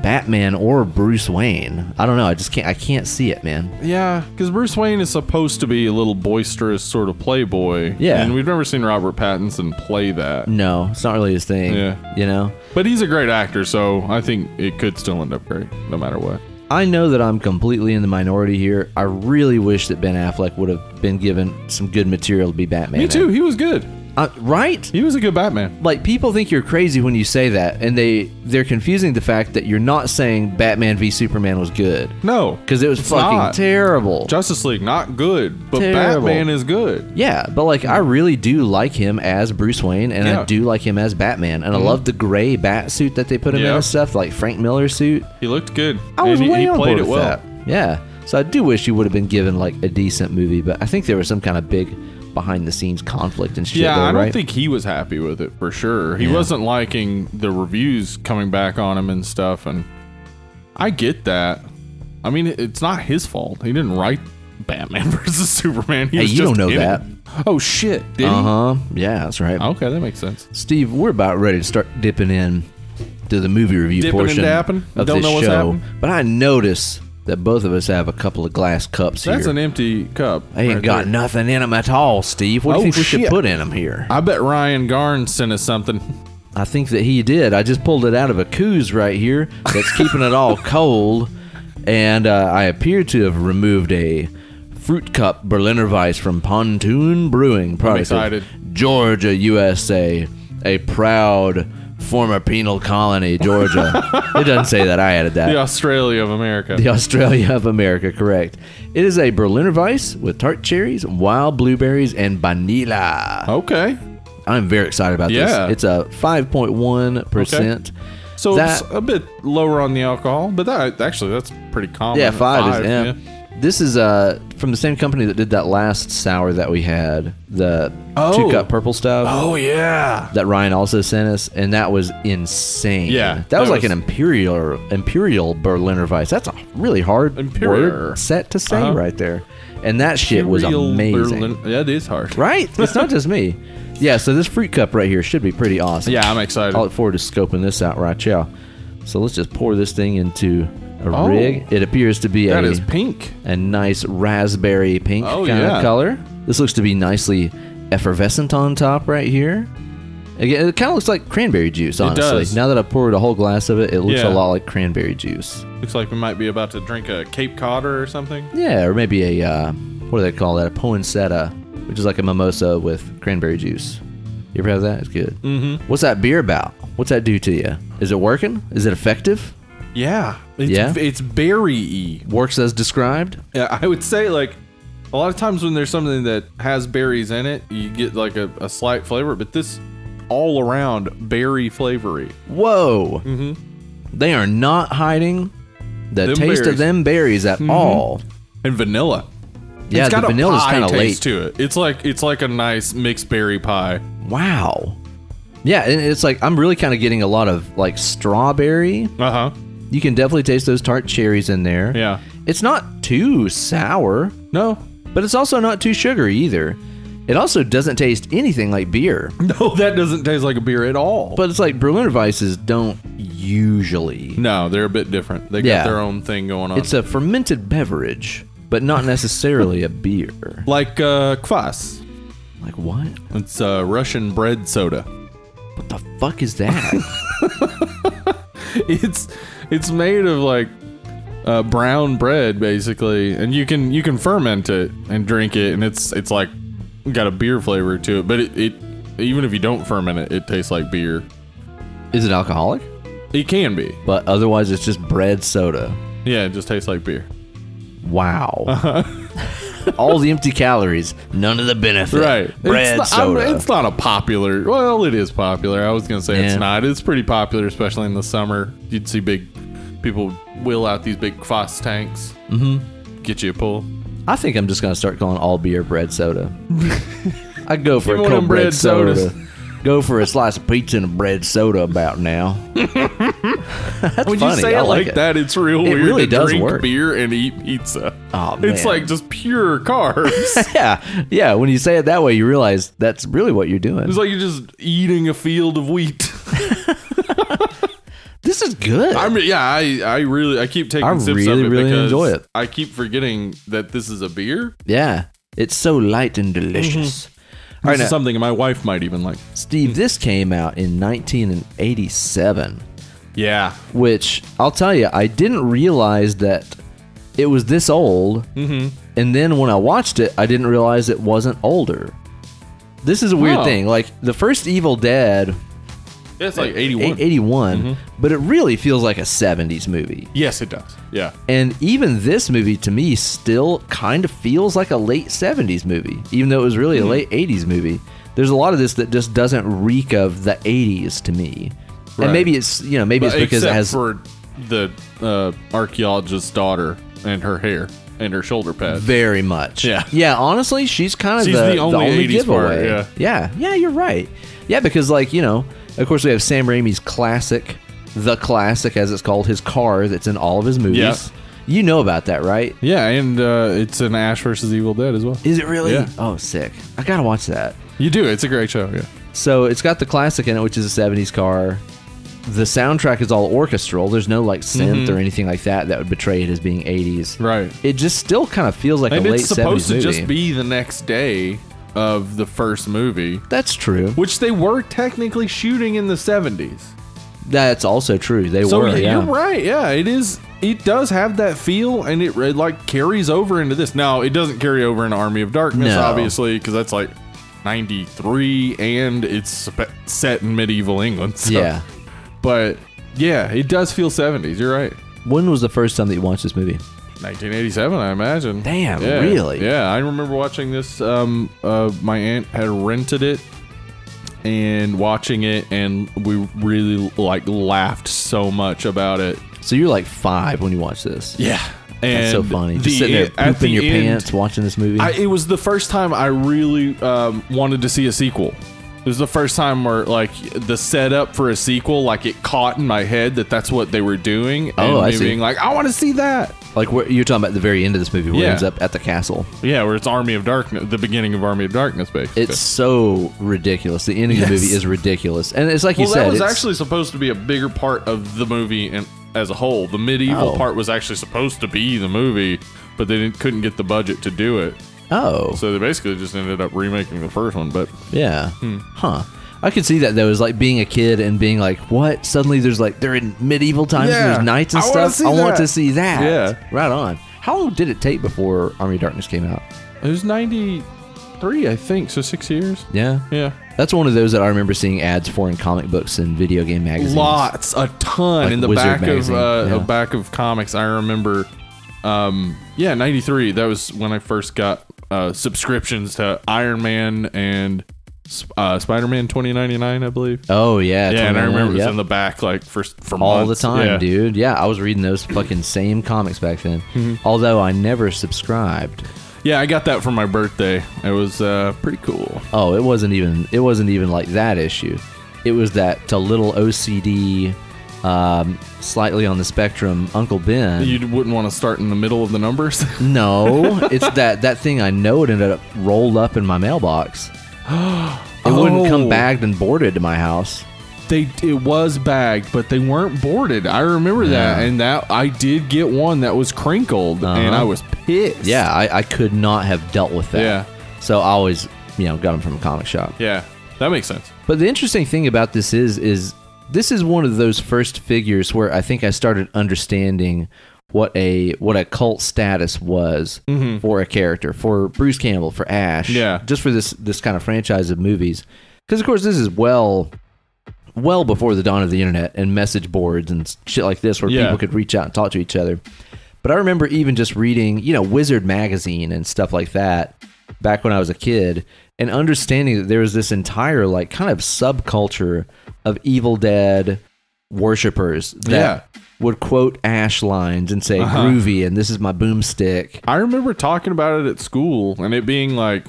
Speaker 1: Batman or Bruce Wayne. I don't know. I just can't. I can't see it, man.
Speaker 2: Yeah, because Bruce Wayne is supposed to be a little boisterous sort of playboy.
Speaker 1: Yeah.
Speaker 2: And we've never seen Robert Pattinson play that.
Speaker 1: No, it's not really his thing.
Speaker 2: Yeah.
Speaker 1: you know.
Speaker 2: But he's a great actor, so I think it could still end up great, no matter what.
Speaker 1: I know that I'm completely in the minority here. I really wish that Ben Affleck would have been given some good material to be Batman.
Speaker 2: Me
Speaker 1: in.
Speaker 2: too. He was good.
Speaker 1: Uh, right?
Speaker 2: He was a good Batman.
Speaker 1: Like people think you're crazy when you say that, and they they're confusing the fact that you're not saying Batman v Superman was good
Speaker 2: No.
Speaker 1: because it was
Speaker 2: It's
Speaker 1: fucking
Speaker 2: not.
Speaker 1: terrible.
Speaker 2: Justice League, not good, but
Speaker 1: Terrible.
Speaker 2: Batman is good.
Speaker 1: yeah, but like I really do like him as Bruce Wayne, and I
Speaker 2: Yeah. Mm-hmm.
Speaker 1: do like him as Batman, and I love the gray bat suit that they put him in
Speaker 2: Yeah.
Speaker 1: and stuff, like Frank Miller's suit.
Speaker 2: He looked good.
Speaker 1: I was
Speaker 2: and he,
Speaker 1: way
Speaker 2: he
Speaker 1: on
Speaker 2: played
Speaker 1: board
Speaker 2: it
Speaker 1: with
Speaker 2: well.
Speaker 1: that. Yeah. So I do wish you would have been given like a decent movie, but I think there was some kind of big behind the scenes conflict and shit.
Speaker 2: Yeah,
Speaker 1: though,
Speaker 2: I don't
Speaker 1: right?
Speaker 2: think he was happy with it for sure. He wasn't liking the reviews coming back on him and stuff, and I get that. I mean, it- it's not his fault. He didn't write Batman versus Superman. He
Speaker 1: Hey,
Speaker 2: was
Speaker 1: you
Speaker 2: just
Speaker 1: don't know
Speaker 2: in it.
Speaker 1: that.
Speaker 2: Oh shit! Did
Speaker 1: Uh huh. Yeah, that's right.
Speaker 2: he? Uh-huh. Okay, that makes sense.
Speaker 1: Steve, we're about ready to start dipping in to the movie review
Speaker 2: Dipping and
Speaker 1: portion
Speaker 2: dapping?
Speaker 1: of
Speaker 2: Don't
Speaker 1: this
Speaker 2: know what's
Speaker 1: show.
Speaker 2: happening?
Speaker 1: But I notice that both of us have a couple of glass cups
Speaker 2: That's
Speaker 1: here.
Speaker 2: an empty cup.
Speaker 1: they ain't
Speaker 2: right
Speaker 1: got
Speaker 2: there.
Speaker 1: nothing in them at all, Steve. What do you
Speaker 2: Oh,
Speaker 1: think we should
Speaker 2: shit.
Speaker 1: put in them here?
Speaker 2: I bet Ryan Garn sent us something.
Speaker 1: I think that he did. I just pulled it out of a coos right here that's keeping it all cold, and uh, I appear to have removed a Fruit Cup Berliner Weiss from Pontoon Brewing, product of
Speaker 2: excited.
Speaker 1: Georgia, USA, a proud former penal colony, Georgia. it doesn't say that. I added that.
Speaker 2: The Australia of America.
Speaker 1: The Australia of America, correct. It is a Berliner Weiss with tart cherries, wild blueberries, and vanilla.
Speaker 2: Okay.
Speaker 1: I'm very excited about
Speaker 2: Yeah.
Speaker 1: this. It's a 5.1%.
Speaker 2: So
Speaker 1: That-
Speaker 2: it's a bit lower on the alcohol, but that actually that's pretty common.
Speaker 1: Yeah,
Speaker 2: at
Speaker 1: five, is yeah. This is uh, from the same company that did that last sour that we had, the
Speaker 2: Oh.
Speaker 1: two cup purple stuff
Speaker 2: Oh yeah.
Speaker 1: that Ryan also sent us, and that was insane.
Speaker 2: Yeah,
Speaker 1: that, was,
Speaker 2: that
Speaker 1: like an
Speaker 2: was-
Speaker 1: imperial imperial Berliner Weiss. That's a really hard
Speaker 2: Imperial.
Speaker 1: word set to say
Speaker 2: Uh-huh.
Speaker 1: right there, and that shit was
Speaker 2: Imperial
Speaker 1: amazing.
Speaker 2: Berlin- Yeah, it is hard.
Speaker 1: Right? It's not just me. Yeah, so this fruit cup right here should be pretty awesome.
Speaker 2: Yeah, I'm excited.
Speaker 1: I look forward to scoping this out right now. So let's just pour this thing into a
Speaker 2: Oh.
Speaker 1: rig. It appears to be
Speaker 2: That
Speaker 1: a,
Speaker 2: is pink.
Speaker 1: a nice raspberry pink
Speaker 2: Oh,
Speaker 1: kind
Speaker 2: yeah.
Speaker 1: of color. This looks to be nicely effervescent on top right here. Again, it kind of looks like cranberry juice, honestly.
Speaker 2: does.
Speaker 1: Now that I poured a whole glass of it, it looks
Speaker 2: Yeah.
Speaker 1: a lot like cranberry juice.
Speaker 2: Looks like we might be about to drink a Cape Codder or something.
Speaker 1: Yeah, or maybe a, uh, what do they call that? A poinsettia, which is like a mimosa with cranberry juice. You ever have that? It's good.
Speaker 2: Mm-hmm.
Speaker 1: What's that beer about? What's that do to you? Is it working? Is it effective?
Speaker 2: Yeah. It's,
Speaker 1: Yeah?
Speaker 2: It's berry-y.
Speaker 1: Works as described?
Speaker 2: Yeah, I would say like a lot of times when there's something that has berries in it, you get like a, a slight flavor, but this all around berry flavory.
Speaker 1: Whoa!
Speaker 2: Mhm.
Speaker 1: They are not hiding the
Speaker 2: Them
Speaker 1: taste
Speaker 2: berries.
Speaker 1: of them berries at all.
Speaker 2: And vanilla.
Speaker 1: Yeah,
Speaker 2: it's
Speaker 1: the
Speaker 2: got a
Speaker 1: vanilla's
Speaker 2: pie
Speaker 1: kind of late.
Speaker 2: taste to it. It's like it's like a nice mixed berry pie.
Speaker 1: Wow. Yeah, and it's like I'm really kind of getting a lot of like strawberry.
Speaker 2: Uh huh.
Speaker 1: You can definitely taste those tart cherries in there.
Speaker 2: Yeah.
Speaker 1: It's not too sour,
Speaker 2: No.
Speaker 1: but it's also not too sugary either. It also doesn't taste anything like beer.
Speaker 2: No, that doesn't taste like a beer at all.
Speaker 1: But it's like Berliner Weisses don't usually
Speaker 2: no, they're a bit different. They
Speaker 1: Yeah.
Speaker 2: got their own thing going on.
Speaker 1: It's a fermented beverage, but not necessarily a beer.
Speaker 2: like uh, kvass.
Speaker 1: Like what?
Speaker 2: It's uh, Russian bread soda.
Speaker 1: What the fuck is that?
Speaker 2: it's it's made of like uh, brown bread basically, and you can you can ferment it and drink it, and it's it's like got a beer flavor to it. But it, it even if you don't ferment it, it tastes like beer.
Speaker 1: is it alcoholic?
Speaker 2: It can be.
Speaker 1: But otherwise, it's just bread soda.
Speaker 2: Yeah, it just tastes like beer.
Speaker 1: Wow. All the empty calories, none of the benefit.
Speaker 2: Uh-huh. Right.
Speaker 1: Bread
Speaker 2: it's not, I'm-
Speaker 1: soda.
Speaker 2: it's not a popular. Well, it is popular. I was gonna say it's
Speaker 1: Yeah.
Speaker 2: not. It's pretty popular, especially in the summer. You'd see big people wheel out these big Kvass tanks. Mm-hmm. Get you a pull.
Speaker 1: I think I'm just gonna start calling all beer bread soda. I go for
Speaker 2: Give
Speaker 1: a
Speaker 2: me
Speaker 1: cold
Speaker 2: one of
Speaker 1: bread
Speaker 2: them bread
Speaker 1: soda.
Speaker 2: sodas.
Speaker 1: Go for a slice of pizza and a bread soda about now. That's
Speaker 2: When
Speaker 1: funny.
Speaker 2: you say
Speaker 1: I
Speaker 2: it
Speaker 1: like
Speaker 2: like
Speaker 1: it.
Speaker 2: that, it's real
Speaker 1: It
Speaker 2: weird
Speaker 1: really
Speaker 2: to
Speaker 1: does
Speaker 2: drink
Speaker 1: work.
Speaker 2: beer and eat pizza.
Speaker 1: Aw, man.
Speaker 2: it's like just pure carbs.
Speaker 1: yeah, yeah. When you say it that way, you realize that's really what you're doing.
Speaker 2: it's like you're just eating a field of wheat.
Speaker 1: this is good.
Speaker 2: I mean, yeah, I, I really, I keep taking
Speaker 1: I
Speaker 2: sips of
Speaker 1: really,
Speaker 2: it
Speaker 1: really
Speaker 2: because
Speaker 1: enjoy it.
Speaker 2: I keep forgetting that this is a beer.
Speaker 1: yeah, it's so light and delicious.
Speaker 2: Mm-hmm.
Speaker 1: All
Speaker 2: This
Speaker 1: right,
Speaker 2: is
Speaker 1: now,
Speaker 2: something my wife might even like.
Speaker 1: Steve, this came out in 1987,
Speaker 2: Yeah,
Speaker 1: which I'll tell you, I didn't realize that it was this old. Mm-hmm. And then when I watched it, I didn't realize it wasn't older. This is a weird
Speaker 2: Oh.
Speaker 1: thing. Like the first Evil Dead,
Speaker 2: it's like 81.
Speaker 1: 81,
Speaker 2: Mm-hmm.
Speaker 1: but it really feels like a 70s movie.
Speaker 2: Yes, it does. Yeah.
Speaker 1: And even this movie to me still kind of feels like a late 70s movie, even though it was
Speaker 2: Hmm.
Speaker 1: really a late 80s movie. There's a lot of this that just doesn't reek of the 80s to me.
Speaker 2: Right.
Speaker 1: And maybe it's, you know, maybe it's because it
Speaker 2: Except
Speaker 1: has
Speaker 2: for the uh, archaeologist's daughter and her hair and her shoulder pads.
Speaker 1: very much.
Speaker 2: Yeah.
Speaker 1: Yeah, honestly, she's kind of
Speaker 2: She's
Speaker 1: the,
Speaker 2: the
Speaker 1: the only,
Speaker 2: only 80s part,
Speaker 1: giveaway.
Speaker 2: yeah.
Speaker 1: yeah. Yeah, you're right. Yeah, because like, you know, of course we have Sam Raimi's classic, the classic as it's called, his car that's in all of his movies.
Speaker 2: Yeah.
Speaker 1: You know about that, right?
Speaker 2: yeah, and uh, it's an Ash versus Evil Dead as well.
Speaker 1: Is it really?
Speaker 2: Yeah.
Speaker 1: Oh, sick. I got to watch that.
Speaker 2: You do. It's a great show. Yeah.
Speaker 1: So it's got the classic in it, which is a 70s car. The soundtrack is all orchestral. There's no like synth or anything like that that would betray it as being 80s.
Speaker 2: Mm-hmm. Right.
Speaker 1: It just still kind of feels like
Speaker 2: And
Speaker 1: a late
Speaker 2: it's supposed
Speaker 1: 70s
Speaker 2: to
Speaker 1: movie.
Speaker 2: just be the next day of the first movie,
Speaker 1: That's true.
Speaker 2: which they were technically shooting in the 70s.
Speaker 1: That's also true. They
Speaker 2: So
Speaker 1: were.
Speaker 2: y-
Speaker 1: yeah.
Speaker 2: you're right. Yeah, it is. It does have that feel, and it, it like carries over into this. Now it doesn't carry over into Army of Darkness,
Speaker 1: No.
Speaker 2: obviously, because that's like '93, and it's spe- set in medieval England. so-
Speaker 1: Yeah.
Speaker 2: but yeah, it does feel '70s. You're right.
Speaker 1: When was the first time that you watched this movie?
Speaker 2: 1987, I imagine.
Speaker 1: Damn,
Speaker 2: Yeah.
Speaker 1: really?
Speaker 2: Yeah, I remember watching this. Um, uh, my aunt had rented it and watching it, and we really like laughed so much about it.
Speaker 1: So you're like five when you watch this.
Speaker 2: Yeah, and
Speaker 1: That's so funny. Just
Speaker 2: the-
Speaker 1: sitting there
Speaker 2: at
Speaker 1: pooping
Speaker 2: the
Speaker 1: your
Speaker 2: end,
Speaker 1: pants watching this movie.
Speaker 2: I, it was the first time I really um, wanted to see a sequel. It was the first time where like the setup for a sequel, like it caught in my head that that's what they were doing. and
Speaker 1: Oh, I
Speaker 2: me
Speaker 1: see.
Speaker 2: Being like, I want to see that.
Speaker 1: like where, you're talking about the very end of this movie where
Speaker 2: Yeah.
Speaker 1: it ends up at the castle.
Speaker 2: Yeah, where it's Army of Darkness, the beginning of Army of Darkness, basically.
Speaker 1: It's so ridiculous. The ending of the
Speaker 2: Yes.
Speaker 1: movie is ridiculous, and it's like
Speaker 2: well,
Speaker 1: you said.
Speaker 2: that was
Speaker 1: it's-
Speaker 2: actually supposed to be a bigger part of the movie and as a whole. The medieval
Speaker 1: Oh.
Speaker 2: part was actually supposed to be the movie, but they didn't, couldn't get the budget to do it,
Speaker 1: oh
Speaker 2: so they basically just ended up remaking the first one. But
Speaker 1: yeah,
Speaker 2: hmm.
Speaker 1: huh. I could see that though, as like being a kid and being like, "What?" Suddenly, there's like they're in medieval times.
Speaker 2: Yeah.
Speaker 1: and There's knights and
Speaker 2: I wanna
Speaker 1: stuff.
Speaker 2: see
Speaker 1: I want
Speaker 2: that.
Speaker 1: to see that.
Speaker 2: Yeah.
Speaker 1: right on. How long did it take before Army of Darkness came out?
Speaker 2: it was ninety three, I think, so six years.
Speaker 1: Yeah,
Speaker 2: Yeah,
Speaker 1: that's one of those that I remember seeing ads for in comic books and video game magazines.
Speaker 2: lots, a ton
Speaker 1: Like
Speaker 2: in the
Speaker 1: Wizard
Speaker 2: back
Speaker 1: magazine,
Speaker 2: of uh,
Speaker 1: yeah.
Speaker 2: the back of comics. I remember, um, yeah, ninety three. That was when I first got uh, subscriptions to Iron Man and uh, Spider Man twenty ninety nine, I believe.
Speaker 1: Oh yeah,
Speaker 2: Yeah, and I
Speaker 1: 21,
Speaker 2: remember it
Speaker 1: yep.
Speaker 2: was in the back like for for
Speaker 1: all the
Speaker 2: months.
Speaker 1: time,
Speaker 2: Yeah.
Speaker 1: dude. Yeah, I was reading those fucking same comics back then.
Speaker 2: Mm-hmm.
Speaker 1: Although I never subscribed.
Speaker 2: Yeah, I got that for my birthday. It was uh, pretty cool.
Speaker 1: Oh, it wasn't even it wasn't even like that issue. It was that to little OCD, um, slightly on the spectrum Uncle Ben.
Speaker 2: You wouldn't want to start in the middle of the numbers.
Speaker 1: no, it's that that thing I know it ended up rolled up in my mailbox. It wouldn't
Speaker 2: Oh.
Speaker 1: come bagged and boarded to my house.
Speaker 2: they it was bagged, but they weren't boarded. I remember that,
Speaker 1: Yeah.
Speaker 2: and that I did get one that was crinkled, and
Speaker 1: Uh-huh.
Speaker 2: I was pissed.
Speaker 1: Yeah, I, I could not have dealt with that.
Speaker 2: Yeah.
Speaker 1: So I always, you know, got them from a comic shop.
Speaker 2: yeah, that makes sense.
Speaker 1: But the interesting thing about this is is this is one of those first figures where I think I started understanding what a what a cult status was for a character for Bruce Campbell for Ash
Speaker 2: Mm-hmm. Yeah.
Speaker 1: just for this this kind of franchise of movies because of course this is well well before the dawn of the internet and message boards and shit like this where
Speaker 2: Yeah.
Speaker 1: people could reach out and talk to each other but I remember even just reading you know Wizard magazine and stuff like that back when I was a kid and understanding that there was this entire like kind of subculture of Evil Dead worshippers that would quote Ash lines and say groovy and this is my boomstick.
Speaker 2: I remember talking about it at school, and it being like,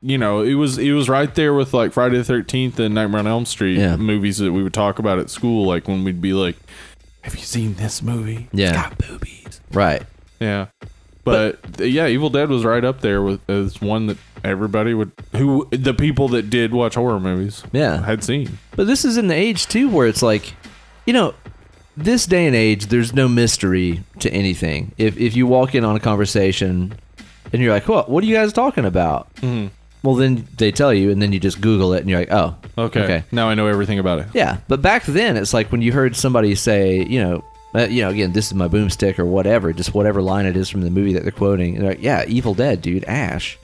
Speaker 2: you know, it was it was right there with like Friday the Thirteenth and Nightmare on Elm Street
Speaker 1: Yeah.
Speaker 2: movies that we would talk about at school, like when we'd be like, "Have you seen this movie?
Speaker 1: Yeah.
Speaker 2: it's got boobies."
Speaker 1: Right.
Speaker 2: Yeah. But, yeah, Evil Dead was right up there with as one that everybody would who the people that did watch horror movies
Speaker 1: Yeah.
Speaker 2: had seen.
Speaker 1: But this is in the age too where it's like, you know, this day and age, there's no mystery to anything. If if you walk in on a conversation and you're like, "What? What are you guys talking about?" Mm-hmm. Well, then they tell you, and then you just Google it, and you're like, "Oh,
Speaker 2: Okay. Now I know everything about it.
Speaker 1: yeah." But back then, it's like when you heard somebody say, you know. Uh, you know, again, this is my boomstick or whatever, just whatever line it is from the movie that they're quoting. And they're like, yeah, Evil Dead, dude, Ash.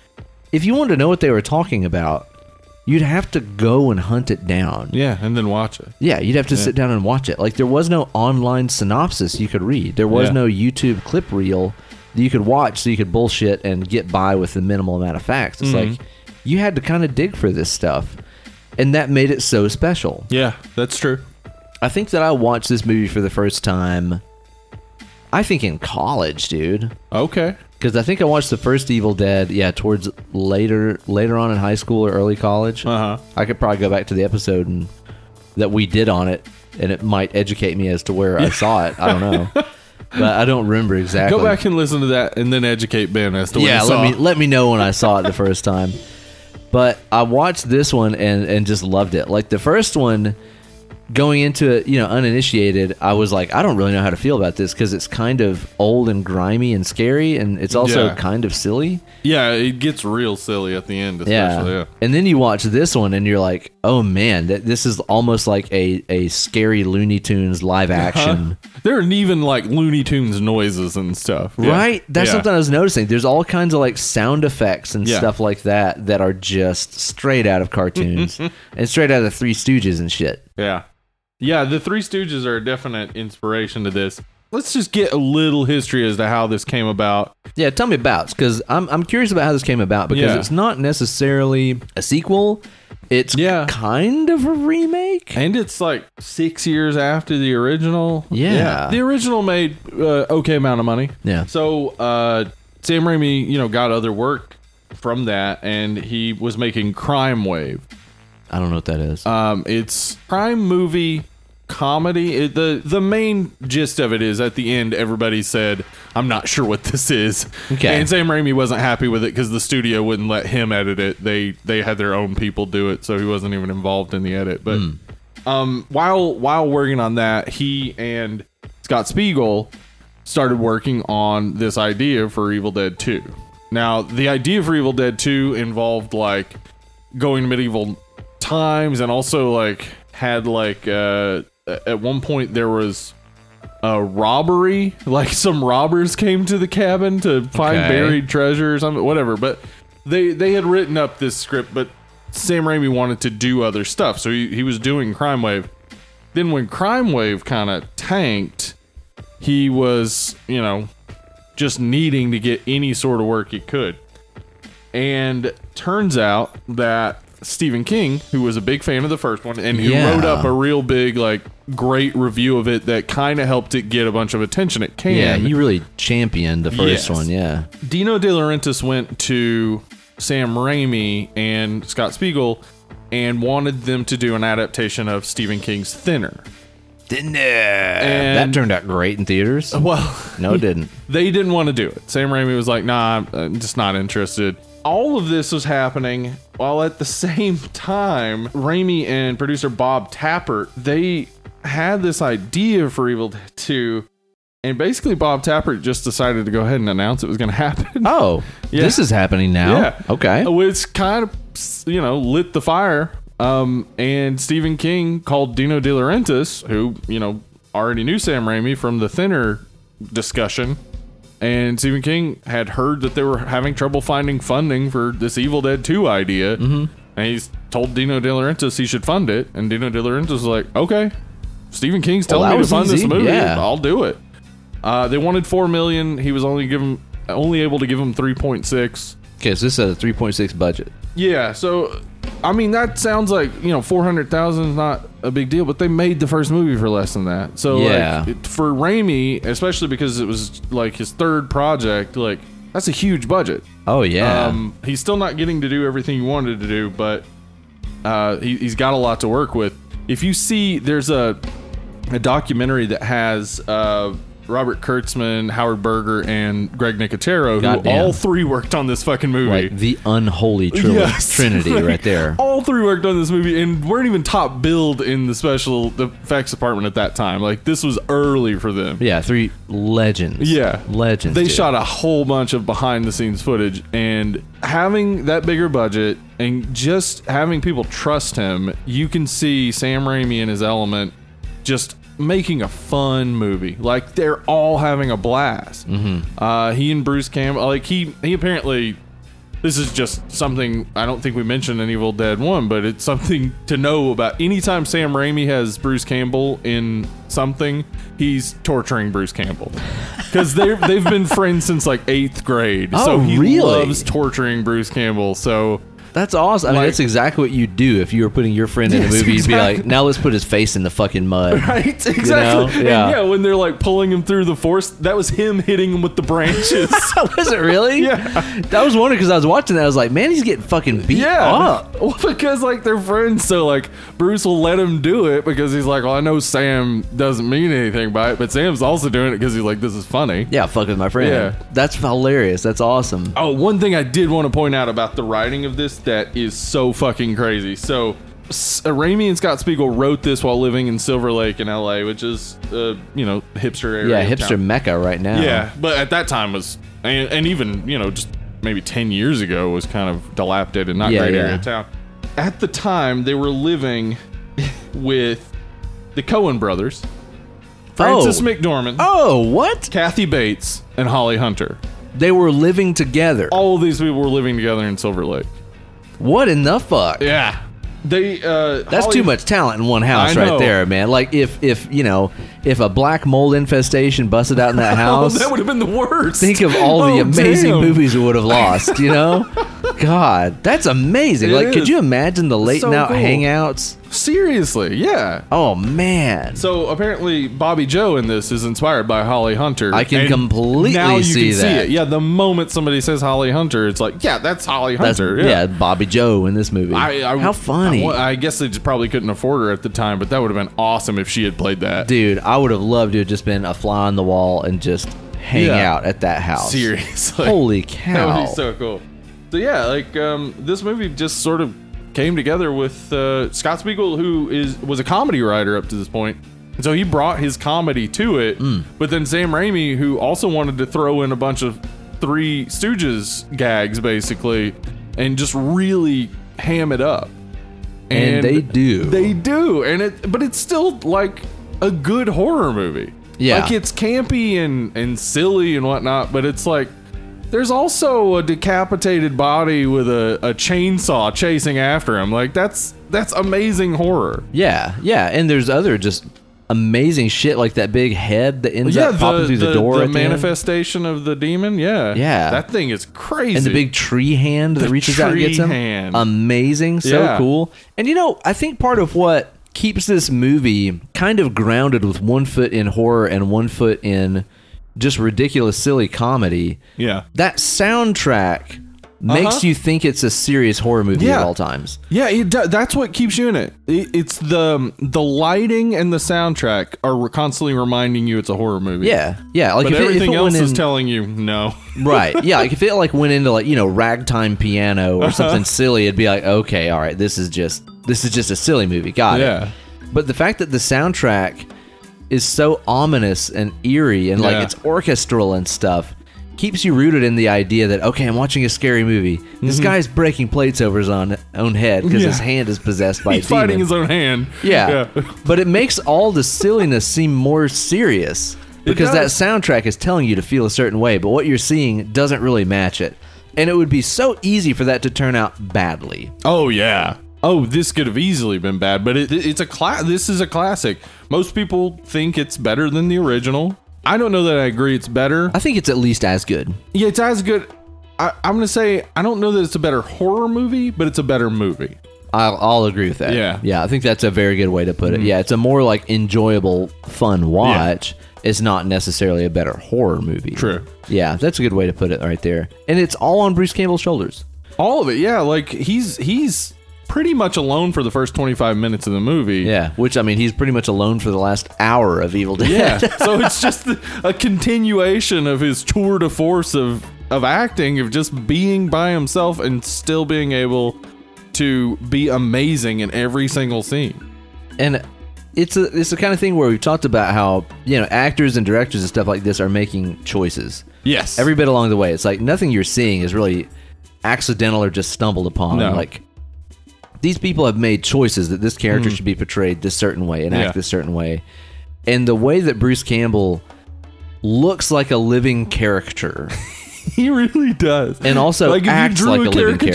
Speaker 1: If you wanted to know what they were talking about, you'd have to go and hunt it down.
Speaker 2: Yeah, and then watch it.
Speaker 1: Yeah, you'd have to sit down and watch it. Like there was no online synopsis you could read. There was
Speaker 2: Yeah.
Speaker 1: no YouTube clip reel that you could watch so you could bullshit and get by with the minimal amount of facts. It's
Speaker 2: Mm-hmm.
Speaker 1: like you had to kind of dig for this stuff. And that made it so special.
Speaker 2: Yeah, that's true.
Speaker 1: I think that I watched this movie for the first time I think in college, dude.
Speaker 2: Okay.
Speaker 1: Cuz I think I watched the first Evil Dead, yeah, towards later later on in high school or early college.
Speaker 2: Uh-huh.
Speaker 1: I could probably go back to the episode and that we did on it, and it might educate me as to where I saw it. I don't know, but I don't remember exactly.
Speaker 2: Go back and listen to that and then educate Ben as to what
Speaker 1: yeah,
Speaker 2: you
Speaker 1: let
Speaker 2: saw.
Speaker 1: me let me know when I saw it the first time. But I watched this one and and just loved it. Like the first one, going into it, you know, uninitiated, I was like, I don't really know how to feel about this because it's kind of old and grimy and scary, and it's also
Speaker 2: Yeah.
Speaker 1: kind of silly.
Speaker 2: Yeah, it gets real silly at the end,
Speaker 1: Yeah.
Speaker 2: especially. Yeah.
Speaker 1: And then you watch this one and you're like, oh man, that this is almost like a, a scary Looney Tunes live action.
Speaker 2: There aren't even like Looney Tunes noises and stuff. Yeah.
Speaker 1: Right? That's
Speaker 2: Yeah.
Speaker 1: something I was noticing. There's all kinds of like sound effects and
Speaker 2: Yeah.
Speaker 1: stuff like that that are just straight out of cartoons and straight out of the Three Stooges and shit.
Speaker 2: Yeah. Yeah, the Three Stooges are a definite inspiration to this. Let's just get a little history as to how this came about.
Speaker 1: Yeah, tell me about because I'm I'm curious about how this came about because
Speaker 2: Yeah.
Speaker 1: it's not necessarily a sequel. It's
Speaker 2: Yeah.
Speaker 1: kind of a remake.
Speaker 2: And it's like six years after the original.
Speaker 1: Yeah.
Speaker 2: The original made uh, okay amount of money.
Speaker 1: Yeah.
Speaker 2: So uh, Sam Raimi, you know, got other work from that, and he was making Crime Wave.
Speaker 1: I don't know what that is.
Speaker 2: Um, it's crime movie comedy. It, the the main gist of it is at the end, everybody said, "I'm not sure what this is."
Speaker 1: Okay.
Speaker 2: And Sam Raimi wasn't happy with it because the studio wouldn't let him edit it. They they had their own people do it, so he wasn't even involved in the edit. But um, while while working on that, he and Scott Spiegel started working on this idea for Evil Dead 2. Now, the idea for Evil Dead 2 involved like going to medieval times and also like had like uh at one point there was a robbery like some robbers came to the cabin to find
Speaker 1: Okay.
Speaker 2: buried treasure or something whatever but they they had written up this script but Sam Raimi wanted to do other stuff so he, he was doing Crime Wave then when Crime Wave kind of tanked he was you know just needing to get any sort of work he could and turns out that Stephen King, who was a big fan of the first one, and who
Speaker 1: Yeah.
Speaker 2: wrote up a real big, like, great review of it that kind of helped it get a bunch of attention it can.
Speaker 1: yeah, you really championed the first
Speaker 2: Yes.
Speaker 1: one. Yeah.
Speaker 2: Dino De Laurentiis went to Sam Raimi and Scott Spiegel and wanted them to do an adaptation of Stephen King's Thinner.
Speaker 1: Didn't that
Speaker 2: And-
Speaker 1: turned out great in theaters?
Speaker 2: Well,
Speaker 1: No, it didn't.
Speaker 2: they didn't want to do it. Sam Raimi was like, nah, I'm- I'm just not interested. All of this was happening while at the same time, Raimi and producer Bob Tapper, they had this idea for Evil Dead 2, and basically Bob Tapper just decided to go ahead and announce it was going to happen.
Speaker 1: Oh,
Speaker 2: Yeah.
Speaker 1: this is happening now.
Speaker 2: Yeah.
Speaker 1: Okay.
Speaker 2: Which kind of, you know, lit the fire. Um, and Stephen King called Dino De Laurentiis, who, you know, already knew Sam Raimi from the thinner discussion. And Stephen King had heard that they were having trouble finding funding for this Evil Dead 2 idea.
Speaker 1: Mm-hmm.
Speaker 2: And he's told Dino De Laurentiis he should fund it. And Dino De Laurentiis was like, okay, Stephen King's telling
Speaker 1: Well, that
Speaker 2: me to
Speaker 1: was
Speaker 2: fund
Speaker 1: easy.
Speaker 2: this movie.
Speaker 1: Yeah.
Speaker 2: I'll do it. Uh, they wanted four million. He was only given, only able to give him three point six.
Speaker 1: Okay, so this is a 3.6 budget.
Speaker 2: Yeah, so I mean that sounds like you know four hundred thousand is not a big deal, but they made the first movie for less than that. So
Speaker 1: Yeah.
Speaker 2: like it, for Raimi, especially because it was like his third project, like that's a huge budget.
Speaker 1: Oh yeah.
Speaker 2: Um, he's still not getting to do everything he wanted to do, but uh, he, he's got a lot to work with. If you see, there's a a documentary that has uh, Robert Kurtzman, Howard Berger, and Greg Nicotero, who
Speaker 1: Goddamn.
Speaker 2: all three worked on this fucking movie.
Speaker 1: like the unholy tril-
Speaker 2: Yes. oh.
Speaker 1: trinity right there.
Speaker 2: all three worked on this movie and weren't even top billed in the special the effects department at that time. Like this was early for them.
Speaker 1: Yeah, three legends.
Speaker 2: Yeah.
Speaker 1: legends.
Speaker 2: They
Speaker 1: dude.
Speaker 2: shot a whole bunch of behind the scenes footage and having that bigger budget and just having people trust him, you can see Sam Raimi in his element just making a fun movie. Like they're all having a blast.
Speaker 1: Mm-hmm.
Speaker 2: Uh, he and Bruce Campbell, like he he apparently this is just something I don't think we mentioned in Evil Dead 1, but it's something to know about. Anytime Sam Raimi has Bruce Campbell in something, he's torturing Bruce Campbell. Because they've been friends since like eighth grade.
Speaker 1: Oh,
Speaker 2: so he
Speaker 1: really?
Speaker 2: loves torturing Bruce Campbell. So,
Speaker 1: That's awesome. I mean,
Speaker 2: Like-
Speaker 1: that's exactly what you do if you were putting your friend in a
Speaker 2: Yes,
Speaker 1: movie. You'd be like,
Speaker 2: exactly.
Speaker 1: now let's put his face in the fucking mud.
Speaker 2: right? Exactly. And
Speaker 1: yeah.
Speaker 2: yeah, when they're like pulling him through the forest, that was him hitting him with the branches.
Speaker 1: was it really?
Speaker 2: Yeah.
Speaker 1: That was wondering because I was watching that. I was like, man, he's getting fucking beat
Speaker 2: yeah.
Speaker 1: up.
Speaker 2: Well, because like they're friends, so like Bruce will let him do it because he's like, well, I know Sam doesn't mean anything by it, but Sam's also doing it because he's like, this is funny.
Speaker 1: Yeah, fuck with my friend.
Speaker 2: Yeah.
Speaker 1: That's hilarious. That's awesome.
Speaker 2: Oh, one thing I did want to point out about the writing of this that is so fucking crazy. So S- Raimi and Scott Spiegel wrote this while living in Silver Lake in L.A., which is uh, you know hipster area.
Speaker 1: yeah,
Speaker 2: of
Speaker 1: hipster
Speaker 2: town.
Speaker 1: mecca right now.
Speaker 2: Yeah, but at that time was and, and even you know just maybe ten years ago was kind of dilapidated, and not
Speaker 1: Yeah,
Speaker 2: great
Speaker 1: yeah.
Speaker 2: area of town. At the time, they were living with the Cohen brothers, Francis
Speaker 1: oh.
Speaker 2: McDormand,
Speaker 1: oh, what?
Speaker 2: Kathy Bates, and Holly Hunter.
Speaker 1: They were living together.
Speaker 2: All of these people were living together in Silver Lake.
Speaker 1: What in the fuck?
Speaker 2: Yeah, they. Uh,
Speaker 1: That's
Speaker 2: Holly-
Speaker 1: too much talent in one house
Speaker 2: I
Speaker 1: right
Speaker 2: know.
Speaker 1: there, man. Like if if you know if a black mold infestation busted out in that
Speaker 2: Oh,
Speaker 1: house,
Speaker 2: that would have been the worst.
Speaker 1: think of all
Speaker 2: Oh,
Speaker 1: the amazing
Speaker 2: damn.
Speaker 1: movies we would have lost. You know, God, that's amazing.
Speaker 2: It
Speaker 1: like,
Speaker 2: is.
Speaker 1: could you imagine the late
Speaker 2: so
Speaker 1: night
Speaker 2: cool.
Speaker 1: hangouts?
Speaker 2: Seriously, yeah.
Speaker 1: Oh man,
Speaker 2: So apparently, Bobby Joe in this is inspired by Holly Hunter.
Speaker 1: I can
Speaker 2: and
Speaker 1: completely
Speaker 2: now you
Speaker 1: see
Speaker 2: can
Speaker 1: that.
Speaker 2: See it. Yeah, the moment somebody says Holly Hunter, it's like, yeah, that's Holly
Speaker 1: that's
Speaker 2: Hunter.
Speaker 1: yeah.
Speaker 2: yeah.
Speaker 1: Bobby Joe in this movie.
Speaker 2: I, I,
Speaker 1: How funny,
Speaker 2: I, wa- I guess they just probably couldn't afford her at the time, but that would have been awesome if she had played that.
Speaker 1: dude! I would have loved to have just been a fly on the wall and just hang
Speaker 2: Yeah.
Speaker 1: out at that house.
Speaker 2: Seriously,
Speaker 1: Holy
Speaker 2: that would
Speaker 1: cow!
Speaker 2: be so cool. So yeah, like um, this movie just sort of came together with uh, Scott Spiegel, who is was a comedy writer up to this point. And so he brought his comedy to it,
Speaker 1: Hmm.
Speaker 2: but then Sam Raimi, who also wanted to throw in a bunch of Three Stooges gags, basically, and just really ham it up.
Speaker 1: And they do.
Speaker 2: They do, and it, but it's still like a good horror movie.
Speaker 1: Yeah.
Speaker 2: like it's campy and and silly and whatnot, but it's like there's also a decapitated body with a, a chainsaw chasing after him. Like that's that's amazing horror.
Speaker 1: Yeah, yeah, and there's other just amazing shit like that big head that ends
Speaker 2: yeah,
Speaker 1: up popping
Speaker 2: the,
Speaker 1: through the,
Speaker 2: the-
Speaker 1: door
Speaker 2: the
Speaker 1: at the end.
Speaker 2: manifestation of the demon. Yeah,
Speaker 1: Yeah.
Speaker 2: that thing is crazy.
Speaker 1: and the big tree hand that
Speaker 2: The
Speaker 1: reaches out and
Speaker 2: tree
Speaker 1: gets him.
Speaker 2: hand.
Speaker 1: Amazing, so
Speaker 2: Yeah.
Speaker 1: cool. And you know, I think part of what keeps this movie kind of grounded with one foot in horror and one foot in just ridiculous silly comedy.
Speaker 2: yeah,
Speaker 1: That soundtrack
Speaker 2: Uh-huh.
Speaker 1: makes you think it's a serious horror movie
Speaker 2: Yeah.
Speaker 1: at all times.
Speaker 2: yeah. It do, that's what keeps you in it. it. It's the the lighting and the soundtrack are constantly reminding you it's a horror movie.
Speaker 1: Yeah. Yeah, like
Speaker 2: but
Speaker 1: if it- if
Speaker 2: everything
Speaker 1: it
Speaker 2: else
Speaker 1: went
Speaker 2: is
Speaker 1: in-
Speaker 2: telling you no.
Speaker 1: Right. Yeah. Like if it like went into like you know ragtime piano
Speaker 2: Uh-huh.
Speaker 1: or something silly, it'd be like, okay, all right, this is just this is just a silly movie. Got
Speaker 2: Yeah.
Speaker 1: it. But the fact that the soundtrack is so ominous and eerie and like
Speaker 2: Yeah.
Speaker 1: it's orchestral and stuff keeps you rooted in the idea that okay, I'm watching a scary movie. This guy's breaking plates over his own own head because
Speaker 2: Mm-hmm. Yeah.
Speaker 1: his hand is possessed by
Speaker 2: He's
Speaker 1: a demon.
Speaker 2: fighting his own hand.
Speaker 1: yeah. but it makes all the silliness seem more serious because that
Speaker 2: does.
Speaker 1: soundtrack is telling you to feel a certain way, but what you're seeing doesn't really match it. And it would be so easy for that to turn out badly.
Speaker 2: Oh yeah. Oh, this could have easily been bad, but it, it's a cla- This is a classic. Most people think it's better than the original. I don't know that I agree. It's better.
Speaker 1: I think it's at least as good.
Speaker 2: Yeah, it's as good. I, I'm gonna say I don't know that it's a better horror movie, but it's a better movie.
Speaker 1: I'll, I'll agree with that.
Speaker 2: Yeah. Mm-hmm.
Speaker 1: Yeah, I think that's a very good way to put it. Yeah, it's a more like enjoyable, fun watch. It's not necessarily a better horror movie.
Speaker 2: True.
Speaker 1: Yeah, that's a good way to put it right there. And it's all on Bruce Campbell's shoulders.
Speaker 2: All of it. Yeah, like he's he's pretty much alone for the first 25 minutes of the movie.
Speaker 1: Yeah, which I mean, he's pretty much alone for the last hour of Evil Dead.
Speaker 2: Yeah. so it's just a continuation of his tour de force of of acting of just being by himself and still being able to be amazing in every single scene.
Speaker 1: and it's a, it's the kind of thing where we've talked about how you know actors and directors and stuff like this are making choices
Speaker 2: Yes.
Speaker 1: every bit along the way. It's like nothing you're seeing is really accidental or just stumbled upon.
Speaker 2: No.
Speaker 1: Like these people have made choices that this character should be portrayed this certain way and
Speaker 2: Hmm. Yeah.
Speaker 1: act this certain way, and the way that Bruce Campbell looks like a living character
Speaker 2: he really does.
Speaker 1: and also
Speaker 2: like if
Speaker 1: acts
Speaker 2: you drew
Speaker 1: like a,
Speaker 2: a
Speaker 1: living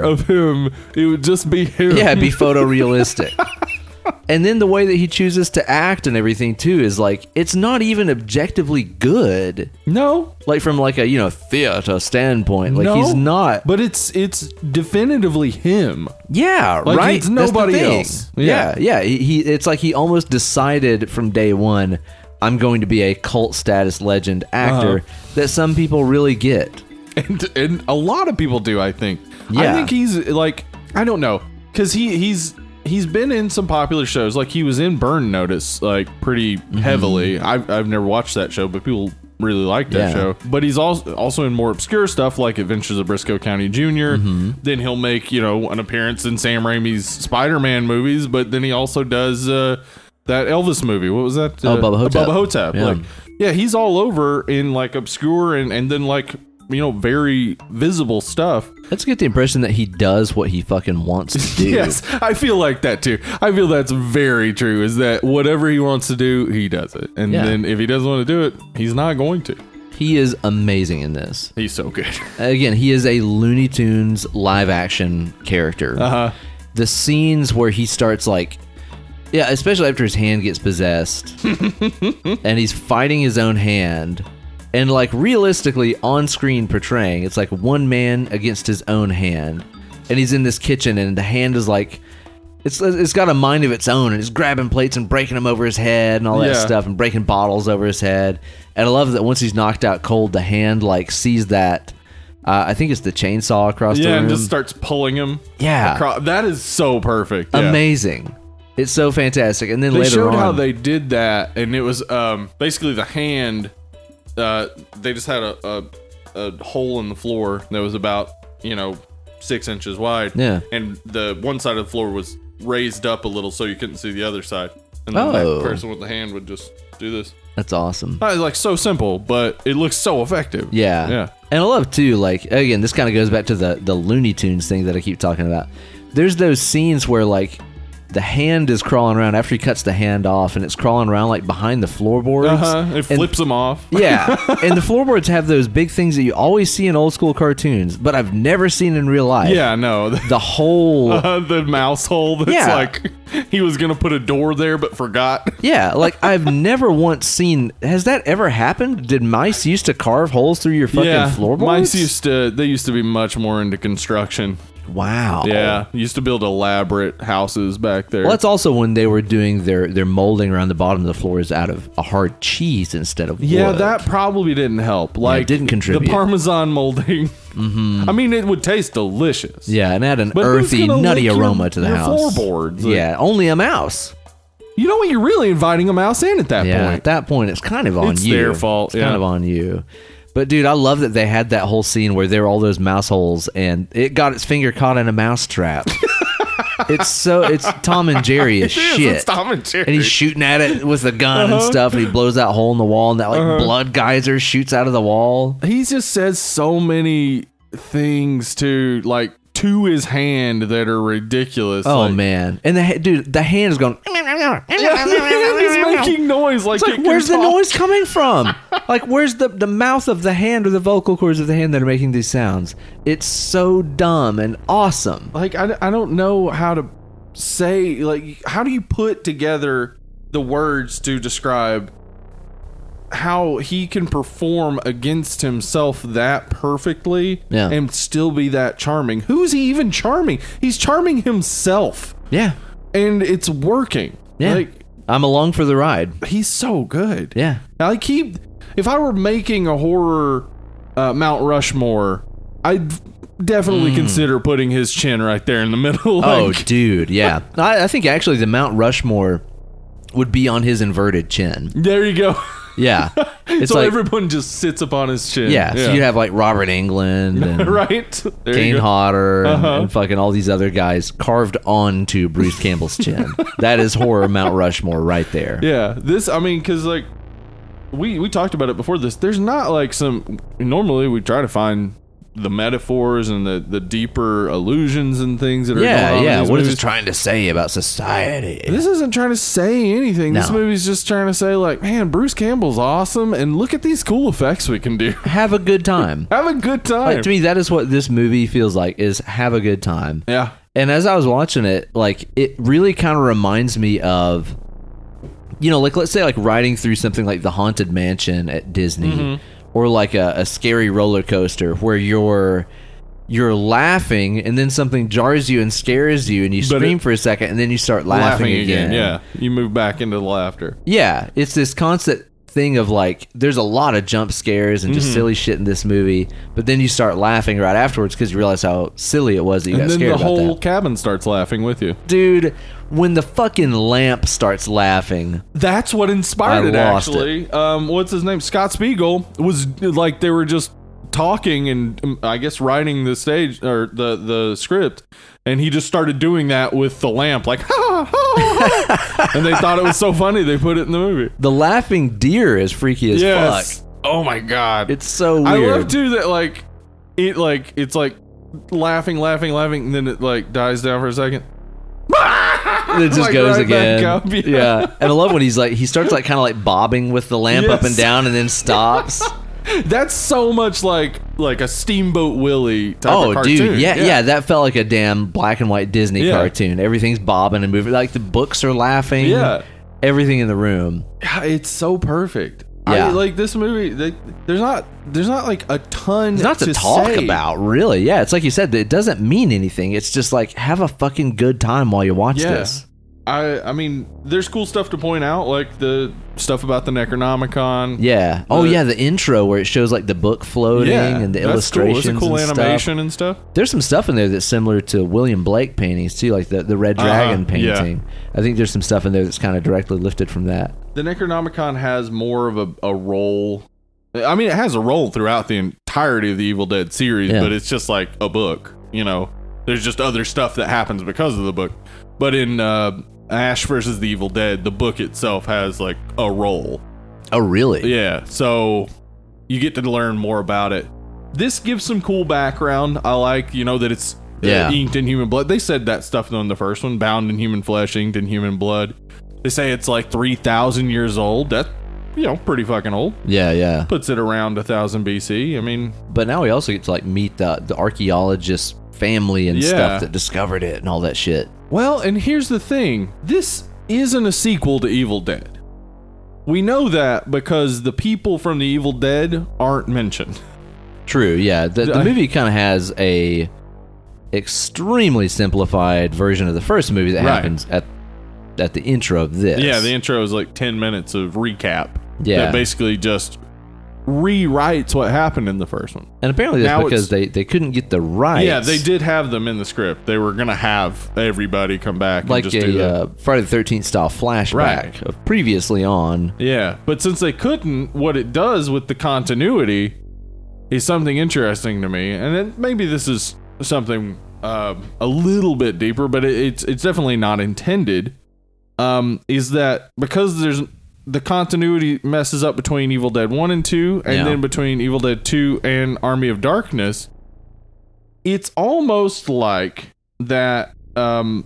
Speaker 1: character.
Speaker 2: of him, it would just be him.
Speaker 1: yeah, it'd be photorealistic. and then the way that he chooses to act and everything too is like it's not even objectively good.
Speaker 2: no,
Speaker 1: Like from like a you know theater standpoint, like
Speaker 2: no,
Speaker 1: he's not.
Speaker 2: But it's it's definitively him.
Speaker 1: yeah,
Speaker 2: Like,
Speaker 1: right.
Speaker 2: it's
Speaker 1: That's the
Speaker 2: nobody
Speaker 1: thing.
Speaker 2: else.
Speaker 1: Yeah, yeah. He, he, it's like he almost decided from day one, I'm going to be a cult status legend actor
Speaker 2: Uh-huh.
Speaker 1: that some people really get.
Speaker 2: and and a lot of people do. I think. I
Speaker 1: Yeah.
Speaker 2: think he's like I don't know because he he's he's been in some popular
Speaker 1: Mm-hmm.
Speaker 2: shows. Like he was in Burn Notice like pretty heavily. I've I've never watched that show, but people really like that
Speaker 1: Yeah.
Speaker 2: show. But he's also also in more obscure stuff like Adventures of Briscoe County junior
Speaker 1: Mm-hmm.
Speaker 2: Then he'll make you know an appearance in Sam Raimi's Spider Man movies, but then he also does uh, that Elvis movie. What was that?
Speaker 1: Oh,
Speaker 2: Uh,
Speaker 1: Bubba Hotep.
Speaker 2: Bubba Hotep.
Speaker 1: Yeah.
Speaker 2: Like, yeah, he's all over in like obscure and and then like you know very visible stuff.
Speaker 1: Let's get the impression that he does what he fucking wants to do.
Speaker 2: Yes, I feel like that too. I feel that's very true. Is that whatever he wants to do, he does it, and
Speaker 1: Yeah.
Speaker 2: then if he doesn't want to do it, he's not going to.
Speaker 1: He is amazing in this.
Speaker 2: He's so good.
Speaker 1: Again, he is a Looney Tunes live action character.
Speaker 2: Uh,
Speaker 1: the scenes where he starts like yeah especially after his hand gets possessed and he's fighting his own hand and like realistically on screen portraying it's like one man against his own hand and he's in this kitchen and the hand is like it's it's got a mind of its own and it's grabbing plates and breaking them over his head and all that
Speaker 2: Yeah.
Speaker 1: stuff and breaking bottles over his head and i love that once he's knocked out cold the hand like sees that uh, i think it's the chainsaw across the
Speaker 2: yeah,
Speaker 1: room
Speaker 2: and just starts pulling him.
Speaker 1: Yeah.
Speaker 2: across. that is so perfect. Yeah.
Speaker 1: amazing. It's so fantastic. And then
Speaker 2: They
Speaker 1: later
Speaker 2: showed
Speaker 1: on,
Speaker 2: how they did that, and it was um, basically the hand. Uh, they just had a, a a hole in the floor that was about you know six inches wide.
Speaker 1: Yeah.
Speaker 2: and the one side of the floor was raised up a little so you couldn't see the other side. And then
Speaker 1: Oh.
Speaker 2: that person with the hand would just do this.
Speaker 1: that's awesome.
Speaker 2: Uh, like so simple, but it looks so effective.
Speaker 1: Yeah.
Speaker 2: yeah.
Speaker 1: And I love too, like again, this kind of goes back to the the Looney Tunes thing that I keep talking about. There's those scenes where like the hand is crawling around after he cuts the hand off, and it's crawling around like behind the floorboards.
Speaker 2: Uh-huh. It
Speaker 1: And-
Speaker 2: flips them off.
Speaker 1: yeah, and the floorboards have those big things that you always see in old school cartoons, but I've never seen in real life.
Speaker 2: Yeah, no.
Speaker 1: the whole
Speaker 2: uh, the mouse hole that's
Speaker 1: Yeah.
Speaker 2: like he was gonna put a door there but forgot
Speaker 1: Yeah, like I've never once seen. Has that ever happened? Did mice used to carve holes through your fucking floorboards?
Speaker 2: mice used to they used to be much more into construction
Speaker 1: Wow.
Speaker 2: yeah used to build elaborate houses back there
Speaker 1: Well, that's also when they were doing their their molding around the bottom of the floors out of a hard cheese instead of
Speaker 2: yeah
Speaker 1: wood.
Speaker 2: that probably didn't help like
Speaker 1: didn't contribute. Mm-hmm.
Speaker 2: the parmesan molding i mean it would taste delicious
Speaker 1: Yeah, and add an
Speaker 2: But who's
Speaker 1: earthy,
Speaker 2: gonna
Speaker 1: nutty
Speaker 2: lick your-
Speaker 1: aroma to the
Speaker 2: your
Speaker 1: house.
Speaker 2: floorboards? Like-
Speaker 1: yeah, only a mouse.
Speaker 2: you know what you're really inviting a mouse in at that
Speaker 1: Yeah,
Speaker 2: point
Speaker 1: at that point, it's kind of on
Speaker 2: It's
Speaker 1: you.
Speaker 2: their fault,
Speaker 1: It's kind
Speaker 2: yeah.
Speaker 1: of on you. But dude, I love that they had that whole scene where there were all those mouse holes, and it got its finger caught in a mouse trap. it's so it's Tom and Jerry as
Speaker 2: It is,
Speaker 1: shit.
Speaker 2: it's Tom and Jerry. Uh-huh.
Speaker 1: and he's shooting at it with a gun and stuff, and he blows that hole in the wall, and that like blood geyser shoots out of the wall.
Speaker 2: he just says so many things to like to his hand that are ridiculous
Speaker 1: Oh
Speaker 2: like,
Speaker 1: man! And the ha- dude, the hand is going.
Speaker 2: it's making noise like,
Speaker 1: It's like,
Speaker 2: it can
Speaker 1: where's the
Speaker 2: talk.
Speaker 1: noise coming from? like, where's the, the mouth of the hand or the vocal cords of the hand that are making these sounds? It's so dumb and awesome.
Speaker 2: Like, I, I don't know how to say, like, how do you put together the words to describe how he can perform against himself that perfectly
Speaker 1: Yeah.
Speaker 2: and still be that charming? Who is he even charming? He's charming himself,
Speaker 1: Yeah.
Speaker 2: and it's working.
Speaker 1: Yeah.
Speaker 2: Like,
Speaker 1: I'm along for the ride.
Speaker 2: he's so good.
Speaker 1: Yeah.
Speaker 2: I keep. If I were making a horror uh, Mount Rushmore, I'd definitely consider putting his chin right there in the middle.
Speaker 1: Mm. oh,
Speaker 2: like,
Speaker 1: dude. Yeah. I, I think actually the Mount Rushmore would be on his inverted chin.
Speaker 2: there you go.
Speaker 1: Yeah. It's
Speaker 2: so
Speaker 1: like,
Speaker 2: everyone just sits upon his chin.
Speaker 1: yeah. So you have like Robert England and
Speaker 2: right. There
Speaker 1: Kane
Speaker 2: you go.
Speaker 1: Hodder and, and fucking all these other guys carved onto Bruce Campbell's chin. that is horror Mount Rushmore right there.
Speaker 2: Yeah, this. I mean, because like we we talked about it before this. There's not like some. Normally, we try to find the metaphors and the the deeper allusions and things that are
Speaker 1: Yeah,
Speaker 2: going on
Speaker 1: yeah.
Speaker 2: in these
Speaker 1: What is
Speaker 2: movies.
Speaker 1: it trying to say about society?
Speaker 2: This isn't trying to say anything. This
Speaker 1: No.
Speaker 2: movie's just trying to say, like, man, Bruce Campbell's awesome, and look at these cool effects we can do.
Speaker 1: Have a good time.
Speaker 2: Have a good time.
Speaker 1: Like, to me, that is what this movie feels like: is have a good time.
Speaker 2: yeah.
Speaker 1: And as I was watching it, like it really kind of reminds me of, you know, like let's say like riding through something like the Haunted Mansion at Disney, or like a, a scary roller coaster where you're you're laughing and then something jars you and scares you and you
Speaker 2: But
Speaker 1: scream
Speaker 2: it-
Speaker 1: for a second and then you start laughing,
Speaker 2: Laughing again. Yeah. You move back into the laughter.
Speaker 1: Yeah, it's this constant thing of like there's a lot of jump scares and just silly shit in this movie, but then you start laughing right afterwards because you realize how silly it was that you
Speaker 2: And
Speaker 1: got
Speaker 2: then
Speaker 1: scared
Speaker 2: the
Speaker 1: about
Speaker 2: whole
Speaker 1: that.
Speaker 2: cabin starts laughing with you.
Speaker 1: Dude, when the fucking lamp starts laughing,
Speaker 2: That's what inspired
Speaker 1: I
Speaker 2: it.
Speaker 1: lost
Speaker 2: Actually, Um, what's his name? Scott Spiegel was like they were just talking and um, I guess writing the stage or the the script, and he just started doing that with the lamp, like ha ha ha, ha," and they thought it was so funny they put it in the movie.
Speaker 1: the laughing deer is freaky as
Speaker 2: Yes.
Speaker 1: fuck.
Speaker 2: Oh my god.
Speaker 1: It's so weird.
Speaker 2: I love too that like it like it's like laughing, laughing, laughing, and then it like dies down for a second.
Speaker 1: it just
Speaker 2: Like,
Speaker 1: goes
Speaker 2: right back
Speaker 1: again.
Speaker 2: up,
Speaker 1: yeah.
Speaker 2: yeah.
Speaker 1: and I love when he's like he starts like kind of like bobbing with the lamp up and
Speaker 2: Yes.
Speaker 1: down, and then stops.
Speaker 2: That's so much like like a Steamboat Willie type of
Speaker 1: oh,
Speaker 2: cartoon.
Speaker 1: dude, yeah, yeah, that felt like a damn black and white Disney
Speaker 2: Yeah.
Speaker 1: cartoon. Everything's bobbing and moving. Like the books are laughing.
Speaker 2: Yeah.
Speaker 1: everything in the room.
Speaker 2: God, It's so perfect. I-
Speaker 1: Yeah.
Speaker 2: like this movie. They, there's not there's not like a ton
Speaker 1: It's not to, talk
Speaker 2: say.
Speaker 1: about, really. Yeah, it's like you said, it doesn't mean anything. It's just like have a fucking good time while you watch
Speaker 2: Yeah.
Speaker 1: this.
Speaker 2: I I mean, there's cool stuff to point out, like the stuff about the Necronomicon.
Speaker 1: Yeah. Oh
Speaker 2: The-
Speaker 1: yeah, the intro where it shows like the book floating and the
Speaker 2: that's cool. It's
Speaker 1: illustrations
Speaker 2: a cool
Speaker 1: and stuff.
Speaker 2: animation and stuff.
Speaker 1: There's some stuff in there that's similar to William Blake paintings too, like the, the Red Dragon
Speaker 2: Uh-huh, yeah.
Speaker 1: painting. I think there's some stuff in there that's kind of directly lifted from that.
Speaker 2: the Necronomicon has more of a, a role. I mean, it has a role throughout the entirety of the Evil Dead series,
Speaker 1: Yeah.
Speaker 2: but it's just like a book. You know, there's just other stuff that happens because of the book. But in uh, Ash versus the Evil Dead, the book itself has like a role.
Speaker 1: Oh, really?
Speaker 2: Yeah, so you get to learn more about it. This gives some cool background. I like, you know, that it's uh,
Speaker 1: Yeah.
Speaker 2: inked in human blood. They said that stuff in the first one, bound in human flesh, inked in human blood. They say it's like 3,000 years old. That, you know, pretty fucking old.
Speaker 1: Yeah, yeah.
Speaker 2: Puts it around 1,000 BC. I mean,
Speaker 1: But now we also get to like meet the the archaeologist family and
Speaker 2: Yeah.
Speaker 1: stuff that discovered it and all that shit.
Speaker 2: well, and here's the thing this isn't a sequel to Evil Dead. We know that because the people from the Evil Dead aren't mentioned.
Speaker 1: True. Yeah. The, the
Speaker 2: I-
Speaker 1: movie kind of has a extremely simplified version of the first movie that
Speaker 2: Right.
Speaker 1: happens at at the intro of this.
Speaker 2: Yeah, the intro is like 10 minutes of recap.
Speaker 1: Yeah.
Speaker 2: That basically just rewrites what happened in the first one.
Speaker 1: and apparently that's
Speaker 2: now
Speaker 1: because
Speaker 2: it's-
Speaker 1: they they couldn't get the rights.
Speaker 2: Yeah, they did have them in the script. They were going to have everybody come back
Speaker 1: like
Speaker 2: and just do
Speaker 1: a
Speaker 2: that.
Speaker 1: uh, Friday the Thirteenth style flashback
Speaker 2: Right.
Speaker 1: of previously on.
Speaker 2: yeah, but since they couldn't, what it does with the continuity is something interesting to me. And then maybe this is something um, a little bit deeper, but it, it's it's definitely not intended. Um, is that because there's the continuity messes up between Evil Dead One and Two, and
Speaker 1: Yeah.
Speaker 2: then between Evil Dead Two and Army of Darkness? It's almost like that. Um,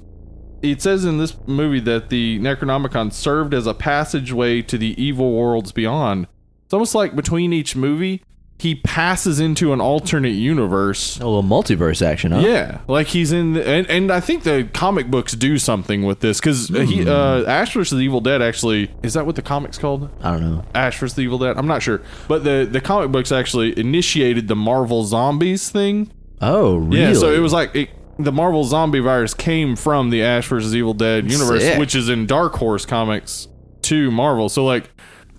Speaker 2: it says in this movie that the Necronomicon served as a passageway to the evil worlds beyond. It's almost like between each movie, he passes into an alternate universe.
Speaker 1: A little multiverse action, huh?
Speaker 2: Yeah, like he's in, the, and and I think the comic books do something with this because he uh, Ash vs. the Evil Dead actually is that what the comics called
Speaker 1: I don't know.
Speaker 2: Ash vs. the Evil Dead? I'm not sure, but the the comic books actually initiated the Marvel Zombies thing.
Speaker 1: Oh, really?
Speaker 2: Yeah, so it was like it, the Marvel zombie virus came from the Ash vs. Evil Dead universe,
Speaker 1: Sick.
Speaker 2: which is in Dark Horse comics to Marvel. So like,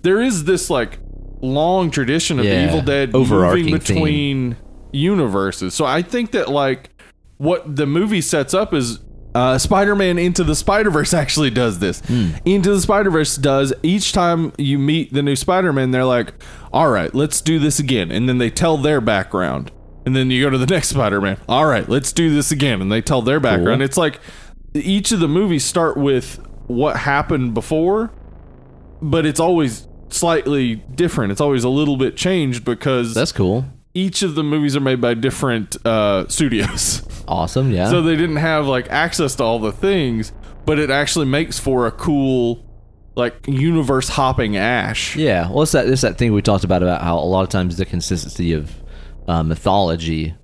Speaker 2: there is this like long tradition of
Speaker 1: Yeah,
Speaker 2: the Evil Dead
Speaker 1: overarching
Speaker 2: moving between universes. So I think that like what the movie sets up is. Uh, Spider-Man Into the Spider-Verse actually does this.
Speaker 1: Hmm.
Speaker 2: Into the Spider-Verse does each time you meet the new Spider-Man, they're like, "All right, let's do this again," and then they tell their background, and then you go to the next Spider-Man. All right, let's do this again, and they tell their background.
Speaker 1: Cool.
Speaker 2: It's like each of the movies start with what happened before, but it's always slightly different. It's always a little bit changed because
Speaker 1: that's cool.
Speaker 2: each of the movies are made by different uh, studios.
Speaker 1: Awesome. Yeah.
Speaker 2: So they didn't have like access to all the things, but it actually makes for a cool like universe hopping ash.
Speaker 1: Yeah, well, it's that it's that thing we talked about about how a lot of times the consistency of uh, mythology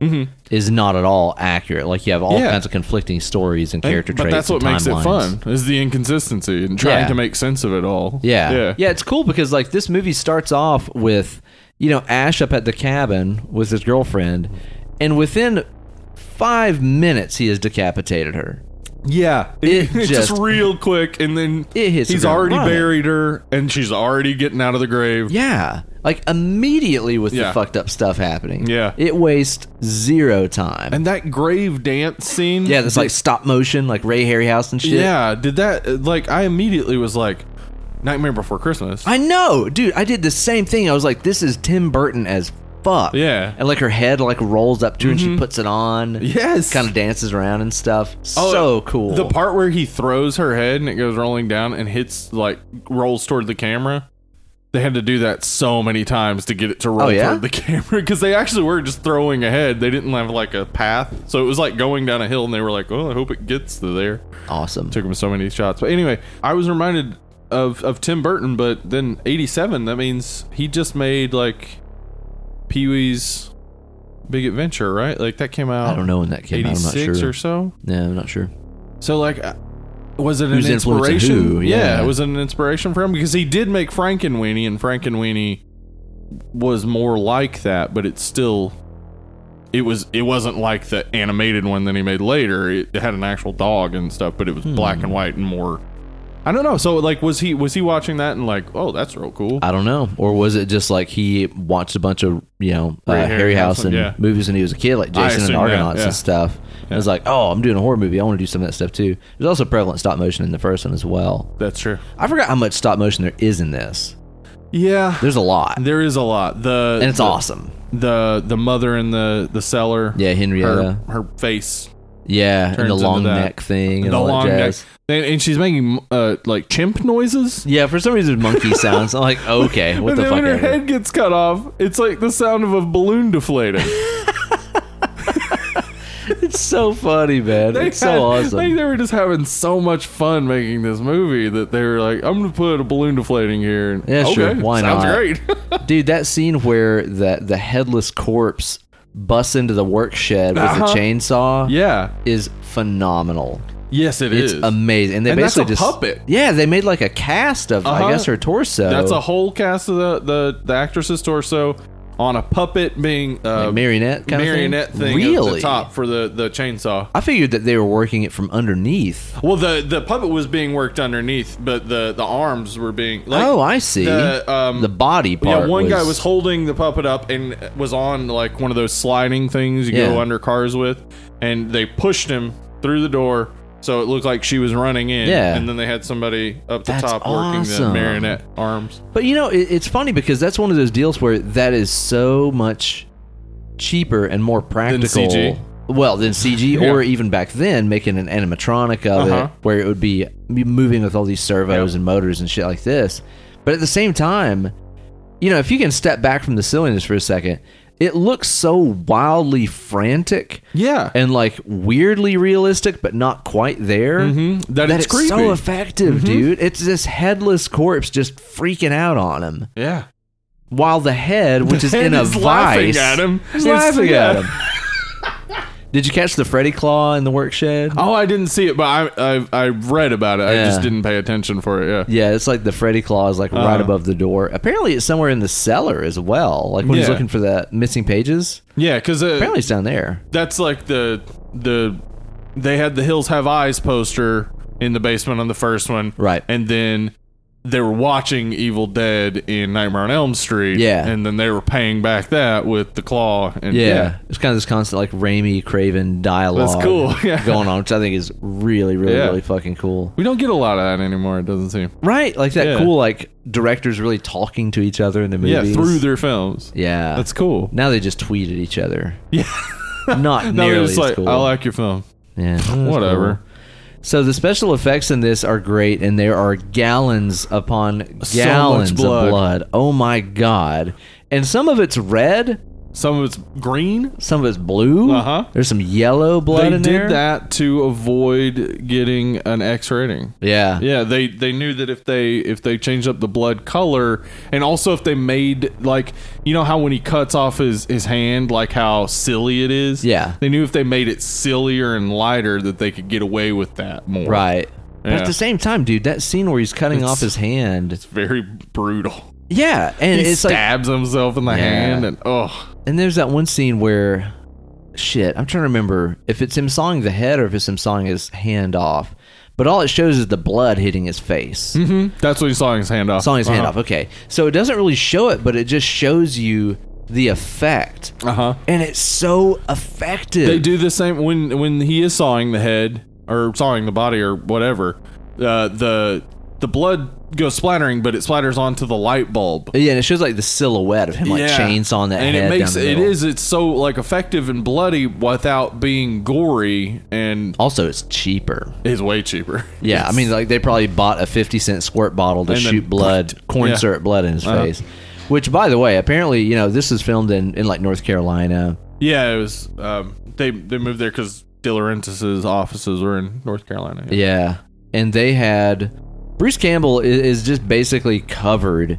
Speaker 1: is not at all accurate. Like you have all
Speaker 2: Mm-hmm. Yeah.
Speaker 1: kinds of conflicting stories and character
Speaker 2: but
Speaker 1: traits.
Speaker 2: that's what
Speaker 1: and
Speaker 2: makes
Speaker 1: timelines.
Speaker 2: it fun is the inconsistency and trying
Speaker 1: Yeah.
Speaker 2: to make sense of it all.
Speaker 1: Yeah.
Speaker 2: yeah,
Speaker 1: it's cool because like this movie starts off with you know Ash up at the cabin with his girlfriend, and within five minutes he has decapitated her.
Speaker 2: Yeah,
Speaker 1: It
Speaker 2: it's just,
Speaker 1: just-
Speaker 2: real quick, and then
Speaker 1: It hits the
Speaker 2: he's
Speaker 1: ground
Speaker 2: already
Speaker 1: running.
Speaker 2: buried her, and she's already getting out of the grave.
Speaker 1: Yeah. Like immediately with
Speaker 2: Yeah.
Speaker 1: the fucked up stuff happening.
Speaker 2: Yeah.
Speaker 1: It wastes zero time.
Speaker 2: And that grave dance scene.
Speaker 1: yeah, that's like stop motion, like Ray Harryhouse and shit.
Speaker 2: yeah. Did that like I immediately was like, Nightmare Before Christmas.
Speaker 1: I know, dude. I did the same thing. I was like, this is Tim Burton as fuck.
Speaker 2: Yeah. Mm-hmm.
Speaker 1: And like her head like rolls up to her and she puts it on.
Speaker 2: Yes.
Speaker 1: Kind of dances around and stuff.
Speaker 2: Oh,
Speaker 1: so cool.
Speaker 2: The part where he throws her head and it goes rolling down and hits like rolls toward the camera. They had to do that so many times to get it to
Speaker 1: Oh,
Speaker 2: roll
Speaker 1: yeah?
Speaker 2: toward the camera because they actually were just throwing ahead. They didn't have like a path, so it was like going down a hill, and they were like, "Well, I hope it gets to there."
Speaker 1: awesome.
Speaker 2: Took him so many shots, but anyway, I was reminded of of Tim Burton, but then '87. That means he just made like Pee Wee's Big Adventure, right? Like that came out.
Speaker 1: I don't know when that came out. I'm not
Speaker 2: 86
Speaker 1: sure.
Speaker 2: or so.
Speaker 1: yeah, I'm not sure.
Speaker 2: So like, uh, was it an
Speaker 1: Who's influencing
Speaker 2: inspiration?
Speaker 1: who?
Speaker 2: Yeah.
Speaker 1: Yeah.
Speaker 2: it was it an inspiration for him because he did make Frankenweenie, and Frankenweenie was more like that, but it's still. It was. It wasn't like the animated one that he made later. It had an actual dog and stuff, but it
Speaker 1: Hmm.
Speaker 2: was black and white and more. I don't know. So like, was he was he watching that and like, oh, that's real cool.
Speaker 1: I don't know. Or was it just like he watched a bunch of, you know, uh,
Speaker 2: Ray
Speaker 1: Harry House
Speaker 2: Harryhausen,
Speaker 1: and
Speaker 2: yeah.
Speaker 1: movies when he was a kid, like
Speaker 2: I
Speaker 1: Jason and
Speaker 2: assume that,
Speaker 1: Argonauts
Speaker 2: yeah.
Speaker 1: and stuff. And I was like, oh, I'm doing a horror movie. I want to do some of that stuff too. There's also prevalent stop motion in the first one as well.
Speaker 2: that's true.
Speaker 1: I forgot how much stop motion there is in this.
Speaker 2: Yeah,
Speaker 1: There's a lot.
Speaker 2: there is a lot. The
Speaker 1: And it's
Speaker 2: the,
Speaker 1: awesome.
Speaker 2: The the mother in the the cellar.
Speaker 1: Yeah, Henrietta.
Speaker 2: Her, her face
Speaker 1: Yeah,
Speaker 2: turns
Speaker 1: and the
Speaker 2: into
Speaker 1: long
Speaker 2: that.
Speaker 1: neck thing and
Speaker 2: the
Speaker 1: all
Speaker 2: long
Speaker 1: that
Speaker 2: neck,
Speaker 1: jazz.
Speaker 2: and, and she's making uh, like chimp noises.
Speaker 1: Yeah, for some reason monkey sounds. I'm like, okay, what
Speaker 2: and
Speaker 1: the
Speaker 2: then
Speaker 1: fuck?
Speaker 2: when her
Speaker 1: ever.
Speaker 2: head gets cut off, it's like the sound of a balloon deflating.
Speaker 1: It's so funny, man. it's so
Speaker 2: had-
Speaker 1: awesome.
Speaker 2: Like they were just having so much fun making this movie that they were like, "I'm gonna put a balloon deflating here." And,
Speaker 1: Yeah,
Speaker 2: okay,
Speaker 1: sure, why
Speaker 2: sounds
Speaker 1: not?
Speaker 2: great.
Speaker 1: Dude, that scene where the the headless corpse busts into the work shed with
Speaker 2: Uh-huh.
Speaker 1: a chainsaw
Speaker 2: yeah.
Speaker 1: is phenomenal.
Speaker 2: Yes, it
Speaker 1: it's
Speaker 2: is.
Speaker 1: amazing. And they
Speaker 2: And that's
Speaker 1: basically
Speaker 2: a
Speaker 1: just
Speaker 2: puppet.
Speaker 1: Yeah, they made like a cast of
Speaker 2: Uh-huh.
Speaker 1: I guess her torso.
Speaker 2: That's a whole cast of the the, the actress's torso on a puppet being uh,
Speaker 1: like marionette kind
Speaker 2: marionette
Speaker 1: of
Speaker 2: thing,
Speaker 1: thing.
Speaker 2: at
Speaker 1: Really?
Speaker 2: the top for the the chainsaw.
Speaker 1: I figured that they were working it from underneath.
Speaker 2: Well, the the puppet was being worked underneath, but the the arms were being. Like,
Speaker 1: oh, I see.
Speaker 2: the,
Speaker 1: The,
Speaker 2: um,
Speaker 1: body part.
Speaker 2: yeah. One guy was holding the puppet up and was on like one of those sliding things you go
Speaker 1: Yeah.
Speaker 2: under cars with, and they pushed him through the door, so it looked like she was running in.
Speaker 1: Yeah.
Speaker 2: and then they had somebody up the
Speaker 1: That's
Speaker 2: top working the
Speaker 1: awesome.
Speaker 2: marionette arms.
Speaker 1: But you know, it, it's funny because that's one of those deals where that is so much cheaper and more practical.
Speaker 2: CG?
Speaker 1: Well, than CG,
Speaker 2: Yeah.
Speaker 1: or even back then, making an animatronic of
Speaker 2: Uh-huh.
Speaker 1: it, where it would be be moving with all these servos and motors and shit like this. But at the same time, you know, if you can step back from the silliness for a second, it looks so wildly frantic
Speaker 2: Yeah,
Speaker 1: and like weirdly realistic, but not quite there.
Speaker 2: Mhm. that,
Speaker 1: That
Speaker 2: it's
Speaker 1: it's,
Speaker 2: creepy. Mm-hmm.
Speaker 1: so effective, dude. It's this headless corpse just freaking out on him,
Speaker 2: yeah,
Speaker 1: while the head, which is
Speaker 2: Head
Speaker 1: in a
Speaker 2: is laughing
Speaker 1: vice,
Speaker 2: at him.
Speaker 1: is
Speaker 2: It's-
Speaker 1: laughing
Speaker 2: yeah.
Speaker 1: at him. Did you catch the Freddy claw in the work shed?
Speaker 2: Oh, I didn't see it, but I I, I read about it. I
Speaker 1: Yeah.
Speaker 2: just didn't pay attention for it. Yeah.
Speaker 1: Yeah, it's like the Freddy claw is like right
Speaker 2: Uh-huh.
Speaker 1: above the door. Apparently, it's somewhere in the cellar as well. Like when he's
Speaker 2: Yeah.
Speaker 1: looking for the missing pages.
Speaker 2: Yeah, because uh,
Speaker 1: Apparently, it's down there.
Speaker 2: that's like the the they had the Hills Have Eyes poster in the basement on the first one,
Speaker 1: Right.
Speaker 2: And then they were watching Evil Dead in Nightmare on Elm Street,
Speaker 1: Yeah.
Speaker 2: And then they were paying back that with the claw, and
Speaker 1: Yeah. It's kind of this constant like Raimi Craven dialogue
Speaker 2: That's cool, yeah.
Speaker 1: going on, which I think is really, really,
Speaker 2: Yeah.
Speaker 1: really fucking cool.
Speaker 2: We don't get a lot of that anymore. It doesn't seem.
Speaker 1: Right, like that
Speaker 2: Yeah.
Speaker 1: cool like directors really talking to each other in the movies.
Speaker 2: Yeah, through their films.
Speaker 1: yeah.
Speaker 2: That's cool.
Speaker 1: now they just tweet at each other.
Speaker 2: Yeah.
Speaker 1: Not
Speaker 2: Now they're
Speaker 1: nearly
Speaker 2: just
Speaker 1: as
Speaker 2: like,
Speaker 1: cool.
Speaker 2: I like your film.
Speaker 1: yeah, that's cool.
Speaker 2: Whatever.
Speaker 1: So the special effects in this are great, and there are gallons upon
Speaker 2: So
Speaker 1: gallons
Speaker 2: much blood.
Speaker 1: of blood. Oh my god! And some of it's red,
Speaker 2: Some of it's green.
Speaker 1: some of it's blue.
Speaker 2: Uh-huh.
Speaker 1: There's some yellow blood
Speaker 2: they
Speaker 1: in
Speaker 2: did
Speaker 1: there.
Speaker 2: that to avoid getting an X rating.
Speaker 1: Yeah.
Speaker 2: Yeah, they they knew that if they if they changed up the blood color, and also if they made like you know how when he cuts off his his hand, like how silly it is.
Speaker 1: Yeah.
Speaker 2: they knew if they made it sillier and lighter that they could get away with that more.
Speaker 1: Right. But
Speaker 2: Yeah.
Speaker 1: at the same time, dude, that scene where he's cutting
Speaker 2: It's-
Speaker 1: off his hand.
Speaker 2: Very brutal.
Speaker 1: Yeah, and
Speaker 2: He
Speaker 1: it's like
Speaker 2: stabs himself in the
Speaker 1: Yeah.
Speaker 2: hand, and oh,
Speaker 1: And there's that one scene where shit, I'm trying to remember if it's him sawing the head or if it's him sawing his hand off. But all it shows is the blood hitting his face.
Speaker 2: Mm-hmm. That's what he saw in his hand off.
Speaker 1: Sawing his hand
Speaker 2: Uh-huh.
Speaker 1: off. Okay, so it doesn't really show it, but it just shows you the effect,
Speaker 2: Uh huh.
Speaker 1: and it's so effective.
Speaker 2: They do the same when when he is sawing the head or sawing the body or whatever. Uh, the the blood goes splattering, but it splatters onto the light bulb.
Speaker 1: Yeah, and it shows like the silhouette of him like
Speaker 2: Yeah.
Speaker 1: chainsawing that
Speaker 2: and
Speaker 1: head
Speaker 2: it makes
Speaker 1: down the
Speaker 2: it
Speaker 1: middle.
Speaker 2: is it's so like effective and bloody without being gory and
Speaker 1: Also, it's cheaper.
Speaker 2: is way cheaper.
Speaker 1: Yeah, I mean, like they probably bought a fifty cent squirt bottle to
Speaker 2: And then
Speaker 1: shoot blood, corn
Speaker 2: Yeah. Uh-huh.
Speaker 1: syrup blood in his face. Which, by the way, apparently, you know, this was filmed in, in like North Carolina.
Speaker 2: Yeah, it was. Um, they they moved there because De Laurentiis's offices were in North Carolina.
Speaker 1: Yeah, and they had Bruce Campbell is, is just basically covered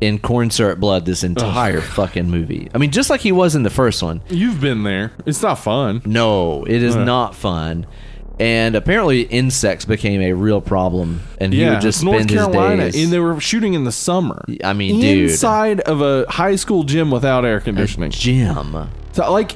Speaker 1: in corn syrup blood this entire fucking movie. I mean, just like he was in the first one.
Speaker 2: You've been there. It's not fun.
Speaker 1: No, it
Speaker 2: Uh.
Speaker 1: is not fun. And apparently, insects became a real problem, and he
Speaker 2: Yeah,
Speaker 1: would just
Speaker 2: it's North
Speaker 1: spend his
Speaker 2: Carolina,
Speaker 1: days.
Speaker 2: and they were shooting in the summer.
Speaker 1: I mean, dude.
Speaker 2: inside of a high school gym without air conditioning.
Speaker 1: Jim.
Speaker 2: So, like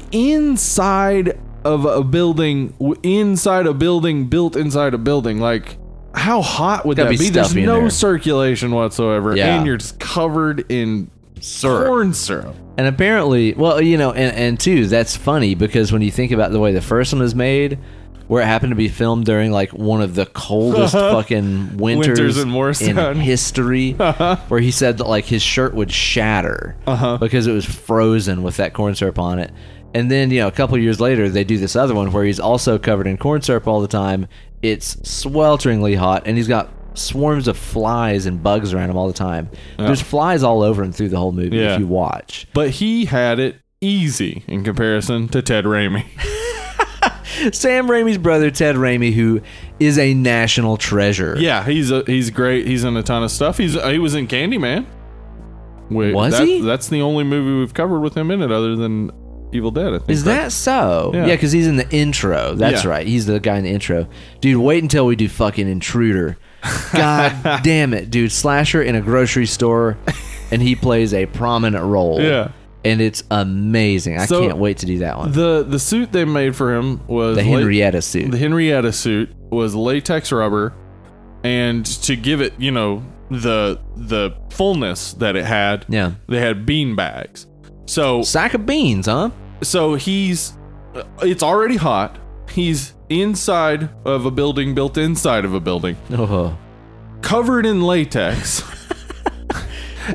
Speaker 2: inside of a building, w- inside a building, built inside a building. Like, how hot would
Speaker 1: Gotta
Speaker 2: that
Speaker 1: be
Speaker 2: be? There's
Speaker 1: stuffy in
Speaker 2: no
Speaker 1: there.
Speaker 2: circulation whatsoever,
Speaker 1: Yeah.
Speaker 2: and you're just covered in
Speaker 1: Syrup.
Speaker 2: corn syrup.
Speaker 1: And apparently, well, you know, and, and two, that's funny because when you think about the way the first one was made, where it happened to be filmed during like one of the coldest fucking winters,
Speaker 2: Winters in Uh-huh. Morristown.
Speaker 1: history, where he said that like his shirt would shatter
Speaker 2: Uh-huh.
Speaker 1: because it was frozen with that corn syrup on it. And then, you know, a couple years later, they do this other one where he's also covered in corn syrup all the time. It's swelteringly hot, and he's got swarms of flies and bugs around him all the time. There's flies all over him through the whole movie
Speaker 2: Yeah.
Speaker 1: if you watch.
Speaker 2: But he had it easy in comparison to Ted Raimi.
Speaker 1: Sam Raimi's brother Ted Raimi, who is a national treasure.
Speaker 2: yeah, he's a, he's great. He's in a ton of stuff. He's he was in Candyman. Wait,
Speaker 1: Was
Speaker 2: that-
Speaker 1: he?
Speaker 2: That's the only movie we've covered with him in it, other than Evil Dead. I think.
Speaker 1: Is
Speaker 2: right?
Speaker 1: that so?
Speaker 2: Yeah.
Speaker 1: Yeah, because he's in the intro. That's
Speaker 2: Yeah.
Speaker 1: right. He's the guy in the intro. Dude, wait until we do fucking intruder. God damn it, dude. Slasher in a grocery store, and he plays a prominent role.
Speaker 2: Yeah.
Speaker 1: And it's amazing. I
Speaker 2: So-
Speaker 1: can't wait to do that one.
Speaker 2: the the suit they made for him was
Speaker 1: The
Speaker 2: la-
Speaker 1: Henrietta suit.
Speaker 2: the Henrietta suit was latex rubber, and to give it you know the the fullness that it had,
Speaker 1: yeah.
Speaker 2: they had bean bags. So
Speaker 1: Sack of beans, huh?
Speaker 2: so he's uh, it's already hot he's inside of a building built inside of a building Uh-huh.
Speaker 1: Oh.
Speaker 2: covered in latex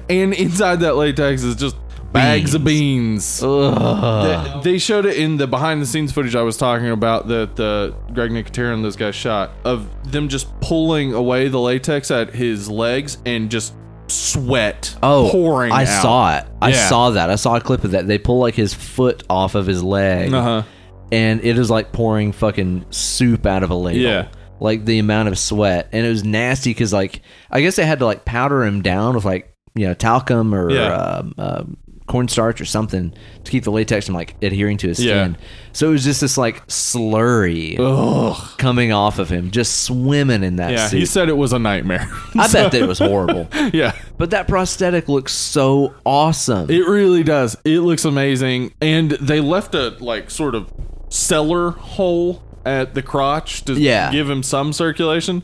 Speaker 2: and inside that latex is just bags of beans
Speaker 1: Ugh.
Speaker 2: They- they showed it in the behind the scenes footage I was talking about that uh, Greg Nicotero and those guys shot of them just pulling away the latex at his legs and just sweat
Speaker 1: Oh,
Speaker 2: pouring.
Speaker 1: I saw it. I
Speaker 2: Yeah.
Speaker 1: saw that. I saw a clip of that. They pull like his foot off of his leg,
Speaker 2: Uh huh.
Speaker 1: and it is like pouring fucking soup out of a ladle.
Speaker 2: Yeah.
Speaker 1: like the amount of sweat, and it was nasty because like I guess they had to like powder him down with like you know talcum or
Speaker 2: Yeah.
Speaker 1: um, um, cornstarch or something to keep the latex from like adhering to his
Speaker 2: Yeah.
Speaker 1: skin. So it was just this like slurry
Speaker 2: Ugh.
Speaker 1: coming off of him, just swimming in that
Speaker 2: Yeah, he
Speaker 1: soup.
Speaker 2: said it was a nightmare.
Speaker 1: I bet that it was horrible,
Speaker 2: yeah.
Speaker 1: but that prosthetic looks so awesome.
Speaker 2: It really does. It looks amazing. And they left a like sort of cellar hole at the crotch to
Speaker 1: Yeah.
Speaker 2: give him some circulation.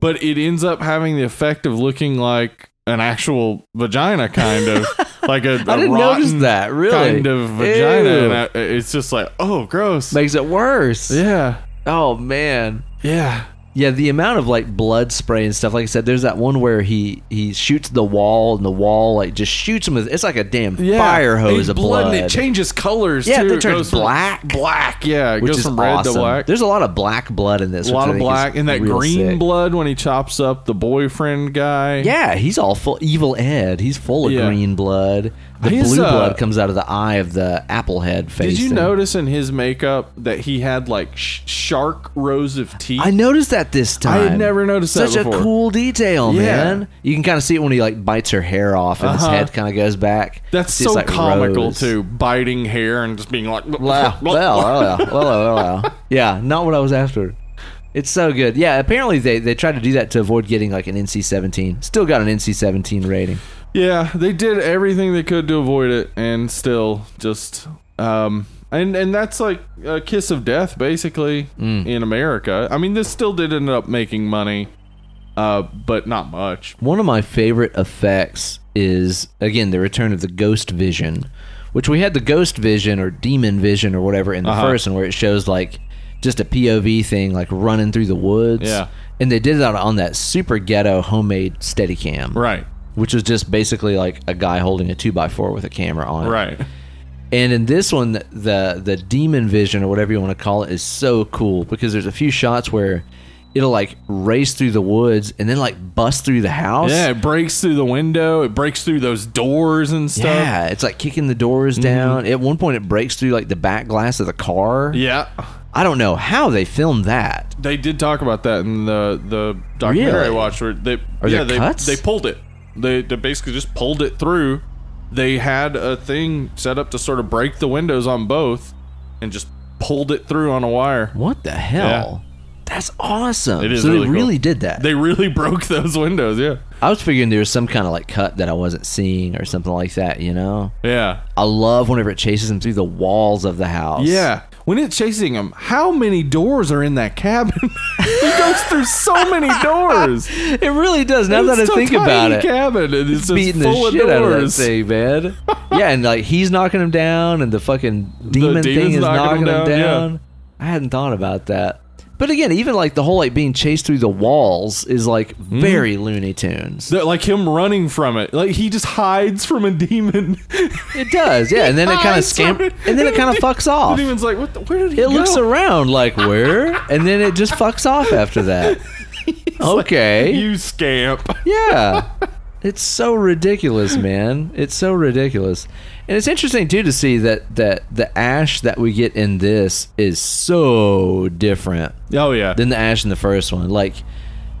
Speaker 2: But it ends up having the effect of looking like an actual vagina, kind of like a,
Speaker 1: I
Speaker 2: a
Speaker 1: didn't
Speaker 2: rotten
Speaker 1: notice that. Really,
Speaker 2: kind of vagina.
Speaker 1: Ew.
Speaker 2: And I, it's just like, oh, gross.
Speaker 1: makes it worse.
Speaker 2: yeah,
Speaker 1: Oh man.
Speaker 2: yeah,
Speaker 1: Yeah, the amount of like blood spray and stuff. Like I said, there's that one where he he shoots the wall and the wall like just shoots him with. It's like a damn
Speaker 2: yeah.
Speaker 1: fire hose
Speaker 2: It's
Speaker 1: of
Speaker 2: blood.
Speaker 1: blood.
Speaker 2: And it changes colors.
Speaker 1: Yeah,
Speaker 2: too.
Speaker 1: they
Speaker 2: It
Speaker 1: turn
Speaker 2: goes from
Speaker 1: black.
Speaker 2: black. Yeah, it
Speaker 1: which
Speaker 2: goes
Speaker 1: is
Speaker 2: from red
Speaker 1: awesome.
Speaker 2: to black.
Speaker 1: There's a lot of black blood in this.
Speaker 2: a
Speaker 1: which I
Speaker 2: lot of
Speaker 1: think is
Speaker 2: black and that
Speaker 1: real
Speaker 2: green
Speaker 1: sick.
Speaker 2: blood when he chops up the boyfriend guy.
Speaker 1: Yeah, he's all full evil Ed. He's full of
Speaker 2: Yeah.
Speaker 1: green blood. The
Speaker 2: His,
Speaker 1: blue
Speaker 2: uh,
Speaker 1: blood comes out of the eye of the apple head face.
Speaker 2: Did you
Speaker 1: thing.
Speaker 2: notice in his makeup that he had like sh- shark rows of teeth?
Speaker 1: I noticed that this
Speaker 2: I
Speaker 1: time.
Speaker 2: had never noticed that
Speaker 1: Such
Speaker 2: before.
Speaker 1: a cool detail,
Speaker 2: Yeah.
Speaker 1: man. You can kind of see it when he like bites her hair off and his
Speaker 2: Uh-huh.
Speaker 1: head kind of goes back.
Speaker 2: That's
Speaker 1: See,
Speaker 2: so
Speaker 1: it's, like,
Speaker 2: comical
Speaker 1: rose.
Speaker 2: too, biting hair and just being like,
Speaker 1: Wow. well, well, well, oh, well, well, well. Yeah, not what I was after. It's so good. Yeah, apparently they, they tried to do that to avoid getting like an NC-17. Still got an NC-17 rating.
Speaker 2: yeah. They did everything they could to avoid it, and still just um, and and that's like a kiss of death basically
Speaker 1: Mm.
Speaker 2: in America. I mean, this still did end up making money, uh, but not much.
Speaker 1: One of my favorite effects is again the return of the ghost vision, which we had the ghost vision or demon vision or whatever in the
Speaker 2: Uh-huh.
Speaker 1: first one where it shows like just a POV thing like running through the woods.
Speaker 2: Yeah.
Speaker 1: And they did that on that super ghetto homemade Steadicam,
Speaker 2: Right,
Speaker 1: which was just basically like a guy holding a two by four with a camera on it.
Speaker 2: right.
Speaker 1: And in this one, the the demon vision or whatever you want to call it is so cool because there's a few shots where it'll like race through the woods and then like bust through the house.
Speaker 2: Yeah, it breaks through the window. It breaks through those doors and stuff. Mm-hmm.
Speaker 1: Yeah, it's like kicking the doors down. At one point, it breaks through like the back glass of the car.
Speaker 2: Yeah.
Speaker 1: I don't know how they filmed that.
Speaker 2: They did talk about that in the the documentary I
Speaker 1: Really?
Speaker 2: watched. Where they
Speaker 1: Are
Speaker 2: yeah
Speaker 1: there
Speaker 2: they
Speaker 1: cuts?
Speaker 2: they pulled it. They, they basically just pulled it through. They had a thing set up to sort of break the windows on both, and just pulled it through on a wire.
Speaker 1: What the hell? That's awesome.
Speaker 2: It is
Speaker 1: so
Speaker 2: really
Speaker 1: they
Speaker 2: cool.
Speaker 1: really did that.
Speaker 2: They really broke those windows. Yeah,
Speaker 1: I was figuring there was some kind of like cut that I wasn't seeing or something like that. You know,
Speaker 2: yeah,
Speaker 1: I love whenever it chases him through the walls of the house.
Speaker 2: yeah. When it's chasing him, how many doors are in that cabin? he goes through so many doors.
Speaker 1: It really does. Now that I
Speaker 2: It's a
Speaker 1: think about
Speaker 2: tiny
Speaker 1: it,
Speaker 2: cabin and it's, just
Speaker 1: beating the
Speaker 2: full
Speaker 1: shit
Speaker 2: of doors.
Speaker 1: out of that thing, man. yeah, and like he's knocking him down, and the fucking demon thing
Speaker 2: demon's
Speaker 1: is knocking,
Speaker 2: knocking him
Speaker 1: him
Speaker 2: down, yeah.
Speaker 1: down. I hadn't thought about that. But again, even like the whole like being chased through the walls is like
Speaker 2: Hmm?
Speaker 1: very Looney Tunes.
Speaker 2: That, like him running from it. Like he just hides from a demon.
Speaker 1: It does, yeah. And then it kind of
Speaker 2: hides
Speaker 1: scamp,
Speaker 2: from it.
Speaker 1: and then it kind of fucks
Speaker 2: the
Speaker 1: off.
Speaker 2: demon's like, what? The, where did he
Speaker 1: It
Speaker 2: go?
Speaker 1: looks around like where, and then it just fucks off after that. Okay,
Speaker 2: You scamp.
Speaker 1: Yeah. It's so ridiculous, man. It's so ridiculous. And it's interesting too to see that that the ash that we get in this is so different
Speaker 2: Oh yeah.
Speaker 1: than the ash in the first one. Like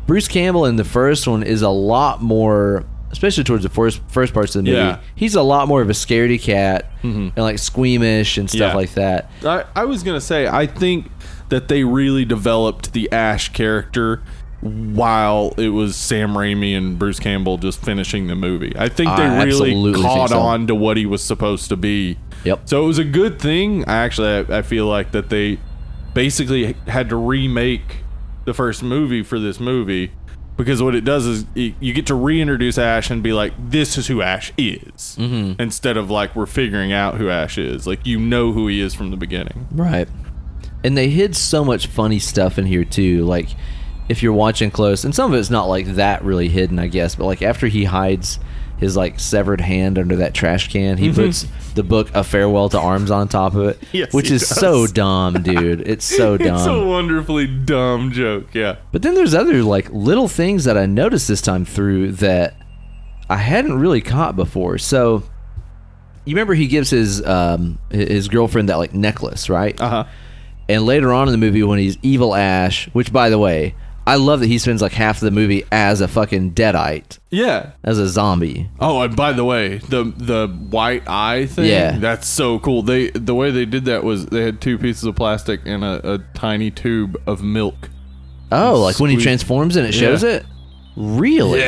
Speaker 1: Bruce Campbell in the first one is a lot more especially towards the first first parts of the movie.
Speaker 2: Yeah. Mm-hmm.
Speaker 1: He's a lot more of a scaredy cat and like squeamish and stuff
Speaker 2: Yeah.
Speaker 1: like that.
Speaker 2: I, I was gonna say I think that they really developed the Ash character while it was Sam Raimi and Bruce Campbell just finishing the movie. I think they
Speaker 1: I
Speaker 2: really
Speaker 1: absolutely think
Speaker 2: caught
Speaker 1: so.
Speaker 2: on to what he was supposed to be.
Speaker 1: Yep.
Speaker 2: So it was a good thing. I actually I, I feel like that they basically had to remake the first movie for this movie because what it does is y- you get to reintroduce Ash and be like, this is who Ash is, mm-hmm. instead of like we're figuring out who Ash is. Like you know who he is from the beginning.
Speaker 1: Right. And they hid so much funny stuff in here too. Like if you're watching close, and some of it's not like that really hidden, I guess, but like after he hides his like severed hand under that trash can, he puts the book A Farewell to Arms on top of it,
Speaker 2: Mm-hmm. Yes,
Speaker 1: which
Speaker 2: he
Speaker 1: is so
Speaker 2: does.
Speaker 1: dumb, dude. It's so dumb.
Speaker 2: It's a wonderfully dumb joke. Yeah.
Speaker 1: But then there's other like little things that I noticed this time through that I hadn't really caught before. So you remember he gives his um hi- his girlfriend that like necklace, right?
Speaker 2: Uh huh.
Speaker 1: And later on in the movie, when he's evil Ash, which by the way, I love that he spends like half of the movie as a fucking deadite,
Speaker 2: Yeah.
Speaker 1: as a zombie.
Speaker 2: Oh, and by the way, the the white eye thing.
Speaker 1: Yeah.
Speaker 2: That's so cool. They the way they did that was they had two pieces of plastic and a, a tiny tube of milk.
Speaker 1: Oh, like when he
Speaker 2: Sweet.
Speaker 1: transforms and it shows
Speaker 2: Yeah.
Speaker 1: it. Really?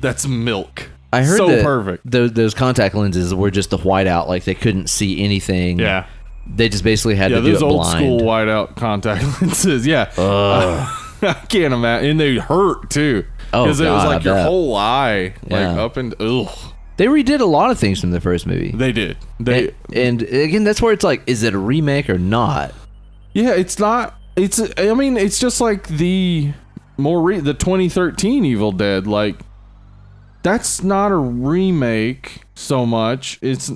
Speaker 2: That's milk.
Speaker 1: I heard
Speaker 2: so
Speaker 1: that
Speaker 2: perfect.
Speaker 1: Those, those contact lenses were just the whiteout, like they couldn't see anything.
Speaker 2: Yeah.
Speaker 1: They just basically had
Speaker 2: Yeah,
Speaker 1: to do
Speaker 2: those
Speaker 1: it
Speaker 2: old
Speaker 1: blind.
Speaker 2: school whiteout contact lenses. Yeah. I can't imagine. And they hurt too.
Speaker 1: Oh,
Speaker 2: it was
Speaker 1: God,
Speaker 2: like
Speaker 1: I
Speaker 2: your
Speaker 1: bet.
Speaker 2: whole eye, like
Speaker 1: Yeah.
Speaker 2: up and ugh.
Speaker 1: They redid a lot of things from the first movie.
Speaker 2: They did. They
Speaker 1: and, and again, that's where it's like, is it a remake or not?
Speaker 2: Yeah, it's not. It's. I mean, it's just like the more re- the 2013 Evil Dead. Like that's not a remake so much. It's,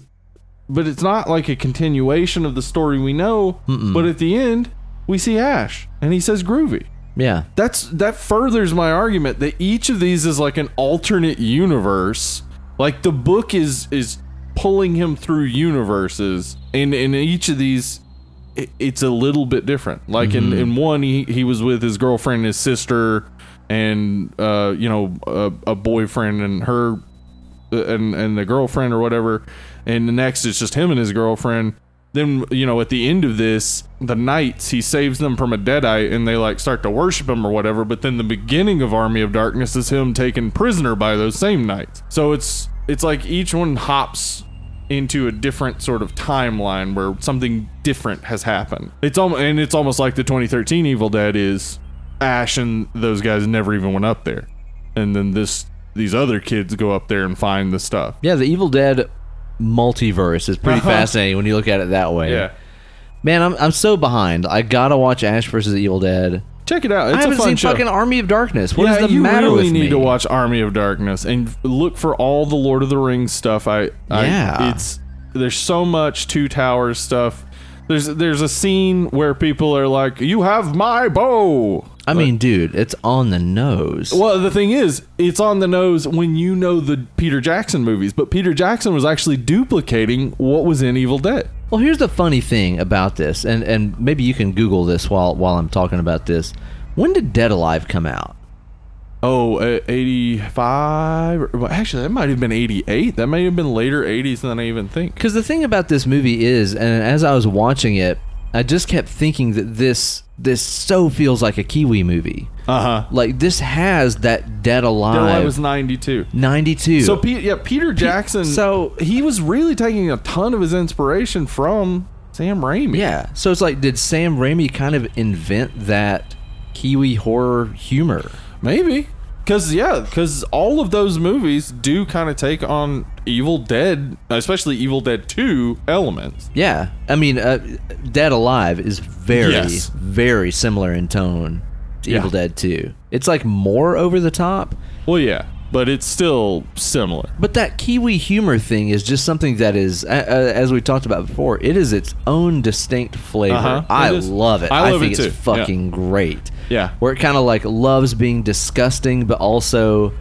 Speaker 2: but it's not like a continuation of the story we know. But at the end, we see Ash, and he says groovy.
Speaker 1: Yeah.
Speaker 2: That's that furthers my argument that each of these is like an alternate universe. Like the book is is pulling him through universes, and in each of these, i it's a little bit different. Like in in one, he he was with his girlfriend, and his sister, and uh, you know a, a boyfriend and her and and the girlfriend or whatever and the next it's just him and his girlfriend then you know at the end of this the knights he saves them from a deadite and they like start to worship him or whatever but then the beginning of army of darkness is him taken prisoner by those same knights so it's it's like each one hops into a different sort of timeline where something different has happened. It's almost and it's almost like the 2013 Evil Dead is Ash and those guys never even went up there, and then this these other kids go up there and find the stuff.
Speaker 1: Yeah, the Evil Dead multiverse is pretty fascinating when you look at it that way.
Speaker 2: Uh-huh. Yeah,
Speaker 1: Man, I'm, I'm so behind. I gotta watch Ash versus the Evil Dead.
Speaker 2: check it out. It's
Speaker 1: I
Speaker 2: a
Speaker 1: haven't
Speaker 2: fun
Speaker 1: seen
Speaker 2: show.
Speaker 1: fucking Army of Darkness. What
Speaker 2: yeah,
Speaker 1: is the
Speaker 2: you
Speaker 1: matter
Speaker 2: really
Speaker 1: with
Speaker 2: need
Speaker 1: me?
Speaker 2: to watch Army of Darkness and f- look for all the Lord of the Rings stuff. I, I
Speaker 1: Yeah.
Speaker 2: it's there's so much Two Towers stuff. There's there's a scene where people are like, "You have my bow."
Speaker 1: I mean, dude, it's on the nose.
Speaker 2: Well, the thing is, it's on the nose when you know the Peter Jackson movies, but Peter Jackson was actually duplicating what was in Evil Dead.
Speaker 1: Well, here's the funny thing about this, and, and maybe you can Google this while while I'm talking about this. When did Dead Alive come out?
Speaker 2: Oh, uh, 85 or- well, actually that might have been 88. That may have been later 80s than I even think.
Speaker 1: Because the thing about this movie is, and as I was watching it, I just kept thinking that this this so feels like a Kiwi movie.
Speaker 2: Uh-huh.
Speaker 1: Like this has that Dead Alive,
Speaker 2: Dead Alive was 92.
Speaker 1: 92.
Speaker 2: So Pe- yeah, Peter Jackson.
Speaker 1: so-
Speaker 2: he was really taking a ton of his inspiration from Sam Raimi.
Speaker 1: yeah, so it's like did Sam Raimi kind of invent that Kiwi horror humor?
Speaker 2: maybe. Because yeah, because all of those movies do kind of take on Evil Dead, especially Evil Dead Two elements.
Speaker 1: Yeah, I mean, uh, Dead Alive is very,
Speaker 2: Yes.
Speaker 1: very similar in tone to
Speaker 2: Yeah.
Speaker 1: Evil Dead 2. It's like more over the top,
Speaker 2: Well, yeah, but it's still similar.
Speaker 1: but that Kiwi humor thing is just something that is, uh, uh, as we talked about before, it is its own distinct flavor.
Speaker 2: Uh-huh.
Speaker 1: I
Speaker 2: It is.
Speaker 1: love it.
Speaker 2: I
Speaker 1: I,
Speaker 2: love
Speaker 1: think
Speaker 2: it too.
Speaker 1: it's fucking great.
Speaker 2: Yeah.
Speaker 1: where it kind of like loves being disgusting, but also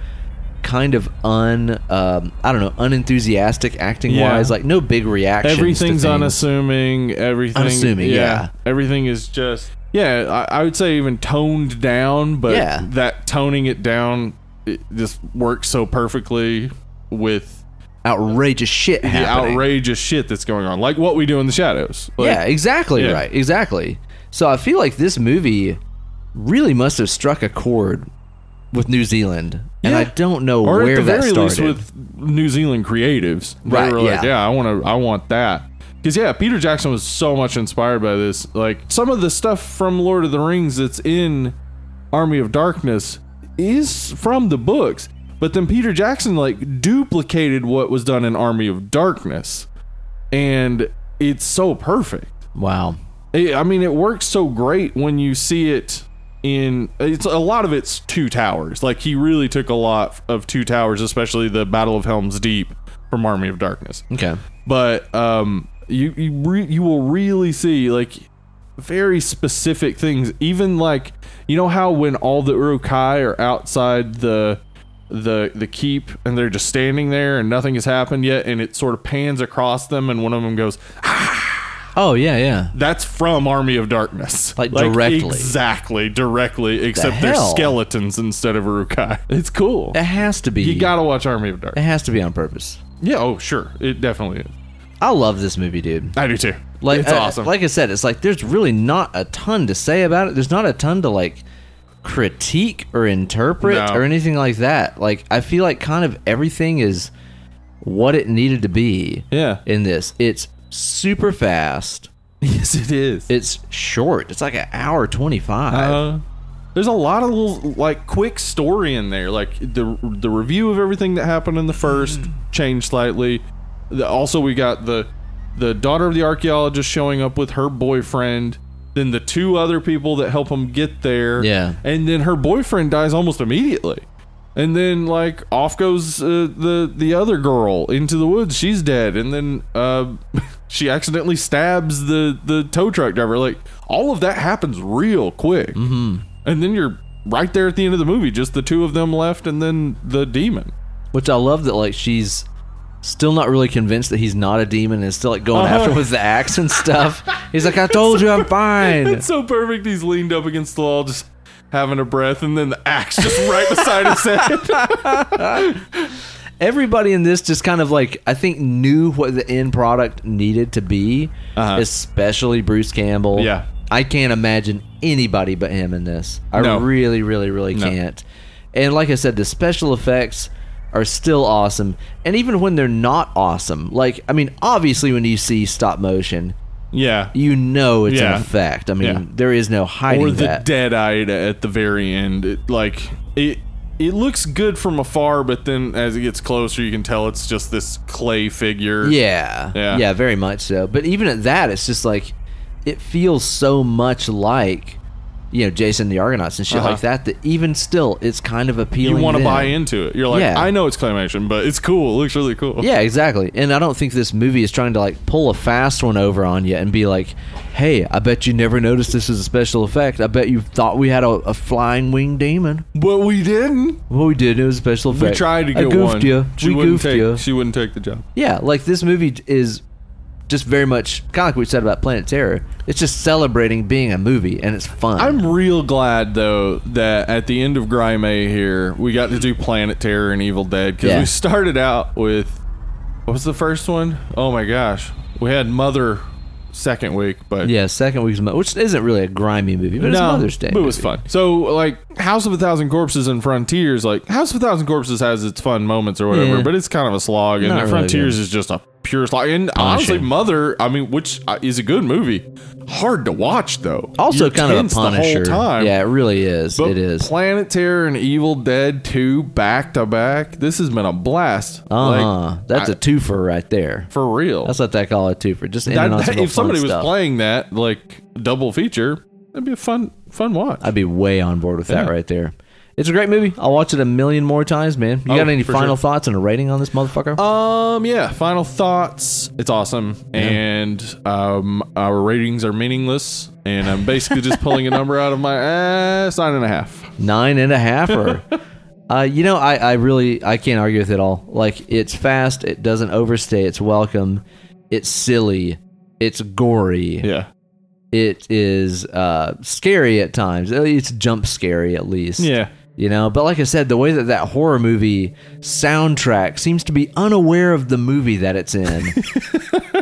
Speaker 1: kind of un, um, I don't know, unenthusiastic acting
Speaker 2: Yeah.
Speaker 1: wise. Like no big reaction.
Speaker 2: Everything's unassuming. Everything.
Speaker 1: Unassuming, yeah.
Speaker 2: Everything is just. Yeah, I, I would say even toned down, but
Speaker 1: Yeah.
Speaker 2: that toning it down it just works so perfectly with
Speaker 1: outrageous shit
Speaker 2: the
Speaker 1: happening.
Speaker 2: outrageous shit that's going on, like what we do in the shadows. Like,
Speaker 1: yeah, exactly
Speaker 2: Yeah.
Speaker 1: right. Exactly. So I feel like this movie really must have struck a chord with New Zealand, and
Speaker 2: Yeah.
Speaker 1: I don't know
Speaker 2: or
Speaker 1: where
Speaker 2: at the
Speaker 1: that
Speaker 2: very least
Speaker 1: started.
Speaker 2: with New Zealand creatives, They
Speaker 1: Right,
Speaker 2: were like,
Speaker 1: yeah.
Speaker 2: yeah, I want to, I want that. Because yeah, Peter Jackson was so much inspired by this. Like some of the stuff from Lord of the Rings that's in Army of Darkness is from the books, but then Peter Jackson like duplicated what was done in Army of Darkness, and it's so perfect.
Speaker 1: wow.
Speaker 2: It, I mean, it works so great when you see it in. It's a lot of it's Two Towers. Like he really took a lot of Two Towers, especially the Battle of Helm's Deep from Army of Darkness.
Speaker 1: Okay.
Speaker 2: But um, you you re, you will really see like very specific things. Even like you know how when all the Urukai are outside the the the keep and they're just standing there and nothing has happened yet, and it sort of pans across them, and one of them goes,
Speaker 1: Oh yeah, yeah.
Speaker 2: that's from Army of Darkness.
Speaker 1: Like, directly.
Speaker 2: Exactly, directly, except
Speaker 1: The
Speaker 2: they're
Speaker 1: hell? Eh.
Speaker 2: skeletons instead of Urukai. It's cool.
Speaker 1: It has to be.
Speaker 2: You gotta watch Army of
Speaker 1: It
Speaker 2: Darkness.
Speaker 1: has to be on purpose.
Speaker 2: Yeah, oh, sure. It definitely is.
Speaker 1: I love this movie, dude.
Speaker 2: I do too.
Speaker 1: Like
Speaker 2: it's
Speaker 1: uh,
Speaker 2: awesome.
Speaker 1: Like I said, it's like there's really not a ton to say about it. There's not a ton to like critique or interpret
Speaker 2: No.
Speaker 1: or anything like that. Like I feel like kind of everything is what it needed to be.
Speaker 2: yeah.
Speaker 1: in this. It's super fast.
Speaker 2: yes, it is.
Speaker 1: It's short. It's like an hour twenty five.
Speaker 2: Uh, there's a lot of little like quick story in there, like the the review of everything that happened in the first changed slightly. The, also, we got the the daughter of the archaeologist showing up with her boyfriend, then the two other people that help him get there.
Speaker 1: Yeah.
Speaker 2: and then her boyfriend dies almost immediately. And then like off goes uh, the the other girl into the woods. She's dead. And then uh, she accidentally stabs the the tow truck driver. Like all of that happens real quick. Mm-hmm. And then you're right there at the end of the movie. Just the two of them left, and then the demon.
Speaker 1: which I love that like she's still not really convinced that he's not a demon and is still like going
Speaker 2: Uh-huh.
Speaker 1: after him with the axe and stuff. He's like, I told you I'm fine.
Speaker 2: It's so perfect. He's leaned up against the wall, just having a breath, and then the axe just right beside his head.
Speaker 1: Everybody in this just kind of like I think knew what the end product needed to be.
Speaker 2: Uh-huh.
Speaker 1: Especially Bruce Campbell.
Speaker 2: Yeah.
Speaker 1: I can't imagine anybody but him in this. I
Speaker 2: No.
Speaker 1: really, really, really
Speaker 2: No.
Speaker 1: can't. And like I said, the special effects are still awesome. And even when they're not awesome, like, I mean, obviously, when you see stop motion,
Speaker 2: Yeah.
Speaker 1: you know it's
Speaker 2: Yeah.
Speaker 1: an effect. I mean,
Speaker 2: Yeah.
Speaker 1: there is no hiding
Speaker 2: or the
Speaker 1: that.
Speaker 2: dead-eyed at the very end. It, like it, it looks good from afar, but then as it gets closer, you can tell it's just this clay figure.
Speaker 1: Yeah.
Speaker 2: Yeah.
Speaker 1: very much so. But even at that, it's just like it feels so much like you know Jason the Argonauts and shit
Speaker 2: Uh-huh.
Speaker 1: like that that even still it's kind of appealing.
Speaker 2: you want to
Speaker 1: then.
Speaker 2: buy into it. You're like,
Speaker 1: Yeah.
Speaker 2: I know it's claymation, but it's cool. It looks really cool.
Speaker 1: Yeah, exactly. And I don't think this movie is trying to like pull a fast one over on you and be like, "Hey, I bet you never noticed this is a special effect. I bet you thought we had a, a flying winged demon.
Speaker 2: but we didn't.
Speaker 1: Well, we did. It was a special
Speaker 2: We
Speaker 1: effect.
Speaker 2: tried to
Speaker 1: I
Speaker 2: get
Speaker 1: goofed
Speaker 2: one.
Speaker 1: You.
Speaker 2: She
Speaker 1: we
Speaker 2: wouldn't
Speaker 1: goofed
Speaker 2: take.
Speaker 1: you.
Speaker 2: She wouldn't take the job.
Speaker 1: Yeah, like this movie is just very much kind of like we said about Planet Terror. It's just celebrating being a movie, and it's fun.
Speaker 2: I'm real glad though that at the end of Grime here we got to do Planet Terror and Evil Dead because
Speaker 1: Yeah.
Speaker 2: we started out with what was the first one? Oh my gosh, we had Mother second week, but
Speaker 1: yeah, second week's Mo- which isn't really a grimy movie, but it's Mother's Day.
Speaker 2: but it was
Speaker 1: movie.
Speaker 2: fun. So like House of a Thousand Corpses and Frontiers, like House of a Thousand Corpses has its fun moments or whatever,
Speaker 1: Yeah.
Speaker 2: but it's kind of a slog, and
Speaker 1: Not really,
Speaker 2: Frontiers is just a pure slog. And honestly,
Speaker 1: Punishing.
Speaker 2: Mother, I mean, which uh, is a good movie, hard to watch though.
Speaker 1: Also,
Speaker 2: You're
Speaker 1: kind of
Speaker 2: tense
Speaker 1: a Punisher.
Speaker 2: The whole time.
Speaker 1: Yeah, it really is.
Speaker 2: But
Speaker 1: it is.
Speaker 2: Planet Terror and Evil Dead 2 back to back. This has been a blast.
Speaker 1: uh huh.
Speaker 2: Like,
Speaker 1: That's
Speaker 2: I-
Speaker 1: a twofer right there.
Speaker 2: for real.
Speaker 1: That's what they call a twofer. Just ending
Speaker 2: That-
Speaker 1: on
Speaker 2: that-
Speaker 1: some real
Speaker 2: if somebody
Speaker 1: fun
Speaker 2: was
Speaker 1: stuff.
Speaker 2: playing that like double feature, that'd be a fun fun watch.
Speaker 1: I'd be way on board with that
Speaker 2: Yeah.
Speaker 1: right there. It's a great movie. I'll watch it a million more times, man. You
Speaker 2: Oh,
Speaker 1: got any
Speaker 2: for
Speaker 1: final
Speaker 2: sure.
Speaker 1: thoughts and a rating on this motherfucker?
Speaker 2: um yeah, final thoughts. It's awesome, and um our ratings are meaningless, and I'm basically just pulling a number out of my ass. Nine and a half.
Speaker 1: nine and a halfer. uh, you know, I, I really I can't argue with it all. Like it's fast, it doesn't overstay its welcome, it's silly, it's gory,
Speaker 2: Yeah,
Speaker 1: it is uh, scary at times. At least It's jump scary at least.
Speaker 2: yeah.
Speaker 1: You know, but like I said, the way that that horror movie soundtrack seems to be unaware of the movie that it's in,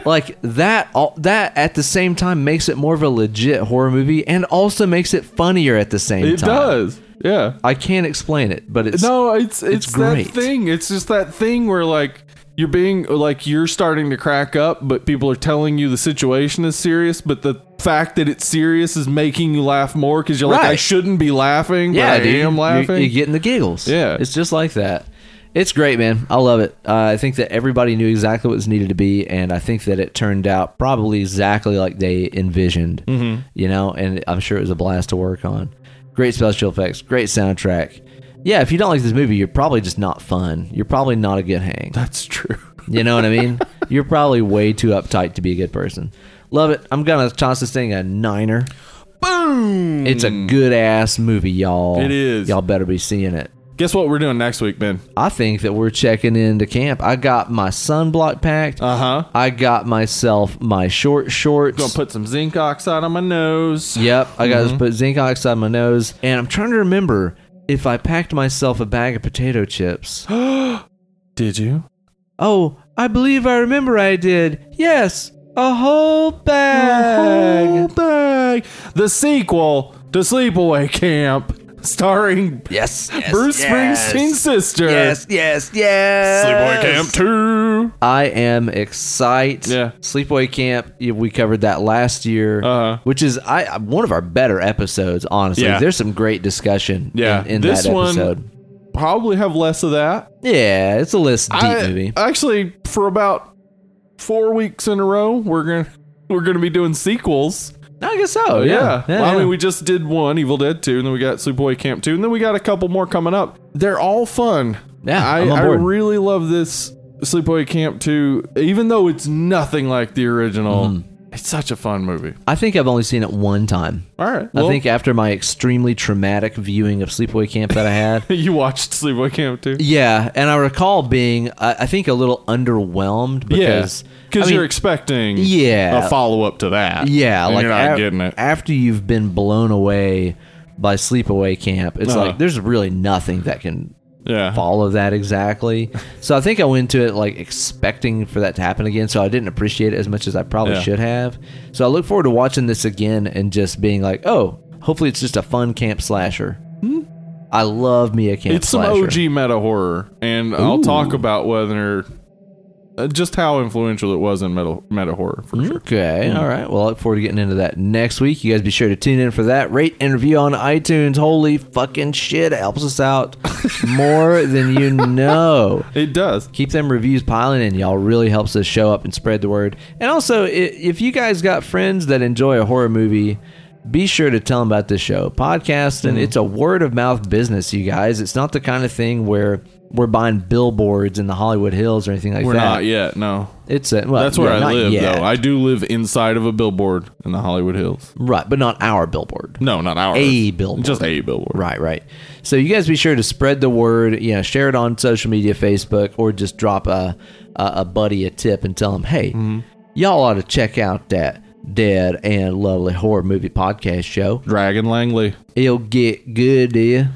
Speaker 1: like that, all, that at the same time makes it more of a legit horror movie, and also makes it funnier at the same
Speaker 2: It
Speaker 1: time.
Speaker 2: does. Yeah.
Speaker 1: I can't explain it, but it's
Speaker 2: No, it's it's,
Speaker 1: great.
Speaker 2: that thing. It's just that thing where like you're being like you're starting to crack up, but people are telling you the situation is serious, but the fact that it's serious is making you laugh more because you're like, I
Speaker 1: Right.
Speaker 2: shouldn't be laughing,
Speaker 1: yeah,
Speaker 2: but I
Speaker 1: dude,
Speaker 2: am
Speaker 1: you-
Speaker 2: laughing.
Speaker 1: You're, getting the giggles.
Speaker 2: Yeah.
Speaker 1: it's just like that. It's great, man. I love it. Uh, I think that everybody knew exactly what was needed to be, and I think that it turned out probably exactly like they envisioned. Mm-hmm. You know, and I'm sure it was a blast to work on. Great special effects, great soundtrack. Yeah, if you don't like this movie, you're probably just not fun. You're probably not a good hang.
Speaker 2: That's true.
Speaker 1: You know what I mean? You're probably way too uptight to be a good person. Love it. I'm gonna toss this thing a niner.
Speaker 2: Boom.
Speaker 1: It's a good ass movie, y'all.
Speaker 2: Hmm. It is.
Speaker 1: Y'all better be seeing it.
Speaker 2: Guess what we're doing next week, Ben?
Speaker 1: I think that we're checking into camp. I got my sunblock packed.
Speaker 2: Uh huh.
Speaker 1: I got myself my short shorts.
Speaker 2: Gonna put Mm-hmm. some zinc oxide on my nose.
Speaker 1: yep, I got to put zinc oxide on my nose, and I'm trying to remember if I packed myself a bag of potato chips.
Speaker 2: Did you?
Speaker 1: oh, I believe I remember I did. Yes, a whole bag.
Speaker 2: Whole bag. The sequel to Sleepaway Camp, starring
Speaker 1: Yes, yes,
Speaker 2: Bruce
Speaker 1: yes.
Speaker 2: Springsteen's sister.
Speaker 1: Yes, yes, yes.
Speaker 2: Sleepaway Camp 2.
Speaker 1: I am excited.
Speaker 2: Yeah.
Speaker 1: Sleepaway Camp. yeah, We covered that last year,
Speaker 2: Uh-huh.
Speaker 1: which is I one of our better episodes. Honestly,
Speaker 2: Yeah.
Speaker 1: there's some great discussion.
Speaker 2: Yeah.
Speaker 1: in, in
Speaker 2: This
Speaker 1: that
Speaker 2: one-
Speaker 1: episode.
Speaker 2: Probably have less of that.
Speaker 1: yeah, it's a list deep
Speaker 2: I-
Speaker 1: movie.
Speaker 2: Actually, for about four weeks in a row, we're gonna we're gonna be doing sequels.
Speaker 1: I guess so.
Speaker 2: Oh, yeah.
Speaker 1: Oh, Yeah,
Speaker 2: well, I
Speaker 1: yeah.
Speaker 2: mean, we just did one, Evil Dead 2, and then we got Sleepaway Camp 2, and then we got a couple more coming up. They're all fun.
Speaker 1: Yeah,
Speaker 2: I,
Speaker 1: I'm on
Speaker 2: I
Speaker 1: board.
Speaker 2: really love this Sleepaway Camp 2, even though it's nothing like the original.
Speaker 1: Mm-hmm.
Speaker 2: It's such a fun movie.
Speaker 1: I think I've only seen it one time.
Speaker 2: All right.
Speaker 1: I
Speaker 2: well,
Speaker 1: think after my extremely traumatic viewing of Sleepaway Camp that I had.
Speaker 2: you watched Sleepaway Camp 2.
Speaker 1: yeah, and I recall being I, I think a little underwhelmed because
Speaker 2: yeah,
Speaker 1: I
Speaker 2: because
Speaker 1: mean,
Speaker 2: you're expecting
Speaker 1: Yeah.
Speaker 2: a follow up to that.
Speaker 1: Yeah,
Speaker 2: and
Speaker 1: like
Speaker 2: you're not
Speaker 1: af-
Speaker 2: getting it.
Speaker 1: after you've been blown away by sleepaway camp. It's
Speaker 2: Uh-huh.
Speaker 1: like there's really nothing that can
Speaker 2: yeah,
Speaker 1: follow that exactly. So I think I went to it like expecting for that to happen again. So I didn't appreciate it as much as I probably
Speaker 2: Yeah.
Speaker 1: should have. So I look forward to watching this again and just being like, oh, hopefully it's just a fun camp slasher. I love Mia Camp.
Speaker 2: Hmm? it's some
Speaker 1: Slasher.
Speaker 2: OG meta horror, and I'll talk about whether uh, just how influential it was in meta meta horror for sure. Hmm.
Speaker 1: Okay, all right. Well, I look forward to getting into that next week. You guys be sure to tune in for that. Rate and review on iTunes. Holy fucking shit, it helps us out more than you know.
Speaker 2: It does.
Speaker 1: Keep them reviews piling in, y'all. Really helps us show up and spread the word. And also, i- if you guys got friends that enjoy a horror movie, be sure to tell them about this show, podcast,
Speaker 2: Hmm.
Speaker 1: and it's a word of mouth business, you guys. It's not the kind of thing where we're buying billboards in the Hollywood Hills or anything like
Speaker 2: We're
Speaker 1: that.
Speaker 2: not yet. No,
Speaker 1: It's a, well,
Speaker 2: that's where
Speaker 1: yeah,
Speaker 2: I
Speaker 1: not
Speaker 2: live
Speaker 1: yet.
Speaker 2: though. I do live inside of a billboard in the Hollywood Hills.
Speaker 1: Right, but not our billboard.
Speaker 2: No, not ours.
Speaker 1: A billboard.
Speaker 2: Just a billboard.
Speaker 1: Right, right. So you guys be sure to spread the word. You know, share it on social media, Facebook, or just drop a a, a buddy a tip and tell them, hey, y'all ought to check out that Dead and Lovely Horror Movie Podcast show.
Speaker 2: Dragon Langley.
Speaker 1: It'll get good to you.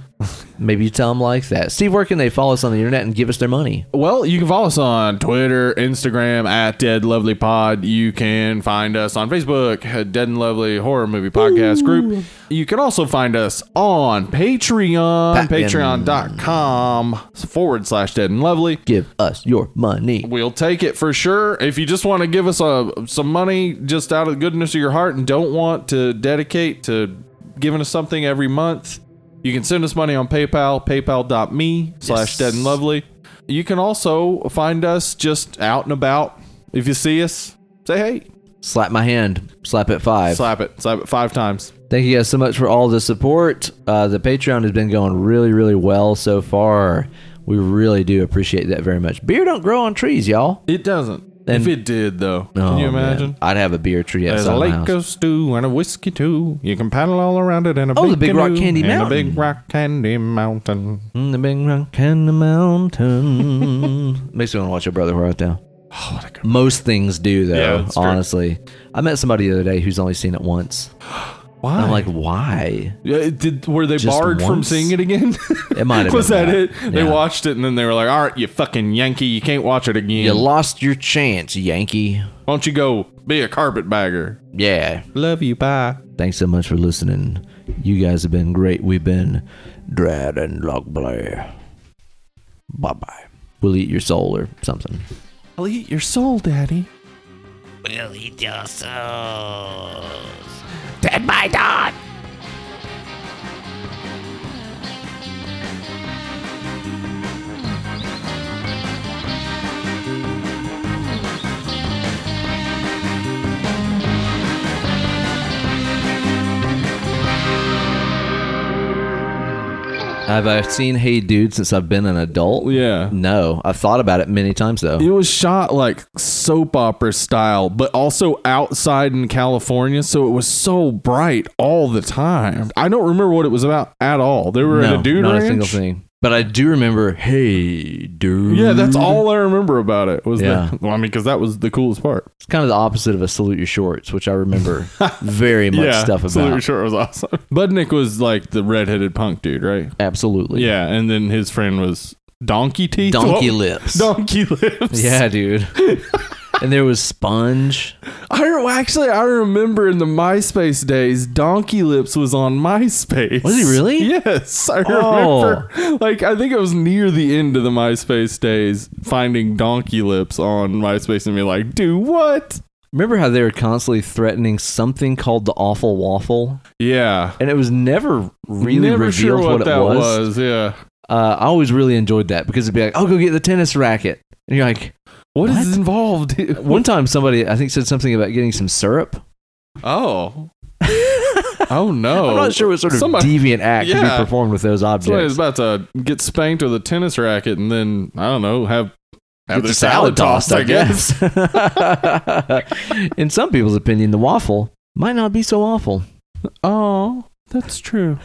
Speaker 1: Maybe you tell them like that. Steve, where can they follow us on the internet and give us their money?
Speaker 2: Well, you can follow us on Twitter, Instagram at Dead Lovely Pod. You can find us on Facebook, uh, Dead and Lovely Horror Movie Podcast Group. You can also find us on Patreon,
Speaker 1: Patreon.
Speaker 2: patreon.com forward slash Dead and Lovely.
Speaker 1: Give us your money.
Speaker 2: We'll take it for sure. If you just want to give us a, some money just out of the goodness of your heart and don't want to dedicate to giving us something every month, you can send us money on PayPal, paypal.me slash dead and lovely. You can also find us just out and about. If you see us, say hey.
Speaker 1: Slap my hand. Slap it five.
Speaker 2: Slap it. Slap it five times.
Speaker 1: Thank you guys so much for all the support. Uh, the Patreon has been going really, really well so far. We really do appreciate that very much. Beer don't grow on trees, y'all.
Speaker 2: It doesn't.
Speaker 1: And-
Speaker 2: if it did, though, can
Speaker 1: Oh,
Speaker 2: you
Speaker 1: man.
Speaker 2: imagine?
Speaker 1: I'd have a beer tree
Speaker 2: There's a
Speaker 1: outside my house.
Speaker 2: lake of stew and a whiskey too. You can paddle all around it in a
Speaker 1: Oh,
Speaker 2: big
Speaker 1: the Big Rock
Speaker 2: canoe
Speaker 1: Candy
Speaker 2: and a
Speaker 1: Mountain.
Speaker 2: big rock candy mountain.
Speaker 1: Mm, the big rock and the mountain. Makes me want to watch a brother horror down.
Speaker 2: Oh,
Speaker 1: Most things do,
Speaker 2: Yeah,
Speaker 1: though.
Speaker 2: that's true.
Speaker 1: honestly, I met somebody the other day who's only seen it once.
Speaker 2: Why?
Speaker 1: I'm like, why?
Speaker 2: Yeah, did were they
Speaker 1: Just
Speaker 2: barred from
Speaker 1: once?
Speaker 2: seeing it again?
Speaker 1: It might have
Speaker 2: was
Speaker 1: been
Speaker 2: that,
Speaker 1: that.
Speaker 2: it? They
Speaker 1: Yeah.
Speaker 2: watched it and then they were like, "All right, you fucking Yankee, you can't watch it again.
Speaker 1: You lost your chance, Yankee.
Speaker 2: Why don't you go be a carpetbagger?"
Speaker 1: Yeah.
Speaker 2: Love you, bye.
Speaker 1: Thanks so much for listening. You guys have been great. We've been Dread and Log Blair. Bye bye. We'll eat your soul or something.
Speaker 2: I'll eat your soul, Daddy.
Speaker 4: We'll eat your souls. Dead by dawn.
Speaker 1: Have I seen Hey Dude since I've been an adult?
Speaker 2: Yeah.
Speaker 1: No. I've thought about it many times though.
Speaker 2: It was shot like soap opera style, but also outside in California, so it was so bright all the time. I don't remember what it was about at all. They were at
Speaker 1: no,
Speaker 2: a dude
Speaker 1: not
Speaker 2: ranch.
Speaker 1: a single thing. But I do remember Hey Dude.
Speaker 2: Yeah, that's all I remember about it. Was
Speaker 1: Mm-hmm. Yeah.
Speaker 2: the, well, I mean, because that was the coolest part.
Speaker 1: It's kind of the opposite of a salute your shorts, which I remember very much stuff about.
Speaker 2: Salute Your Short was awesome. Budnick was like the redheaded punk dude, right?
Speaker 1: Absolutely.
Speaker 2: Yeah, and then his friend was Donkey Teeth.
Speaker 1: Donkey
Speaker 2: What-
Speaker 1: lips.
Speaker 2: Donkey Lips.
Speaker 1: Yeah, dude. and there was Sponge.
Speaker 2: I re- actually I remember in the MySpace days, Donkey Lips was on MySpace.
Speaker 1: Was he really?
Speaker 2: Yes, I
Speaker 1: Oh.
Speaker 2: remember. Like I think it was near the end of the MySpace days, finding Donkey Lips on MySpace and be like, "Do what?"
Speaker 1: Remember how they were constantly threatening something called the awful waffle,
Speaker 2: Yeah.
Speaker 1: and it was never really
Speaker 2: Never
Speaker 1: revealed
Speaker 2: sure
Speaker 1: what, it
Speaker 2: that
Speaker 1: was.
Speaker 2: Yeah.
Speaker 1: Uh, I always really enjoyed that because it'd be like, "Oh, go get the tennis racket," and you're like,
Speaker 2: what is
Speaker 1: What?
Speaker 2: involved?
Speaker 1: "One time somebody I think said something about getting some syrup."
Speaker 2: Oh. oh no.
Speaker 1: I'm not sure what sort of
Speaker 2: Somebody-
Speaker 1: deviant act could
Speaker 2: Yeah.
Speaker 1: be performed with those
Speaker 2: Somebody was
Speaker 1: objects.
Speaker 2: about to get spanked with a tennis racket and then I don't know have have
Speaker 1: Get
Speaker 2: their salad, tossed. I guess.
Speaker 1: guess. In some people's opinion, the waffle might not be so awful.
Speaker 2: Oh, that's true.